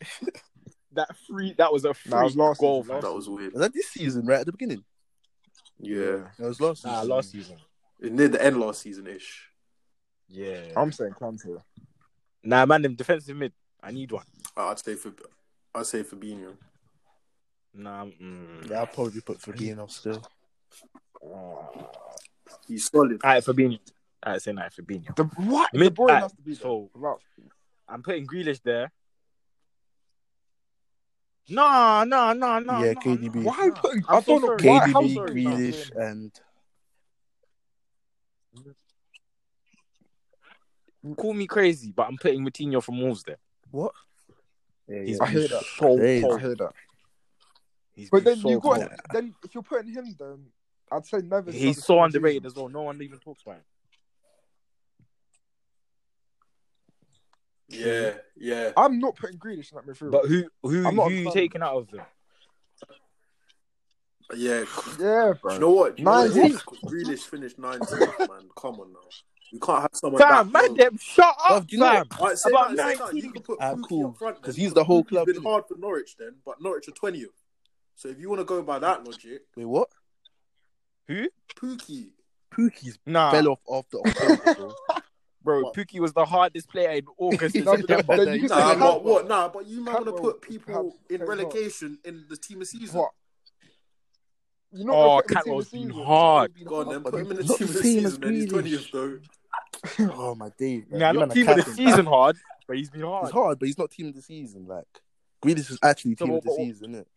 [SPEAKER 2] That free. That was a free
[SPEAKER 3] Nah, it was last
[SPEAKER 2] goal.
[SPEAKER 3] season,
[SPEAKER 4] That
[SPEAKER 2] man.
[SPEAKER 4] was weird.
[SPEAKER 1] Was that this season, right at the beginning?
[SPEAKER 4] Yeah,
[SPEAKER 1] It was last
[SPEAKER 2] Nah,
[SPEAKER 1] season.
[SPEAKER 2] last season.
[SPEAKER 4] near the end last season ish.
[SPEAKER 2] Yeah.
[SPEAKER 3] I'm saying Kante.
[SPEAKER 2] nah, man. Them defensive mid. I need one.
[SPEAKER 4] I'd say for I'd say Fabinho.
[SPEAKER 2] Nah. Mm.
[SPEAKER 1] Yeah, I'll probably put Fabinho still.
[SPEAKER 2] All
[SPEAKER 4] He's solid.
[SPEAKER 3] Ah.
[SPEAKER 2] right, Fabinho. All right, say night, Fabinho.
[SPEAKER 3] The what?
[SPEAKER 2] Mid-
[SPEAKER 3] the boy
[SPEAKER 2] aye,
[SPEAKER 3] has to be there.
[SPEAKER 2] so-
[SPEAKER 3] Right.
[SPEAKER 2] I'm putting Grealish there. Nah, nah, nah, nah.
[SPEAKER 1] Yeah,
[SPEAKER 2] nah,
[SPEAKER 1] KDB.
[SPEAKER 2] nah.
[SPEAKER 3] Why put?
[SPEAKER 2] I'm
[SPEAKER 3] I
[SPEAKER 2] so
[SPEAKER 3] don't know
[SPEAKER 2] sorry.
[SPEAKER 3] why.
[SPEAKER 2] I'm
[SPEAKER 3] How
[SPEAKER 1] KDB,
[SPEAKER 2] sorry,
[SPEAKER 3] sorry.
[SPEAKER 2] no.
[SPEAKER 1] Grealish, and
[SPEAKER 2] Call me crazy, but I'm putting Coutinho from Wolves there.
[SPEAKER 1] what?
[SPEAKER 2] He's
[SPEAKER 3] yeah. I
[SPEAKER 2] been
[SPEAKER 3] hear that.
[SPEAKER 2] so
[SPEAKER 1] Crazy.
[SPEAKER 3] I
[SPEAKER 2] cold.
[SPEAKER 3] hear that.
[SPEAKER 2] He's been
[SPEAKER 3] But then
[SPEAKER 2] so
[SPEAKER 3] you got.
[SPEAKER 2] cold.
[SPEAKER 3] Then if you're putting him, then I'd say never.
[SPEAKER 2] He's so underrated as well. No one even talks about him.
[SPEAKER 4] Yeah, yeah.
[SPEAKER 3] I'm not putting Greenish in that midfield.
[SPEAKER 2] But who who
[SPEAKER 3] I'm not
[SPEAKER 2] who you
[SPEAKER 3] a fan.
[SPEAKER 2] taking out of them?
[SPEAKER 4] Yeah, 'cause-
[SPEAKER 3] Yeah,
[SPEAKER 4] do
[SPEAKER 3] bro.
[SPEAKER 4] you know what? Do you know what it
[SPEAKER 3] Nine
[SPEAKER 4] is? 'Cause Grealish finished 19th, man. Come on now. You can't have someone
[SPEAKER 2] Fam,
[SPEAKER 4] that
[SPEAKER 2] man,
[SPEAKER 4] young.
[SPEAKER 2] them shut up,
[SPEAKER 1] Bruv, do you know
[SPEAKER 2] fam.
[SPEAKER 4] Alright, say
[SPEAKER 2] about
[SPEAKER 4] that, say that.
[SPEAKER 2] 19.
[SPEAKER 4] You could put
[SPEAKER 1] Ah,
[SPEAKER 4] Pukki
[SPEAKER 1] cool.
[SPEAKER 4] up front then,
[SPEAKER 1] 'Cause he's the whole
[SPEAKER 4] Pukki's
[SPEAKER 1] club,
[SPEAKER 4] been
[SPEAKER 1] innit?
[SPEAKER 4] hard for Norwich then, but Norwich are 20th. So if you want to go by that logic,
[SPEAKER 1] Wait, what?
[SPEAKER 2] Who?
[SPEAKER 4] Pookie.
[SPEAKER 1] Pookie's
[SPEAKER 4] Ah.
[SPEAKER 2] Nah,
[SPEAKER 1] fell off after October, bro.
[SPEAKER 2] bro, Pookie was the hardest player in August.
[SPEAKER 1] He's
[SPEAKER 3] No,
[SPEAKER 1] not
[SPEAKER 3] but then- then you
[SPEAKER 1] Nah,
[SPEAKER 3] could
[SPEAKER 4] Nah,
[SPEAKER 3] say
[SPEAKER 4] but
[SPEAKER 3] Cantwell.
[SPEAKER 4] what? Nah, but you might want to
[SPEAKER 3] Cantwell
[SPEAKER 4] put
[SPEAKER 3] perhaps
[SPEAKER 4] people in
[SPEAKER 3] plays well.
[SPEAKER 4] relegation in the team of season.
[SPEAKER 3] What? You know
[SPEAKER 2] Oh,
[SPEAKER 3] what the team
[SPEAKER 2] Catwell's
[SPEAKER 3] of
[SPEAKER 2] been
[SPEAKER 3] season-
[SPEAKER 2] hard.
[SPEAKER 4] Go on, then
[SPEAKER 1] But
[SPEAKER 4] put him in the
[SPEAKER 1] it's not
[SPEAKER 4] team of
[SPEAKER 1] the
[SPEAKER 4] the
[SPEAKER 1] same as
[SPEAKER 4] season. Then he's
[SPEAKER 1] Grealish.
[SPEAKER 4] twentieth though.
[SPEAKER 1] oh my days, man.
[SPEAKER 2] Nah,
[SPEAKER 1] You man are
[SPEAKER 2] not team of the
[SPEAKER 1] capping,
[SPEAKER 2] season hard, but he's been
[SPEAKER 1] bro.
[SPEAKER 2] hard.
[SPEAKER 1] He's hard, but he's not team of the season. Like Grealish is actually
[SPEAKER 2] So
[SPEAKER 1] team of
[SPEAKER 2] what-
[SPEAKER 1] the
[SPEAKER 2] what-
[SPEAKER 1] season, isn't it?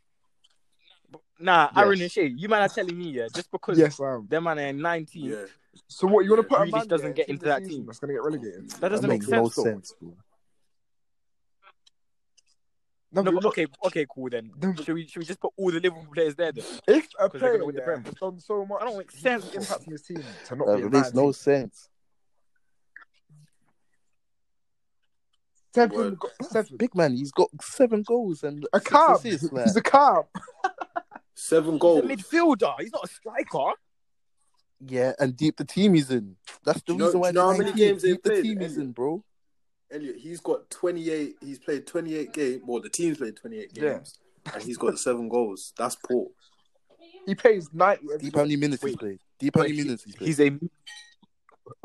[SPEAKER 2] Nah, Aaron
[SPEAKER 3] Yes.
[SPEAKER 2] and Shay, you man are telling me, yeah, just because
[SPEAKER 3] Yes, I am.
[SPEAKER 2] them man are in 19,
[SPEAKER 4] Yeah,
[SPEAKER 3] So what you want to put? a
[SPEAKER 2] Grealish
[SPEAKER 3] man
[SPEAKER 2] doesn't
[SPEAKER 3] there,
[SPEAKER 2] get
[SPEAKER 3] team
[SPEAKER 2] into
[SPEAKER 3] of
[SPEAKER 2] that
[SPEAKER 3] season
[SPEAKER 2] team.
[SPEAKER 3] That's gonna get relegated.
[SPEAKER 2] that doesn't
[SPEAKER 1] That
[SPEAKER 2] make
[SPEAKER 1] makes no
[SPEAKER 2] sense, though.
[SPEAKER 1] sense, bro.
[SPEAKER 2] No,
[SPEAKER 3] but
[SPEAKER 2] but okay, okay, cool then.
[SPEAKER 3] No, but-
[SPEAKER 2] Should we should we just put all the Liverpool players there then?
[SPEAKER 3] If a
[SPEAKER 2] 'Cause they're gonna
[SPEAKER 3] player
[SPEAKER 2] win the
[SPEAKER 3] yeah,
[SPEAKER 2] Prem.
[SPEAKER 3] has done so much,
[SPEAKER 2] That don't make sense.
[SPEAKER 3] Impacting his team to not
[SPEAKER 1] Uh,
[SPEAKER 3] be
[SPEAKER 1] it
[SPEAKER 3] in
[SPEAKER 1] makes no sense.
[SPEAKER 3] Seven,
[SPEAKER 4] Word.
[SPEAKER 3] go- seven.
[SPEAKER 1] Big man, he's got seven goals and
[SPEAKER 3] A
[SPEAKER 1] six
[SPEAKER 3] cab.
[SPEAKER 1] assists, like.
[SPEAKER 3] He's a cab.
[SPEAKER 4] seven
[SPEAKER 2] He's a
[SPEAKER 4] goals.
[SPEAKER 2] midfielder. He's not a striker.
[SPEAKER 1] Yeah, and deep the team he's in. That's the
[SPEAKER 4] Do you know-
[SPEAKER 1] reason why
[SPEAKER 4] do you know
[SPEAKER 1] he's
[SPEAKER 4] how many
[SPEAKER 1] 19th.
[SPEAKER 4] games they
[SPEAKER 1] deep the
[SPEAKER 4] played,
[SPEAKER 1] team he's
[SPEAKER 4] Elliot?
[SPEAKER 1] in, bro.
[SPEAKER 4] Elliot, he's got twenty-eight. He's played twenty-eight games. Well, the team's played twenty-eight
[SPEAKER 3] Yeah.
[SPEAKER 4] games, and he's got seven goals. That's poor.
[SPEAKER 3] He pays ninety. every
[SPEAKER 1] Deep how
[SPEAKER 3] game.
[SPEAKER 1] many minutes he's
[SPEAKER 2] Wait.
[SPEAKER 1] played. Deep how
[SPEAKER 2] Wait,
[SPEAKER 1] many minutes he's played.
[SPEAKER 2] He's a.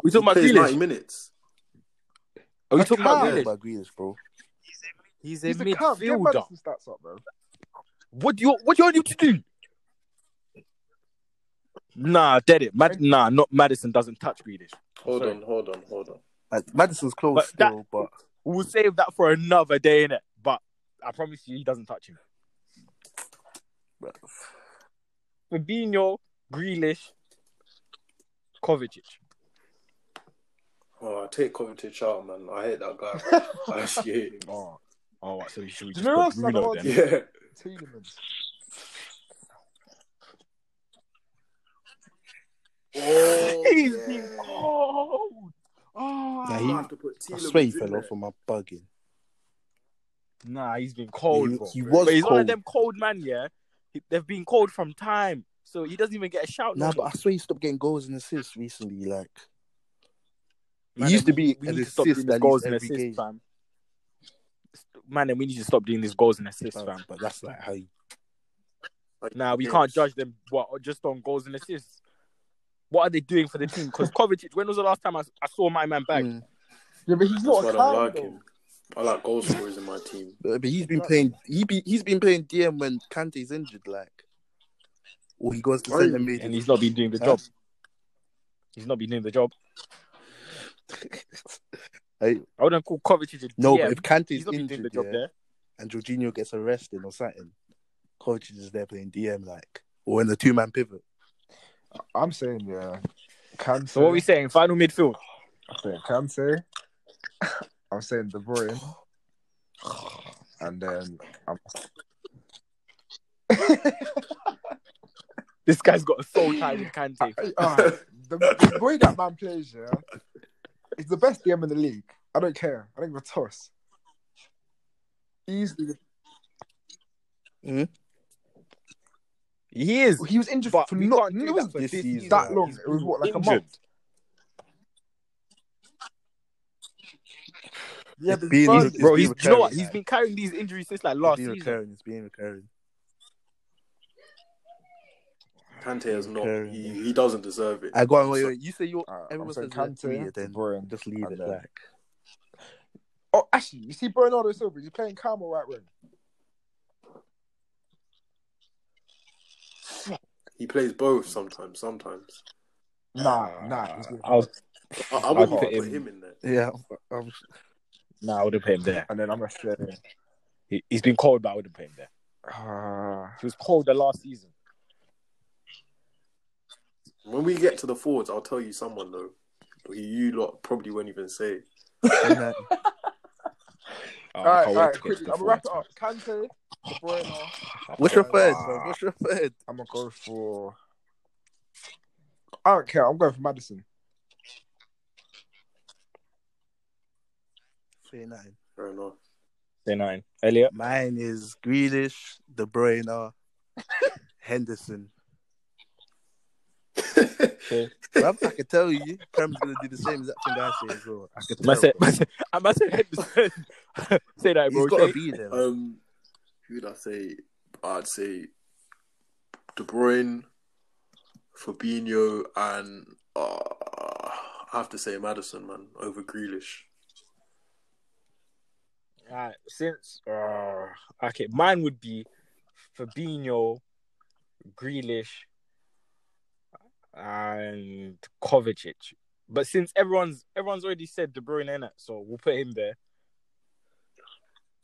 [SPEAKER 2] We talking
[SPEAKER 4] he
[SPEAKER 2] about
[SPEAKER 4] plays ninety
[SPEAKER 2] Grealish?
[SPEAKER 4] minutes.
[SPEAKER 2] Are we
[SPEAKER 3] I
[SPEAKER 2] talking about
[SPEAKER 3] can't.
[SPEAKER 1] Yeah,
[SPEAKER 2] Grealish?
[SPEAKER 1] about Grealish, bro.
[SPEAKER 2] He's a
[SPEAKER 3] He's a cab. Get
[SPEAKER 2] midfielder.
[SPEAKER 3] Madison's stats up, bro.
[SPEAKER 2] What do you what do you want him to do? Nah, dead it. Mad- nah, not Madison doesn't touch Grealish.
[SPEAKER 4] Hold
[SPEAKER 2] Sorry.
[SPEAKER 4] on, hold on, hold on.
[SPEAKER 1] Like, Madison's close
[SPEAKER 2] But that-
[SPEAKER 1] still, but
[SPEAKER 2] We'll save that for another day, innit? But I promise you, he doesn't touch him. Fabinho, Grealish, Kovacic.
[SPEAKER 4] Oh, I take Kovacic out, man. I hate that guy. I actually hate him.
[SPEAKER 2] Oh, oh, right, so should we
[SPEAKER 3] Do
[SPEAKER 2] just
[SPEAKER 3] you know
[SPEAKER 2] put
[SPEAKER 3] what's not
[SPEAKER 2] Bruno
[SPEAKER 3] on?
[SPEAKER 2] then?
[SPEAKER 4] Yeah,
[SPEAKER 3] Tielemans.
[SPEAKER 4] Oh,
[SPEAKER 2] He's
[SPEAKER 4] yeah.
[SPEAKER 2] been cold. Oh,
[SPEAKER 1] Nah,
[SPEAKER 4] I
[SPEAKER 1] he-
[SPEAKER 4] have to put
[SPEAKER 1] I
[SPEAKER 4] Tielemans
[SPEAKER 1] swear he
[SPEAKER 4] in
[SPEAKER 1] fell
[SPEAKER 4] there.
[SPEAKER 1] off on my bugging.
[SPEAKER 2] nah, he's been cold,
[SPEAKER 1] he,
[SPEAKER 2] bro.
[SPEAKER 1] he was
[SPEAKER 2] but he's one of
[SPEAKER 1] cold.
[SPEAKER 2] them cold man, yeah. He- they've been cold from time, so he doesn't even get a shout.
[SPEAKER 1] Nah,
[SPEAKER 2] no
[SPEAKER 1] but I
[SPEAKER 2] more.
[SPEAKER 1] swear he stopped getting goals and assists recently. Like he
[SPEAKER 2] Man,
[SPEAKER 1] used to
[SPEAKER 2] then
[SPEAKER 1] be
[SPEAKER 2] we
[SPEAKER 1] an
[SPEAKER 2] need to stop doing
[SPEAKER 1] assist
[SPEAKER 2] these
[SPEAKER 1] at
[SPEAKER 2] goals
[SPEAKER 1] least
[SPEAKER 2] and
[SPEAKER 1] every
[SPEAKER 2] assists,
[SPEAKER 1] game.
[SPEAKER 2] fam. Man, then we need to stop doing these goals and assists,
[SPEAKER 1] But,
[SPEAKER 2] fam.
[SPEAKER 1] but that's like how you,
[SPEAKER 4] Like,
[SPEAKER 2] Now we
[SPEAKER 4] yeah.
[SPEAKER 2] can't judge them what just on goals and assists. What are they doing for the team? Because Kovacic, when was the last time I, I saw my man back?
[SPEAKER 1] Mm.
[SPEAKER 3] Yeah, but he's
[SPEAKER 4] That's
[SPEAKER 3] not
[SPEAKER 4] why I don't
[SPEAKER 3] a cab.
[SPEAKER 4] like
[SPEAKER 3] though.
[SPEAKER 4] him. I like goal scorers in my team.
[SPEAKER 1] but but he's been playing. He be, he's been playing DM when Kante's injured. Like, or he goes to
[SPEAKER 4] Why
[SPEAKER 1] centre
[SPEAKER 4] you-
[SPEAKER 1] mid.
[SPEAKER 2] and he's not been doing the
[SPEAKER 1] Huh?
[SPEAKER 2] job. He's not been doing the job.
[SPEAKER 1] Hey,
[SPEAKER 2] I wouldn't call Kovacic a
[SPEAKER 1] no,
[SPEAKER 2] DM.
[SPEAKER 1] but if Kante's
[SPEAKER 2] he's not been doing the
[SPEAKER 1] injured,
[SPEAKER 2] job
[SPEAKER 1] yeah,
[SPEAKER 2] there.
[SPEAKER 1] and Jorginho gets arrested or something, Kovacic is there playing DM, like, or in the two man pivot.
[SPEAKER 3] I'm saying yeah. Kante.
[SPEAKER 2] So what we saying? Final midfield.
[SPEAKER 3] I'm saying Kante. I'm saying De Bruyne. And then I'm
[SPEAKER 2] This guy's got a soul tie with Kante.
[SPEAKER 3] Hey, alright, the, the way that man plays, yeah, is the best DM in the league. I don't care. I don't give a toss. Easily,
[SPEAKER 2] He is.
[SPEAKER 3] he was injured
[SPEAKER 2] But
[SPEAKER 3] for
[SPEAKER 2] we
[SPEAKER 3] not
[SPEAKER 2] can't do
[SPEAKER 3] it was
[SPEAKER 2] that for
[SPEAKER 1] this
[SPEAKER 2] this
[SPEAKER 1] season.
[SPEAKER 2] season.
[SPEAKER 3] that long.
[SPEAKER 2] He's
[SPEAKER 3] It was what like a
[SPEAKER 2] injured.
[SPEAKER 3] month. Yeah,
[SPEAKER 1] It's
[SPEAKER 3] but
[SPEAKER 1] been-
[SPEAKER 3] Burnley-
[SPEAKER 1] it's
[SPEAKER 2] Bro,
[SPEAKER 1] been
[SPEAKER 2] he's, do you know
[SPEAKER 1] recurring,
[SPEAKER 2] what? He's
[SPEAKER 1] like.
[SPEAKER 2] been carrying these injuries since like
[SPEAKER 1] It's
[SPEAKER 2] last
[SPEAKER 1] been
[SPEAKER 2] season.
[SPEAKER 1] recurring. It's been recurring.
[SPEAKER 4] Kante has not.
[SPEAKER 1] Curry.
[SPEAKER 4] He, he doesn't deserve it.
[SPEAKER 1] I go on. Wait, wait. You say you.
[SPEAKER 3] Alright, I'm
[SPEAKER 1] Everyone
[SPEAKER 3] saying
[SPEAKER 1] says that to me,
[SPEAKER 3] Kante, De
[SPEAKER 1] then
[SPEAKER 3] Bruyne.
[SPEAKER 1] just leave
[SPEAKER 3] And
[SPEAKER 1] it.
[SPEAKER 3] then-
[SPEAKER 1] Like,
[SPEAKER 3] Oh, actually, you see Bernardo Silva. He's playing calm or right wing.
[SPEAKER 4] He plays both sometimes. Sometimes
[SPEAKER 3] Nah, nah. he's doing-
[SPEAKER 2] I was,
[SPEAKER 4] I, I
[SPEAKER 2] I'd
[SPEAKER 4] wouldn't
[SPEAKER 2] put
[SPEAKER 4] put him.
[SPEAKER 2] him-
[SPEAKER 4] in there.
[SPEAKER 1] yeah, I'm, I'm
[SPEAKER 2] nah, I wouldn't put him there.
[SPEAKER 3] And then I'm gonna say,
[SPEAKER 2] He, he's been cold, but I wouldn't put him there.
[SPEAKER 3] ah,
[SPEAKER 2] He was cold the last season.
[SPEAKER 4] When we get to the forwards, I'll tell you someone though. Who you lot probably won't even say.
[SPEAKER 1] Nah,
[SPEAKER 2] Oh, I
[SPEAKER 3] all right,
[SPEAKER 2] can't
[SPEAKER 3] all
[SPEAKER 2] wait
[SPEAKER 3] right.
[SPEAKER 2] to get to
[SPEAKER 3] Quickly,
[SPEAKER 2] the
[SPEAKER 3] I'm gonna wrap it up.
[SPEAKER 2] forwards.
[SPEAKER 3] Kante, De Bruyne.
[SPEAKER 1] What's your
[SPEAKER 3] Uh,
[SPEAKER 1] third, man? What's your third?
[SPEAKER 3] I'm gonna go for. I don't care. I'm going for Madison.
[SPEAKER 1] Say nothing.
[SPEAKER 4] Fair enough.
[SPEAKER 2] Say nine. Elliot.
[SPEAKER 1] Mine is Grealish, De Bruyne, Henderson.
[SPEAKER 2] Okay.
[SPEAKER 1] Bruv, I can tell you, Prem's gonna do the same exact thing I say as well. I can tell.
[SPEAKER 2] Man said, man said, man said Henderson. Say that,
[SPEAKER 1] He's
[SPEAKER 2] bro.
[SPEAKER 1] got
[SPEAKER 2] Say- Oh,
[SPEAKER 1] to be there. man.
[SPEAKER 4] Um, who would I say? I'd say De Bruyne, Fabinho, and uh, I have to say Madison, man, over Grealish.
[SPEAKER 2] Alright, since uh, okay, mine would be Fabinho, Grealish, and Kovacic. But since everyone's everyone's already said De Bruyne in it, so we'll put him there.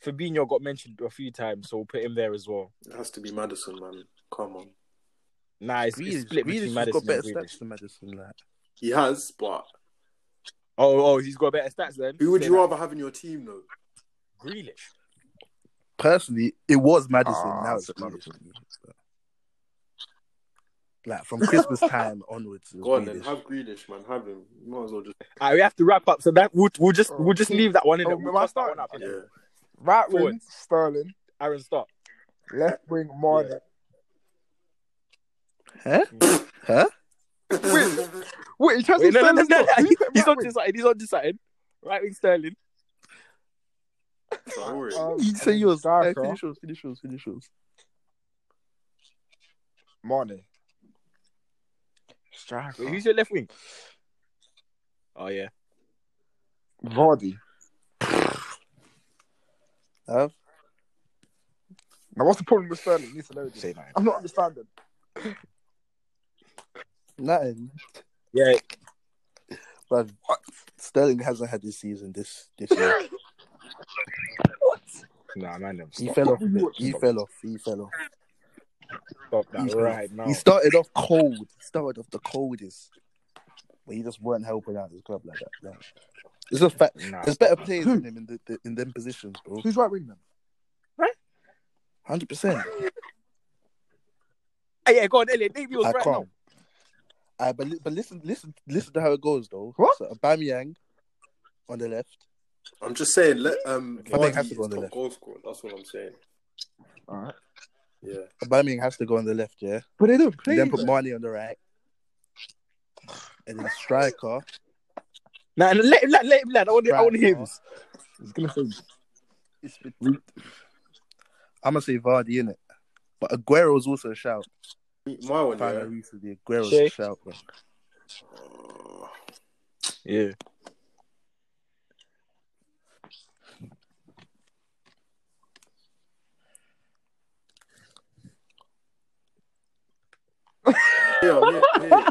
[SPEAKER 2] Fabinho got mentioned a few times, so we'll put him there as well.
[SPEAKER 4] It has to be Madison, man. Come on,
[SPEAKER 2] Nah, it's, it's
[SPEAKER 1] Grealish,
[SPEAKER 2] split
[SPEAKER 1] Grealish
[SPEAKER 2] between
[SPEAKER 1] has
[SPEAKER 2] Madison
[SPEAKER 1] got better
[SPEAKER 2] and
[SPEAKER 1] stats
[SPEAKER 2] Grealish.
[SPEAKER 1] than Madison. Like.
[SPEAKER 4] he has. But
[SPEAKER 2] Oh, oh, he's got better stats then.
[SPEAKER 4] who would
[SPEAKER 2] Say
[SPEAKER 4] you
[SPEAKER 2] that.
[SPEAKER 4] rather have in your team, though?
[SPEAKER 2] Grealish.
[SPEAKER 1] Personally, it was Madison.
[SPEAKER 3] Ah,
[SPEAKER 1] now it's
[SPEAKER 3] it's
[SPEAKER 1] Grealish.
[SPEAKER 3] Madison.
[SPEAKER 1] for me. But- Like from Christmas time onwards, it was
[SPEAKER 4] Go on, then
[SPEAKER 1] Grealish.
[SPEAKER 4] have Grealish, man. Have him. You might as well just
[SPEAKER 2] Alright, we have to wrap up. So that we'll, we'll just
[SPEAKER 3] Oh,
[SPEAKER 2] we'll just
[SPEAKER 3] cool.
[SPEAKER 2] leave that one in.
[SPEAKER 3] Oh,
[SPEAKER 2] it. We'll
[SPEAKER 3] am I
[SPEAKER 2] toss that one
[SPEAKER 3] starting?
[SPEAKER 2] up.
[SPEAKER 4] yeah.
[SPEAKER 2] innit?
[SPEAKER 3] Right
[SPEAKER 2] Forward.
[SPEAKER 3] wing, Sterling.
[SPEAKER 2] Aaron, stop.
[SPEAKER 3] Left wing, Mane.
[SPEAKER 1] Huh? huh?
[SPEAKER 3] Wait, you trying
[SPEAKER 2] Wait,
[SPEAKER 3] to
[SPEAKER 2] no, no, no, no, no.
[SPEAKER 3] Who
[SPEAKER 2] He-
[SPEAKER 3] you put
[SPEAKER 2] He's
[SPEAKER 3] right
[SPEAKER 2] not
[SPEAKER 3] wing?
[SPEAKER 2] decided. He's not decided. Right wing Sterling.
[SPEAKER 4] Don't worry.
[SPEAKER 3] Um,
[SPEAKER 1] You say yours. Uh,
[SPEAKER 3] Saka,
[SPEAKER 1] finish yours. Finish yours. Finish yours.
[SPEAKER 3] Mane.
[SPEAKER 2] Wait,
[SPEAKER 3] Striker.
[SPEAKER 2] who's your left wing? Oh yeah.
[SPEAKER 3] Vardy.
[SPEAKER 1] Huh?
[SPEAKER 3] Now, what's the problem with Sterling? He needs to know this.
[SPEAKER 2] Say nine.
[SPEAKER 3] I'm not understanding.
[SPEAKER 1] Nothing.
[SPEAKER 2] Yeah.
[SPEAKER 1] But Sterling hasn't had this season. This this year,
[SPEAKER 2] Nah, man, them
[SPEAKER 1] he
[SPEAKER 2] stop,
[SPEAKER 1] fell off. a bit. He fell off. He fell off.
[SPEAKER 2] stop that
[SPEAKER 1] He-
[SPEAKER 2] right now.
[SPEAKER 1] He started off cold. He started off the coldest. But he just weren't helping out his club like that. like. It's a fact.
[SPEAKER 2] Nah.
[SPEAKER 1] There's better players than him in the, the in them positions, bro.
[SPEAKER 3] Who's right wing then?
[SPEAKER 1] Hundred percent.
[SPEAKER 2] Hey, yeah, go on, Elliot. Name yours
[SPEAKER 1] I
[SPEAKER 2] right now.
[SPEAKER 1] can't. I but li- but listen listen listen to how it goes though.
[SPEAKER 3] What?
[SPEAKER 1] So Aubameyang on the left.
[SPEAKER 4] I'm just saying. Let um.
[SPEAKER 1] I think
[SPEAKER 4] Vardy
[SPEAKER 1] has to
[SPEAKER 4] is
[SPEAKER 1] go on the
[SPEAKER 4] top
[SPEAKER 1] left.
[SPEAKER 4] goal scorer. That's what I'm saying.
[SPEAKER 3] All right.
[SPEAKER 4] Yeah.
[SPEAKER 1] Aubameyang has to go on the left, yeah.
[SPEAKER 3] But they don't play.
[SPEAKER 1] And then put
[SPEAKER 3] them.
[SPEAKER 1] Marnie on the right. And then striker.
[SPEAKER 2] Nah, nah, let him land, let him land. I want, I want to hear
[SPEAKER 1] Right.
[SPEAKER 2] this.
[SPEAKER 3] He's gonna say
[SPEAKER 1] It's been... I'm gonna say Vardy in it, but Aguero's also a shout.
[SPEAKER 4] My one.
[SPEAKER 1] Found
[SPEAKER 4] Yeah.
[SPEAKER 1] out recently, Aguero's
[SPEAKER 2] Shay.
[SPEAKER 1] a shout. Bro.
[SPEAKER 4] Uh,
[SPEAKER 2] Yeah.
[SPEAKER 4] yeah, I'm here. I'm here.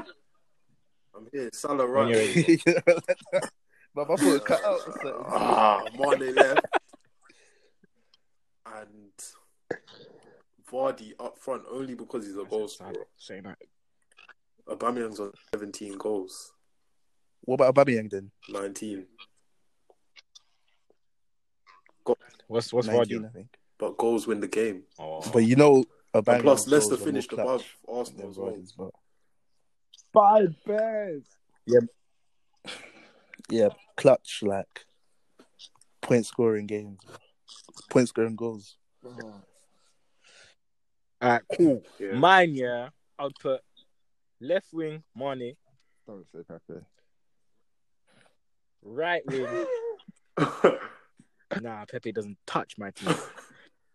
[SPEAKER 4] I'm here. Salah
[SPEAKER 2] When you're
[SPEAKER 4] right.
[SPEAKER 2] ready.
[SPEAKER 1] but my foot cut out. So.
[SPEAKER 4] Ah, Mane left. And Vardy up front only because he's a goal scorer.
[SPEAKER 2] Say that.
[SPEAKER 4] Aubameyang's on 17 goals,
[SPEAKER 1] What about Aubameyang then?
[SPEAKER 4] 19.
[SPEAKER 2] What's what's
[SPEAKER 1] 19,
[SPEAKER 2] Vardy?
[SPEAKER 1] I think.
[SPEAKER 4] But goals win the game.
[SPEAKER 2] Oh.
[SPEAKER 1] But you know, Aubameyang
[SPEAKER 4] And plus,
[SPEAKER 1] goals
[SPEAKER 4] Leicester
[SPEAKER 1] are more
[SPEAKER 4] finished
[SPEAKER 1] clutch
[SPEAKER 4] above
[SPEAKER 1] than
[SPEAKER 4] Arsenal as well.
[SPEAKER 1] Vardy's, but-
[SPEAKER 3] five bears.
[SPEAKER 1] Yeah, clutch like point scoring games, point scoring goals.
[SPEAKER 2] All right, cool.
[SPEAKER 4] Yeah.
[SPEAKER 2] Mine, yeah. I'll put left wing Mane,
[SPEAKER 3] Don't say Pepe.
[SPEAKER 2] right wing. nah, Pepe doesn't touch my team.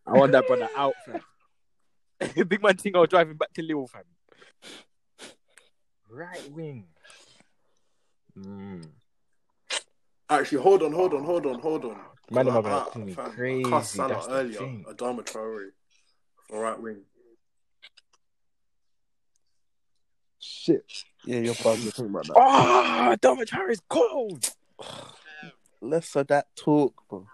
[SPEAKER 2] I want that brother out, fam. Big man think I'll drive him back to Lille, fam. Right wing. Mm.
[SPEAKER 4] Actually, hold on, hold on, hold on, hold on.
[SPEAKER 2] Man, I'm
[SPEAKER 4] Like,
[SPEAKER 2] gonna
[SPEAKER 4] ah,
[SPEAKER 2] call me
[SPEAKER 4] fam, I
[SPEAKER 2] crazy.
[SPEAKER 4] Cussed Salah
[SPEAKER 2] That's the
[SPEAKER 4] earlier.
[SPEAKER 2] thing.
[SPEAKER 4] Adama Traore for right wing.
[SPEAKER 3] Shit.
[SPEAKER 1] Yeah, you're
[SPEAKER 3] I'm
[SPEAKER 1] bugging.
[SPEAKER 3] just talking about that.
[SPEAKER 2] Ah, Dominic Harris cold.
[SPEAKER 1] Less of that talk, bro.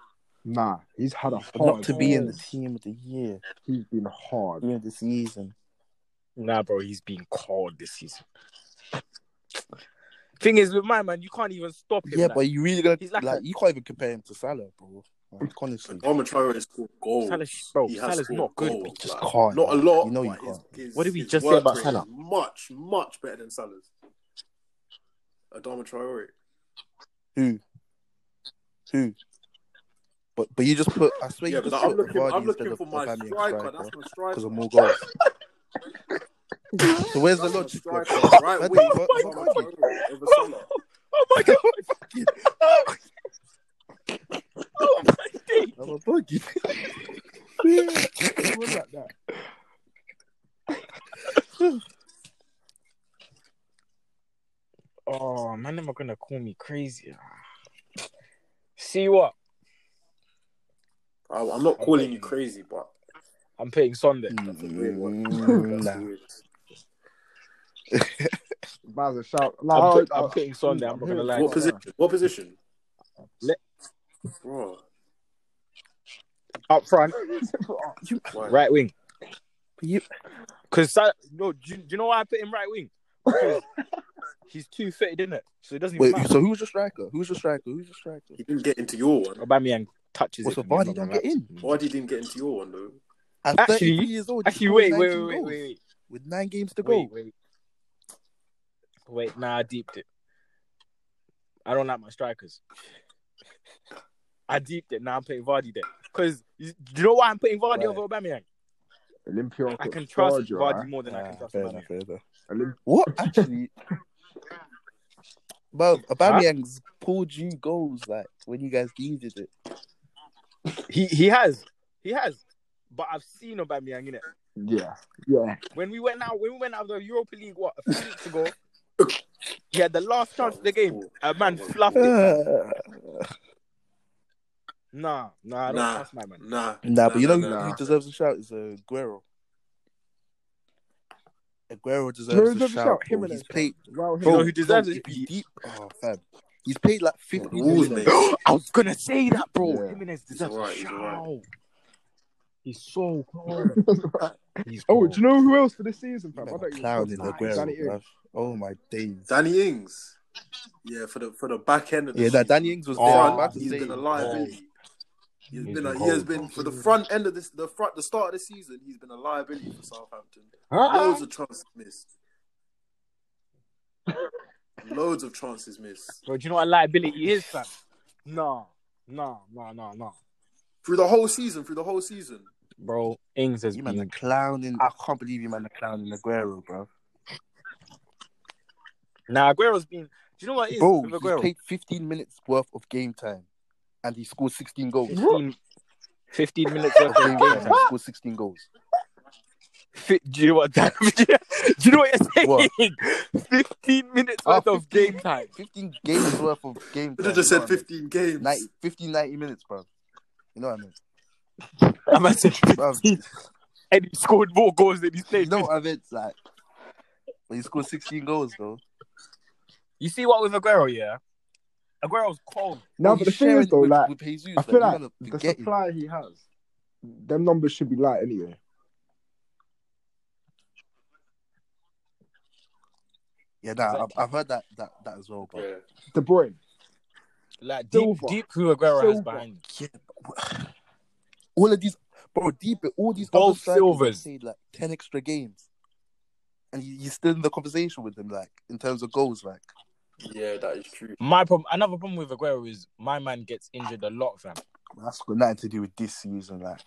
[SPEAKER 3] Nah, he's had a hard.
[SPEAKER 1] Not to be in the
[SPEAKER 3] time.
[SPEAKER 1] team of the year
[SPEAKER 3] He's been
[SPEAKER 2] Mm.
[SPEAKER 3] hard.
[SPEAKER 1] during the season.
[SPEAKER 2] Nah, bro, he's being cold this season. Thing is, with my man, you can't even stop him.
[SPEAKER 1] Yeah,
[SPEAKER 2] like,
[SPEAKER 1] but you really gonna
[SPEAKER 2] He's
[SPEAKER 1] like,
[SPEAKER 2] like a-
[SPEAKER 1] you can't even compare him to Salah, bro. Like, honestly,
[SPEAKER 4] Adama Traore scored goals.
[SPEAKER 2] Salah, bro,
[SPEAKER 1] Oh,
[SPEAKER 4] He has
[SPEAKER 2] Salah's
[SPEAKER 4] scored
[SPEAKER 2] not good.
[SPEAKER 4] goals,
[SPEAKER 2] But just
[SPEAKER 4] like,
[SPEAKER 1] can't.
[SPEAKER 4] Not a lot.
[SPEAKER 1] You know you
[SPEAKER 4] but his-
[SPEAKER 1] can't.
[SPEAKER 4] his-
[SPEAKER 2] What did we
[SPEAKER 4] his
[SPEAKER 2] just say
[SPEAKER 4] work
[SPEAKER 2] about
[SPEAKER 4] rate
[SPEAKER 2] Salah?
[SPEAKER 4] is Much, much better than Salah's. Adama Traore.
[SPEAKER 1] Who? Who? But but you just put. I swear
[SPEAKER 4] Yeah,
[SPEAKER 1] you
[SPEAKER 4] but
[SPEAKER 1] just
[SPEAKER 4] like,
[SPEAKER 1] put
[SPEAKER 4] I'm looking,
[SPEAKER 1] Vardy
[SPEAKER 4] I'm
[SPEAKER 1] instead
[SPEAKER 4] looking
[SPEAKER 1] of
[SPEAKER 4] for my
[SPEAKER 1] Aubameyang
[SPEAKER 4] striker. That's
[SPEAKER 1] striker
[SPEAKER 4] my
[SPEAKER 1] because
[SPEAKER 4] striker.
[SPEAKER 1] of more goals. So where's the logic?
[SPEAKER 4] Right,
[SPEAKER 1] What-
[SPEAKER 4] right wing.
[SPEAKER 1] what-
[SPEAKER 4] Someone
[SPEAKER 1] what-
[SPEAKER 4] told me it was Salah.
[SPEAKER 2] Oh my god! oh my Oh my day!
[SPEAKER 1] I'm a buggy.
[SPEAKER 2] Oh man, them are gonna call me crazy. See what?
[SPEAKER 4] I- I'm not calling you crazy, but
[SPEAKER 2] I'm paying Sunday.
[SPEAKER 4] that's a weird one.
[SPEAKER 1] Mm,
[SPEAKER 4] That's
[SPEAKER 1] nah.
[SPEAKER 4] weird.
[SPEAKER 3] Bowser shout. uh,
[SPEAKER 2] I'm,
[SPEAKER 3] Nah,
[SPEAKER 2] put- I'm putting Sunday. I'm not gonna lie.
[SPEAKER 4] What position? What position?
[SPEAKER 2] Le-
[SPEAKER 4] Bro,
[SPEAKER 2] Up front,
[SPEAKER 4] why?
[SPEAKER 2] right wing.
[SPEAKER 1] You-
[SPEAKER 2] Because no, do, you- do you know why I put him right wing? Because he's two footed, isn't it? So it doesn't even
[SPEAKER 1] Wait,
[SPEAKER 2] matter.
[SPEAKER 1] so who's your striker? Who's your striker? Who's your striker?
[SPEAKER 4] He didn't get into your one.
[SPEAKER 2] Aubameyang touches
[SPEAKER 1] What's
[SPEAKER 2] it.
[SPEAKER 1] so
[SPEAKER 2] from me, I'm
[SPEAKER 1] Vardy
[SPEAKER 2] not
[SPEAKER 1] don't
[SPEAKER 2] gonna
[SPEAKER 1] get
[SPEAKER 2] lie.
[SPEAKER 1] in?
[SPEAKER 4] Why did he didn't get into your one though?
[SPEAKER 1] At
[SPEAKER 2] Actually-
[SPEAKER 1] 33 years old, he
[SPEAKER 2] Actually,
[SPEAKER 1] scored
[SPEAKER 2] wait,
[SPEAKER 1] 19
[SPEAKER 2] wait, wait, wait,
[SPEAKER 1] goals
[SPEAKER 2] wait,
[SPEAKER 1] With nine games to go.
[SPEAKER 2] wait, wait, wait. Nah, I deeped it. I don't like my strikers. I deeped it. Now I'm putting Vardy there because you you know why I'm putting Vardy
[SPEAKER 1] Right.
[SPEAKER 2] over Aubameyang.
[SPEAKER 3] Olympian.
[SPEAKER 2] I can trust
[SPEAKER 3] Georgia,
[SPEAKER 2] Vardy
[SPEAKER 3] right?
[SPEAKER 2] more than I
[SPEAKER 1] Ah,
[SPEAKER 2] can trust
[SPEAKER 1] fair
[SPEAKER 2] Aubameyang.
[SPEAKER 1] enough, fair enough.
[SPEAKER 3] Olymp-
[SPEAKER 1] What actually? But Aubameyang's pulled you goals like when you guys needed it.
[SPEAKER 2] He he has, he has. But I've seen Aubameyang in it.
[SPEAKER 3] Yeah, yeah.
[SPEAKER 2] When we went out, when we went out of the Europa League, what a few weeks ago, he had the last chance of the game. A man fluffed it. Nah, nah, I don't
[SPEAKER 4] Nah.
[SPEAKER 2] trust my man.
[SPEAKER 4] Nah.
[SPEAKER 1] nah, but you know
[SPEAKER 4] nah,
[SPEAKER 1] who,
[SPEAKER 4] nah.
[SPEAKER 1] who deserves a shout is uh, Aguero. Aguero
[SPEAKER 3] Who
[SPEAKER 1] deserves a
[SPEAKER 3] deserves a
[SPEAKER 1] shout.
[SPEAKER 3] shout?
[SPEAKER 1] bro.
[SPEAKER 3] Him and
[SPEAKER 1] he's
[SPEAKER 3] that
[SPEAKER 1] played.
[SPEAKER 3] Well,
[SPEAKER 2] You know
[SPEAKER 1] Bro,
[SPEAKER 2] who deserves
[SPEAKER 1] bro,
[SPEAKER 2] it?
[SPEAKER 1] if you deep, oh, fam. He's played like 50
[SPEAKER 4] Rules,
[SPEAKER 1] million.
[SPEAKER 4] mate.
[SPEAKER 2] I was gonna say that, bro.
[SPEAKER 3] Yeah.
[SPEAKER 2] Jimenez
[SPEAKER 4] He's
[SPEAKER 2] deserves
[SPEAKER 4] alright,
[SPEAKER 2] a
[SPEAKER 4] he's
[SPEAKER 2] shout.
[SPEAKER 4] alright.
[SPEAKER 2] He's so cold. He's
[SPEAKER 3] Oh,
[SPEAKER 2] cold.
[SPEAKER 3] do you know who else for this season,
[SPEAKER 1] You
[SPEAKER 3] fam?
[SPEAKER 1] man
[SPEAKER 3] I
[SPEAKER 1] are
[SPEAKER 3] don't even
[SPEAKER 1] clowning
[SPEAKER 3] trust
[SPEAKER 1] Aguero,
[SPEAKER 3] Danny Ings.
[SPEAKER 1] bruv. Oh my days.
[SPEAKER 4] Danny Ings. Yeah, for the for the back end of the
[SPEAKER 1] Yeah,
[SPEAKER 4] season.
[SPEAKER 1] that Danny Ings was
[SPEAKER 2] Oh,
[SPEAKER 1] there. I'm about
[SPEAKER 4] front,
[SPEAKER 1] to
[SPEAKER 4] he's
[SPEAKER 1] say, Oh,
[SPEAKER 4] been a liability. He's
[SPEAKER 2] He's
[SPEAKER 4] been a,
[SPEAKER 2] been
[SPEAKER 4] he has
[SPEAKER 2] cold,
[SPEAKER 4] been for the front end of this the front the start of the season, he's been a liability for Southampton. Loads
[SPEAKER 2] Huh?
[SPEAKER 4] of chances missed. Loads of chances missed.
[SPEAKER 2] Bro, do you know what liability is, fam? Nah, nah, nah, nah, nah.
[SPEAKER 4] Through the whole season, through the whole season.
[SPEAKER 2] Bro, Ings has
[SPEAKER 1] you man are
[SPEAKER 2] been.
[SPEAKER 1] clowning.
[SPEAKER 3] Ah.
[SPEAKER 1] I can't believe you man are clowning Aguero, bruv.
[SPEAKER 2] Nah, Aguero's been. Do you know what it is
[SPEAKER 1] Bro,
[SPEAKER 2] with
[SPEAKER 1] he's
[SPEAKER 2] Aguero?
[SPEAKER 1] played 15 minutes worth of game time, and he scored 16 goals.
[SPEAKER 2] 15, 15 minutes
[SPEAKER 1] Of
[SPEAKER 2] worth of
[SPEAKER 1] game
[SPEAKER 2] game
[SPEAKER 1] time,
[SPEAKER 2] time.
[SPEAKER 1] he scored 16 goals.
[SPEAKER 2] Fi- Do you know what? do you know what you're
[SPEAKER 1] What?
[SPEAKER 2] saying? Fifteen minutes
[SPEAKER 1] Ah,
[SPEAKER 2] worth of
[SPEAKER 1] 15.
[SPEAKER 2] game time.
[SPEAKER 1] 15 games worth of game
[SPEAKER 4] Could
[SPEAKER 1] time.
[SPEAKER 4] have just
[SPEAKER 1] you
[SPEAKER 4] said
[SPEAKER 1] know what I mean?
[SPEAKER 4] 15 games.
[SPEAKER 1] 90, 15, 90 minutes, bruv. You know what I mean?
[SPEAKER 2] I'm at
[SPEAKER 1] Bruv,
[SPEAKER 2] and he scored more goals than he
[SPEAKER 1] you
[SPEAKER 2] played.
[SPEAKER 1] know what I meant? Like, when he scored 16 goals, though.
[SPEAKER 2] You see what with Aguero, yeah? Aguero's cold.
[SPEAKER 1] Bro,
[SPEAKER 3] No,
[SPEAKER 1] he's
[SPEAKER 3] but the thing
[SPEAKER 1] sharing
[SPEAKER 3] is, though,
[SPEAKER 1] with,
[SPEAKER 3] like,
[SPEAKER 1] with Jesus,
[SPEAKER 3] I feel
[SPEAKER 1] like,
[SPEAKER 3] like
[SPEAKER 1] you man are
[SPEAKER 3] the
[SPEAKER 1] forgetting.
[SPEAKER 3] supply he has, them numbers should be light anyway.
[SPEAKER 1] Yeah, nah,
[SPEAKER 2] Exactly.
[SPEAKER 1] I've, I've heard that, that that as well, bro.
[SPEAKER 4] Yeah.
[SPEAKER 3] De Bruyne,
[SPEAKER 2] Like deep,
[SPEAKER 3] Silver.
[SPEAKER 2] deep who Aguero has
[SPEAKER 3] Silver.
[SPEAKER 2] behind him.
[SPEAKER 1] All of these, bro, deep, all these
[SPEAKER 2] Both
[SPEAKER 1] other strikers have
[SPEAKER 2] silvers.
[SPEAKER 1] played like 10 extra games. And you, you're still in the conversation with them, like, in terms of goals, like.
[SPEAKER 4] yeah, that is true.
[SPEAKER 2] My problem, another problem with Aguero is my man gets injured a lot, fam.
[SPEAKER 1] That's got nothing to do with this season, like.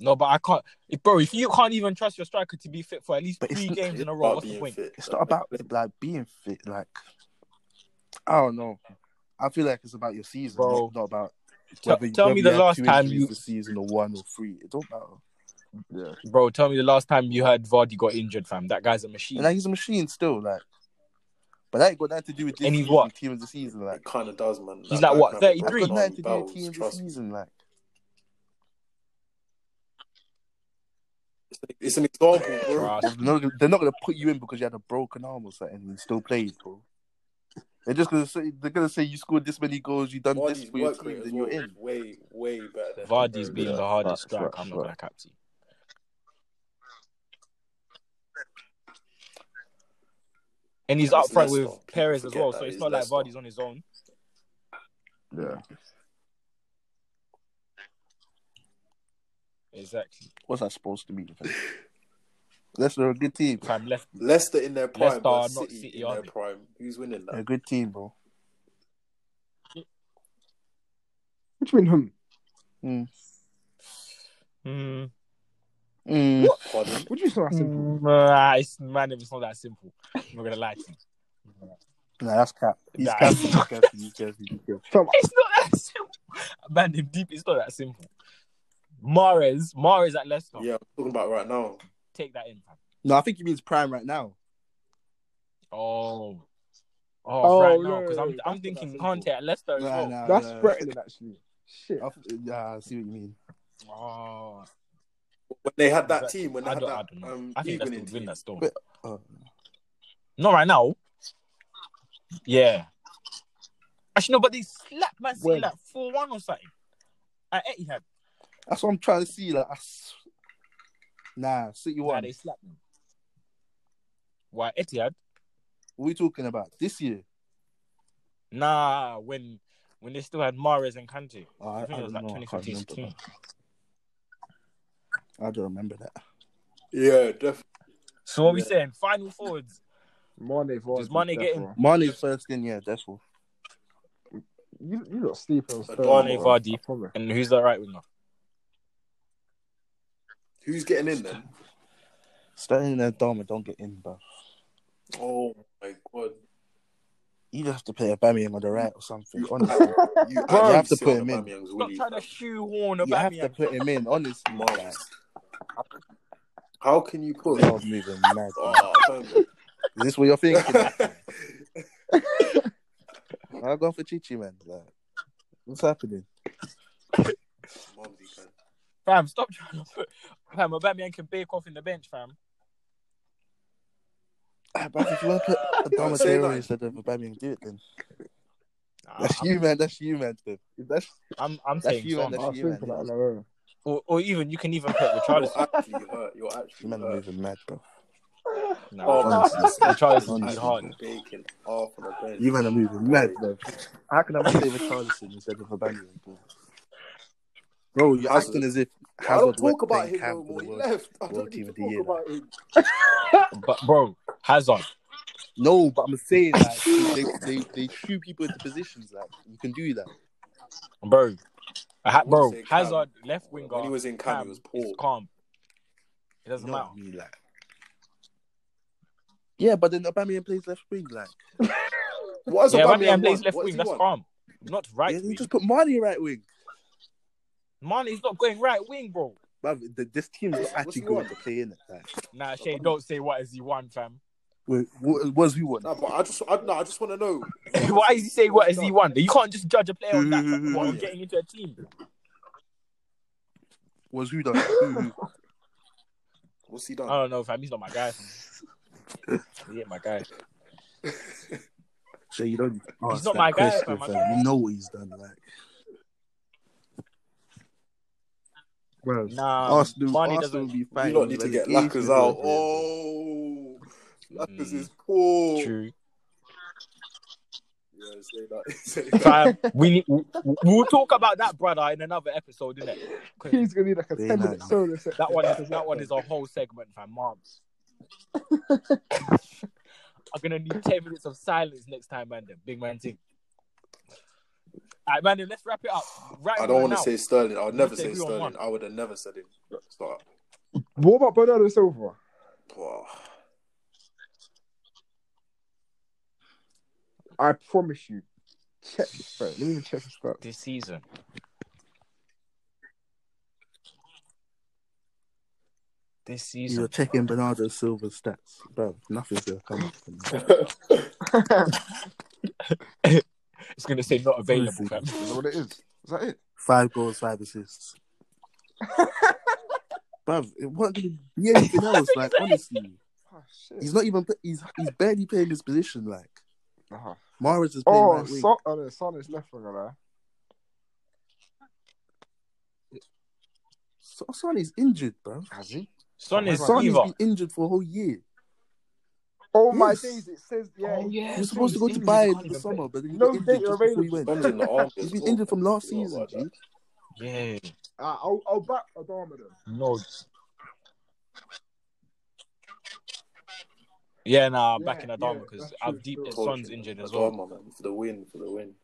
[SPEAKER 2] No, but I can't, if, bro. If you can't even trust your striker to be fit for at least
[SPEAKER 1] But it's
[SPEAKER 2] three
[SPEAKER 1] not-
[SPEAKER 2] games in a row,
[SPEAKER 4] About
[SPEAKER 2] what's the
[SPEAKER 4] being
[SPEAKER 2] point?
[SPEAKER 4] fit.
[SPEAKER 1] it's not about like being fit. Like I don't know. I feel like it's about your season,
[SPEAKER 2] Bro.
[SPEAKER 1] not, not about
[SPEAKER 2] Te-
[SPEAKER 1] whether you-
[SPEAKER 2] tell
[SPEAKER 1] whether
[SPEAKER 2] me
[SPEAKER 1] you
[SPEAKER 2] the
[SPEAKER 1] had
[SPEAKER 2] last
[SPEAKER 1] two
[SPEAKER 2] time
[SPEAKER 1] injuries
[SPEAKER 2] you,
[SPEAKER 1] this season or one or three. It don't matter.
[SPEAKER 3] yeah,
[SPEAKER 2] bro. Tell me the last time you heard Vardy got injured, fam. That guy's a
[SPEAKER 1] And
[SPEAKER 2] machine.
[SPEAKER 1] like he's a machine still, like. But that ain't got nothing to do with this
[SPEAKER 2] And he's
[SPEAKER 1] season,
[SPEAKER 2] what?
[SPEAKER 1] team of the season, like.
[SPEAKER 4] It kind of does, man.
[SPEAKER 2] He's
[SPEAKER 4] That
[SPEAKER 2] like,
[SPEAKER 4] guy
[SPEAKER 2] what,
[SPEAKER 4] can have
[SPEAKER 2] 33?
[SPEAKER 4] a
[SPEAKER 1] That's
[SPEAKER 4] dozen
[SPEAKER 1] got nothing to
[SPEAKER 4] army
[SPEAKER 1] do with
[SPEAKER 4] battles,
[SPEAKER 1] team of the
[SPEAKER 4] trust me.
[SPEAKER 1] season, like.
[SPEAKER 4] It's an example, bro.
[SPEAKER 2] Trust
[SPEAKER 1] They're
[SPEAKER 2] me.
[SPEAKER 1] not, they're not gonna put you in because you had a broken arm or something and you still played, bro. They're just gonna say they're gonna say you scored this many goals, you done this
[SPEAKER 4] Vardy's
[SPEAKER 1] for your
[SPEAKER 4] work
[SPEAKER 1] team,
[SPEAKER 4] rate as
[SPEAKER 1] then you're
[SPEAKER 4] well
[SPEAKER 1] in.
[SPEAKER 4] is way, way better than
[SPEAKER 2] Vardy's
[SPEAKER 4] Aguero's.
[SPEAKER 2] been
[SPEAKER 3] Yeah,
[SPEAKER 2] the hardest
[SPEAKER 3] facts,
[SPEAKER 2] striker.
[SPEAKER 3] facts,
[SPEAKER 2] I'm not gonna
[SPEAKER 3] facts.
[SPEAKER 2] cap to you. And he's
[SPEAKER 4] And
[SPEAKER 2] up
[SPEAKER 4] it's
[SPEAKER 2] front
[SPEAKER 4] Leicester.
[SPEAKER 2] with
[SPEAKER 4] People
[SPEAKER 2] Perez as
[SPEAKER 4] forget
[SPEAKER 2] well,
[SPEAKER 4] that.
[SPEAKER 2] so it's
[SPEAKER 4] It's
[SPEAKER 2] not like
[SPEAKER 4] Leicester.
[SPEAKER 2] Vardy's on his own.
[SPEAKER 3] yeah.
[SPEAKER 2] Exactly.
[SPEAKER 1] What's that supposed to mean? That's a good team.
[SPEAKER 2] Prime left.
[SPEAKER 4] Leicester in their prime,
[SPEAKER 2] Leicester
[SPEAKER 4] but
[SPEAKER 2] are not
[SPEAKER 4] City,
[SPEAKER 2] City,
[SPEAKER 4] in
[SPEAKER 2] are
[SPEAKER 4] their
[SPEAKER 2] they?
[SPEAKER 4] prime. Who's winning
[SPEAKER 1] They're A
[SPEAKER 4] that?
[SPEAKER 1] good team, bro.
[SPEAKER 3] What do you mean, him?
[SPEAKER 2] Mm.
[SPEAKER 1] Mm.
[SPEAKER 2] Pardon?
[SPEAKER 3] Would you say that's simple?
[SPEAKER 2] Nah, it's, man, if it's not that simple. I'm not gonna lie to you.
[SPEAKER 1] Nah, that's cap. He's
[SPEAKER 2] Nah.
[SPEAKER 1] cap. He's cap. He's cap. He's cap.
[SPEAKER 3] Fam,
[SPEAKER 2] It's not that simple. Man, if deep, it's not that simple. Mares, Mares at Leicester.
[SPEAKER 4] Yeah, I'm talking about right now.
[SPEAKER 2] Take that in, man.
[SPEAKER 1] No, I think he means prime right now.
[SPEAKER 2] Oh. Oh,
[SPEAKER 3] Oh,
[SPEAKER 2] right now,
[SPEAKER 3] no,
[SPEAKER 2] because I'm,
[SPEAKER 3] that's
[SPEAKER 2] I'm
[SPEAKER 3] not
[SPEAKER 2] thinking
[SPEAKER 3] that
[SPEAKER 2] Conte at Leicester as
[SPEAKER 1] Nah,
[SPEAKER 2] well.
[SPEAKER 1] nah,
[SPEAKER 3] That's
[SPEAKER 1] nah.
[SPEAKER 3] threatening, actually. Shit.
[SPEAKER 1] I th- Yeah, I see what you mean.
[SPEAKER 2] Oh,
[SPEAKER 4] When they had that
[SPEAKER 2] Exactly.
[SPEAKER 4] team, when they
[SPEAKER 2] I
[SPEAKER 4] had
[SPEAKER 2] don't,
[SPEAKER 4] that
[SPEAKER 2] I don't know.
[SPEAKER 4] um,
[SPEAKER 2] I think
[SPEAKER 4] league
[SPEAKER 2] that's
[SPEAKER 4] winning
[SPEAKER 2] would win
[SPEAKER 4] team.
[SPEAKER 2] that still.
[SPEAKER 1] But- oh.
[SPEAKER 2] Not right now. Yeah. Actually, no, but they slapped Man City
[SPEAKER 3] When?
[SPEAKER 2] like 4 1 or something. At Etihad.
[SPEAKER 1] That's what I'm trying to see. Like, I s- nah, City
[SPEAKER 2] Why
[SPEAKER 1] one.
[SPEAKER 2] they slapped them? Why Etihad?
[SPEAKER 1] What are we talking about this year?
[SPEAKER 2] Nah, when when they still had Mares and Kante.
[SPEAKER 1] Oh, I,
[SPEAKER 2] I
[SPEAKER 1] I
[SPEAKER 2] think it was
[SPEAKER 1] don't
[SPEAKER 2] like
[SPEAKER 1] know. I can't
[SPEAKER 2] 2015,
[SPEAKER 1] remember
[SPEAKER 2] 16.
[SPEAKER 1] that. I don't remember that.
[SPEAKER 4] Yeah, definitely.
[SPEAKER 2] So what we
[SPEAKER 4] Yeah.
[SPEAKER 2] saying? Final forwards.
[SPEAKER 3] Mane for
[SPEAKER 2] Does Mane get in?
[SPEAKER 1] Money's first in, yeah, that's all.
[SPEAKER 3] You you not sleeping on
[SPEAKER 4] Mane,
[SPEAKER 3] bro.
[SPEAKER 2] Vardy.
[SPEAKER 3] I promise.
[SPEAKER 2] And who's the right winger?
[SPEAKER 4] Who's getting in then?
[SPEAKER 1] Sterling and Dharma don't get in, but
[SPEAKER 4] Oh my god.
[SPEAKER 1] you just have to play a Bamian on the right or something. Honestly,
[SPEAKER 4] You,
[SPEAKER 1] Bro, you have to put him in.
[SPEAKER 2] Stop trying to shoehorn
[SPEAKER 1] you have to
[SPEAKER 2] Aubameyang.
[SPEAKER 1] put him in. Honestly, like,
[SPEAKER 4] How can you put?
[SPEAKER 1] you're moving mad. man.
[SPEAKER 4] Oh, fam.
[SPEAKER 1] Is this what you're thinking? I'll go for Chichi, man. Like, what's happening?
[SPEAKER 4] Mumsy, fam.
[SPEAKER 2] Fam, stop trying to put. Fam, Aubameyang can bake off in the bench, fam.
[SPEAKER 1] Ah, But if you want to put a Dharma
[SPEAKER 4] Say that.
[SPEAKER 1] Traore instead of a Bamian, do it then. That's you, man. That's you, man. Then. That's
[SPEAKER 2] I'm, I'm
[SPEAKER 1] That's
[SPEAKER 2] saying
[SPEAKER 1] you and
[SPEAKER 2] Son.
[SPEAKER 1] that's
[SPEAKER 3] I was
[SPEAKER 1] you, man.
[SPEAKER 3] thinking that. Like,
[SPEAKER 2] Or, or even you can even put
[SPEAKER 4] You're
[SPEAKER 2] Richarlison.
[SPEAKER 4] actually hurt. You're actually
[SPEAKER 1] man are
[SPEAKER 4] hurt.
[SPEAKER 1] moving mad, bro.
[SPEAKER 2] nah,
[SPEAKER 4] Oh,
[SPEAKER 2] honestly, Richarlison is
[SPEAKER 1] Honestly.
[SPEAKER 2] hard.
[SPEAKER 4] Bacon off on the bench.
[SPEAKER 1] You man are moving mad, bro. How can I say Richarlison instead of a Bamian, bro? Bro, you're
[SPEAKER 4] Hazard.
[SPEAKER 1] acting as if
[SPEAKER 4] I don't
[SPEAKER 1] Hazard
[SPEAKER 4] talk
[SPEAKER 1] went
[SPEAKER 4] about
[SPEAKER 1] playing
[SPEAKER 4] him
[SPEAKER 1] Cam
[SPEAKER 4] no
[SPEAKER 1] for
[SPEAKER 4] more.
[SPEAKER 1] the
[SPEAKER 4] He
[SPEAKER 1] world.
[SPEAKER 4] left. I
[SPEAKER 1] World
[SPEAKER 4] don't
[SPEAKER 1] Team
[SPEAKER 4] need to
[SPEAKER 1] of the Year,
[SPEAKER 4] talk about him.
[SPEAKER 2] But, bro, Hazard.
[SPEAKER 1] No, but I'm saying like they, they they shoot people into positions like you can do that.
[SPEAKER 2] Bro. Ha-
[SPEAKER 4] wouldn't
[SPEAKER 2] bro,
[SPEAKER 4] say Cam.
[SPEAKER 2] Hazard, left winger.
[SPEAKER 4] When he was in Cam, he was poor.
[SPEAKER 2] It's calm. It doesn't
[SPEAKER 1] No,
[SPEAKER 2] matter.
[SPEAKER 1] I mean, like- yeah, but then Aubameyang plays left wing like
[SPEAKER 4] What has
[SPEAKER 2] Yeah,
[SPEAKER 4] Aubameyang
[SPEAKER 2] Aubameyang plays
[SPEAKER 4] won?
[SPEAKER 2] left
[SPEAKER 4] What
[SPEAKER 2] wing.
[SPEAKER 4] has
[SPEAKER 2] That's
[SPEAKER 4] he won?
[SPEAKER 2] calm. Not right
[SPEAKER 1] yeah, he
[SPEAKER 2] wing.
[SPEAKER 1] just put Marnie right wing.
[SPEAKER 2] Mane's not going right wing, bro.
[SPEAKER 1] But the, this team's not
[SPEAKER 4] What's- what's
[SPEAKER 1] actually
[SPEAKER 4] he
[SPEAKER 1] going
[SPEAKER 4] want?
[SPEAKER 1] to play in it. Like,
[SPEAKER 2] Nah, Shay, don't say what has he won, fam.
[SPEAKER 1] Wait, what was we one?
[SPEAKER 4] Nah, but I just, I, nah, I just want to know.
[SPEAKER 2] Why is he saying what has he
[SPEAKER 4] done?
[SPEAKER 2] won? You can't just judge a player on that, fam, what on
[SPEAKER 1] Yeah.
[SPEAKER 2] getting into a team.
[SPEAKER 1] Was who done? Who- who?
[SPEAKER 4] What's he done?
[SPEAKER 2] I don't know, fam. He's not my guy. fam. He ain't my guy.
[SPEAKER 1] So you don't. ask
[SPEAKER 2] He's not
[SPEAKER 1] that
[SPEAKER 2] my guy,
[SPEAKER 1] question,
[SPEAKER 2] fam. I
[SPEAKER 1] fam. You know what he's done, like. Bro,
[SPEAKER 2] Nah,
[SPEAKER 1] Arsenal,
[SPEAKER 2] Mane
[SPEAKER 1] Arsenal will
[SPEAKER 2] Um, doesn't.
[SPEAKER 1] be
[SPEAKER 4] you
[SPEAKER 1] fighting.
[SPEAKER 4] lot need to get
[SPEAKER 1] relegation
[SPEAKER 4] Lackers
[SPEAKER 1] over
[SPEAKER 4] out.
[SPEAKER 1] it.
[SPEAKER 4] Oh, Lackers
[SPEAKER 2] Mm.
[SPEAKER 4] is poor.
[SPEAKER 2] True.
[SPEAKER 4] Yeah, say that. Say that.
[SPEAKER 2] Fam, we need, we- we'll talk about that, brother, in another episode,
[SPEAKER 3] uh,
[SPEAKER 2] innit?
[SPEAKER 3] he's gonna need like a
[SPEAKER 1] Very
[SPEAKER 3] ten minute
[SPEAKER 1] nice.
[SPEAKER 3] solo set.
[SPEAKER 2] That one is that one is a whole segment, fam. Moms. I'm gonna need ten minutes of silence next time, man. Then big man thing. Alright, man. Then let's wrap it up. Right
[SPEAKER 4] I don't
[SPEAKER 2] want to
[SPEAKER 4] say Sterling. I would never
[SPEAKER 2] Let's say
[SPEAKER 4] say
[SPEAKER 2] who won
[SPEAKER 4] Sterling.
[SPEAKER 2] one.
[SPEAKER 4] I would have never said him. Start.
[SPEAKER 3] What about Bernardo Silva?
[SPEAKER 4] Wow.
[SPEAKER 3] I promise you. Check this, bro. Let me even check this stats.
[SPEAKER 2] this season. This
[SPEAKER 1] You're
[SPEAKER 2] season,
[SPEAKER 1] checking Bernardo Silva's stats, bro. Nothing's gonna come up from that.
[SPEAKER 2] it's gonna say not available,
[SPEAKER 1] Honestly.
[SPEAKER 2] fam.
[SPEAKER 3] Is that what it is? Is that it?
[SPEAKER 1] Five goals, five assists. Bruv, it won't really be anything else. Like honestly,
[SPEAKER 3] Oh shit.
[SPEAKER 1] he's not even. pl- He's he's barely playing his position. Like
[SPEAKER 3] Uh-huh.
[SPEAKER 1] Mahrez is playing
[SPEAKER 3] Oh,
[SPEAKER 1] right wing.
[SPEAKER 3] Son, oh no, Son is left winger there.
[SPEAKER 1] So, Son is injured, bro.
[SPEAKER 3] Has he?
[SPEAKER 2] Son is
[SPEAKER 1] Son has
[SPEAKER 2] either.
[SPEAKER 1] been injured for a whole year.
[SPEAKER 3] Oh my
[SPEAKER 1] Yes.
[SPEAKER 3] days! It says yeah.
[SPEAKER 2] Oh, yeah.
[SPEAKER 1] He was supposed to go to
[SPEAKER 2] injured,
[SPEAKER 1] Bayern
[SPEAKER 2] can't
[SPEAKER 1] in
[SPEAKER 2] even
[SPEAKER 1] the summer, but then he
[SPEAKER 3] No
[SPEAKER 1] got injured
[SPEAKER 3] data
[SPEAKER 1] just before he went.
[SPEAKER 4] Guns in the arm.
[SPEAKER 1] He's been injured from last season, G.
[SPEAKER 2] Yeah.
[SPEAKER 3] Uh, I'll, I'll back Adama then.
[SPEAKER 2] No. Yeah, nah, I'm
[SPEAKER 3] Yeah,
[SPEAKER 2] backing Adama
[SPEAKER 3] yeah,
[SPEAKER 2] because
[SPEAKER 3] that's
[SPEAKER 2] i
[SPEAKER 3] true,
[SPEAKER 2] deep
[SPEAKER 3] true.
[SPEAKER 2] Son's injured as well.
[SPEAKER 4] For the win. For the win.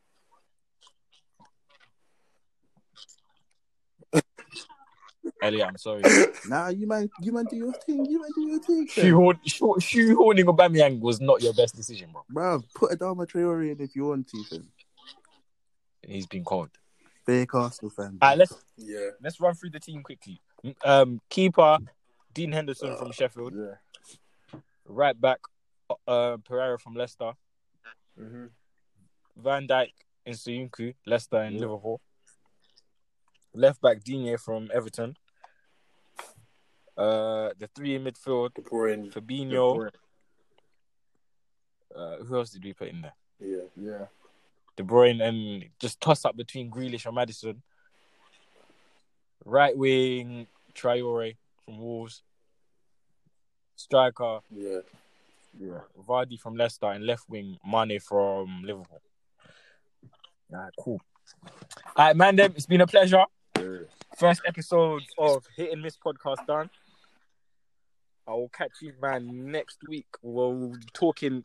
[SPEAKER 2] Elliot, I'm sorry.
[SPEAKER 1] Nah, you man, you man do your thing. You man do your thing. fam.
[SPEAKER 2] Shoehorn- shoe- Shoehorning Aubameyang was not your best decision, bro.
[SPEAKER 1] Bruv, put Adama Traore in if you want to, fam.
[SPEAKER 2] He's been cold.
[SPEAKER 1] Fake Arsenal fan.
[SPEAKER 2] All right, let's
[SPEAKER 4] Yeah.
[SPEAKER 2] let's run through the team quickly. Um, keeper Dean Henderson from Sheffield.
[SPEAKER 3] Yeah.
[SPEAKER 2] Right back uh, Pereira from Leicester.
[SPEAKER 3] Mm-hmm.
[SPEAKER 4] hmm
[SPEAKER 2] Van Dijk in Suyunku, Leicester and Liverpool. Left back Digne from Everton. Uh, the three in midfield:
[SPEAKER 4] De Bruyne.
[SPEAKER 2] Fabinho. Uh, who else did we put in there?
[SPEAKER 4] Yeah.
[SPEAKER 3] Yeah.
[SPEAKER 2] De Bruyne and just toss up between Grealish and Madison. Right wing Traore from Wolves. Striker
[SPEAKER 4] Yeah.
[SPEAKER 3] Yeah.
[SPEAKER 2] Vardy from Leicester and left wing Mane from Liverpool. Alright, cool. All right, man, them, it's been a pleasure.
[SPEAKER 3] Yeah.
[SPEAKER 2] First episode of Hit and Miss podcast done. I will catch you, man, next week. We'll be talking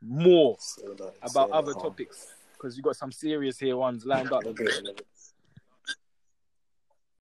[SPEAKER 2] more
[SPEAKER 4] So nice.
[SPEAKER 2] about
[SPEAKER 4] So
[SPEAKER 2] other
[SPEAKER 4] nice.
[SPEAKER 2] topics because we got some serious here ones lined up.
[SPEAKER 4] Okay.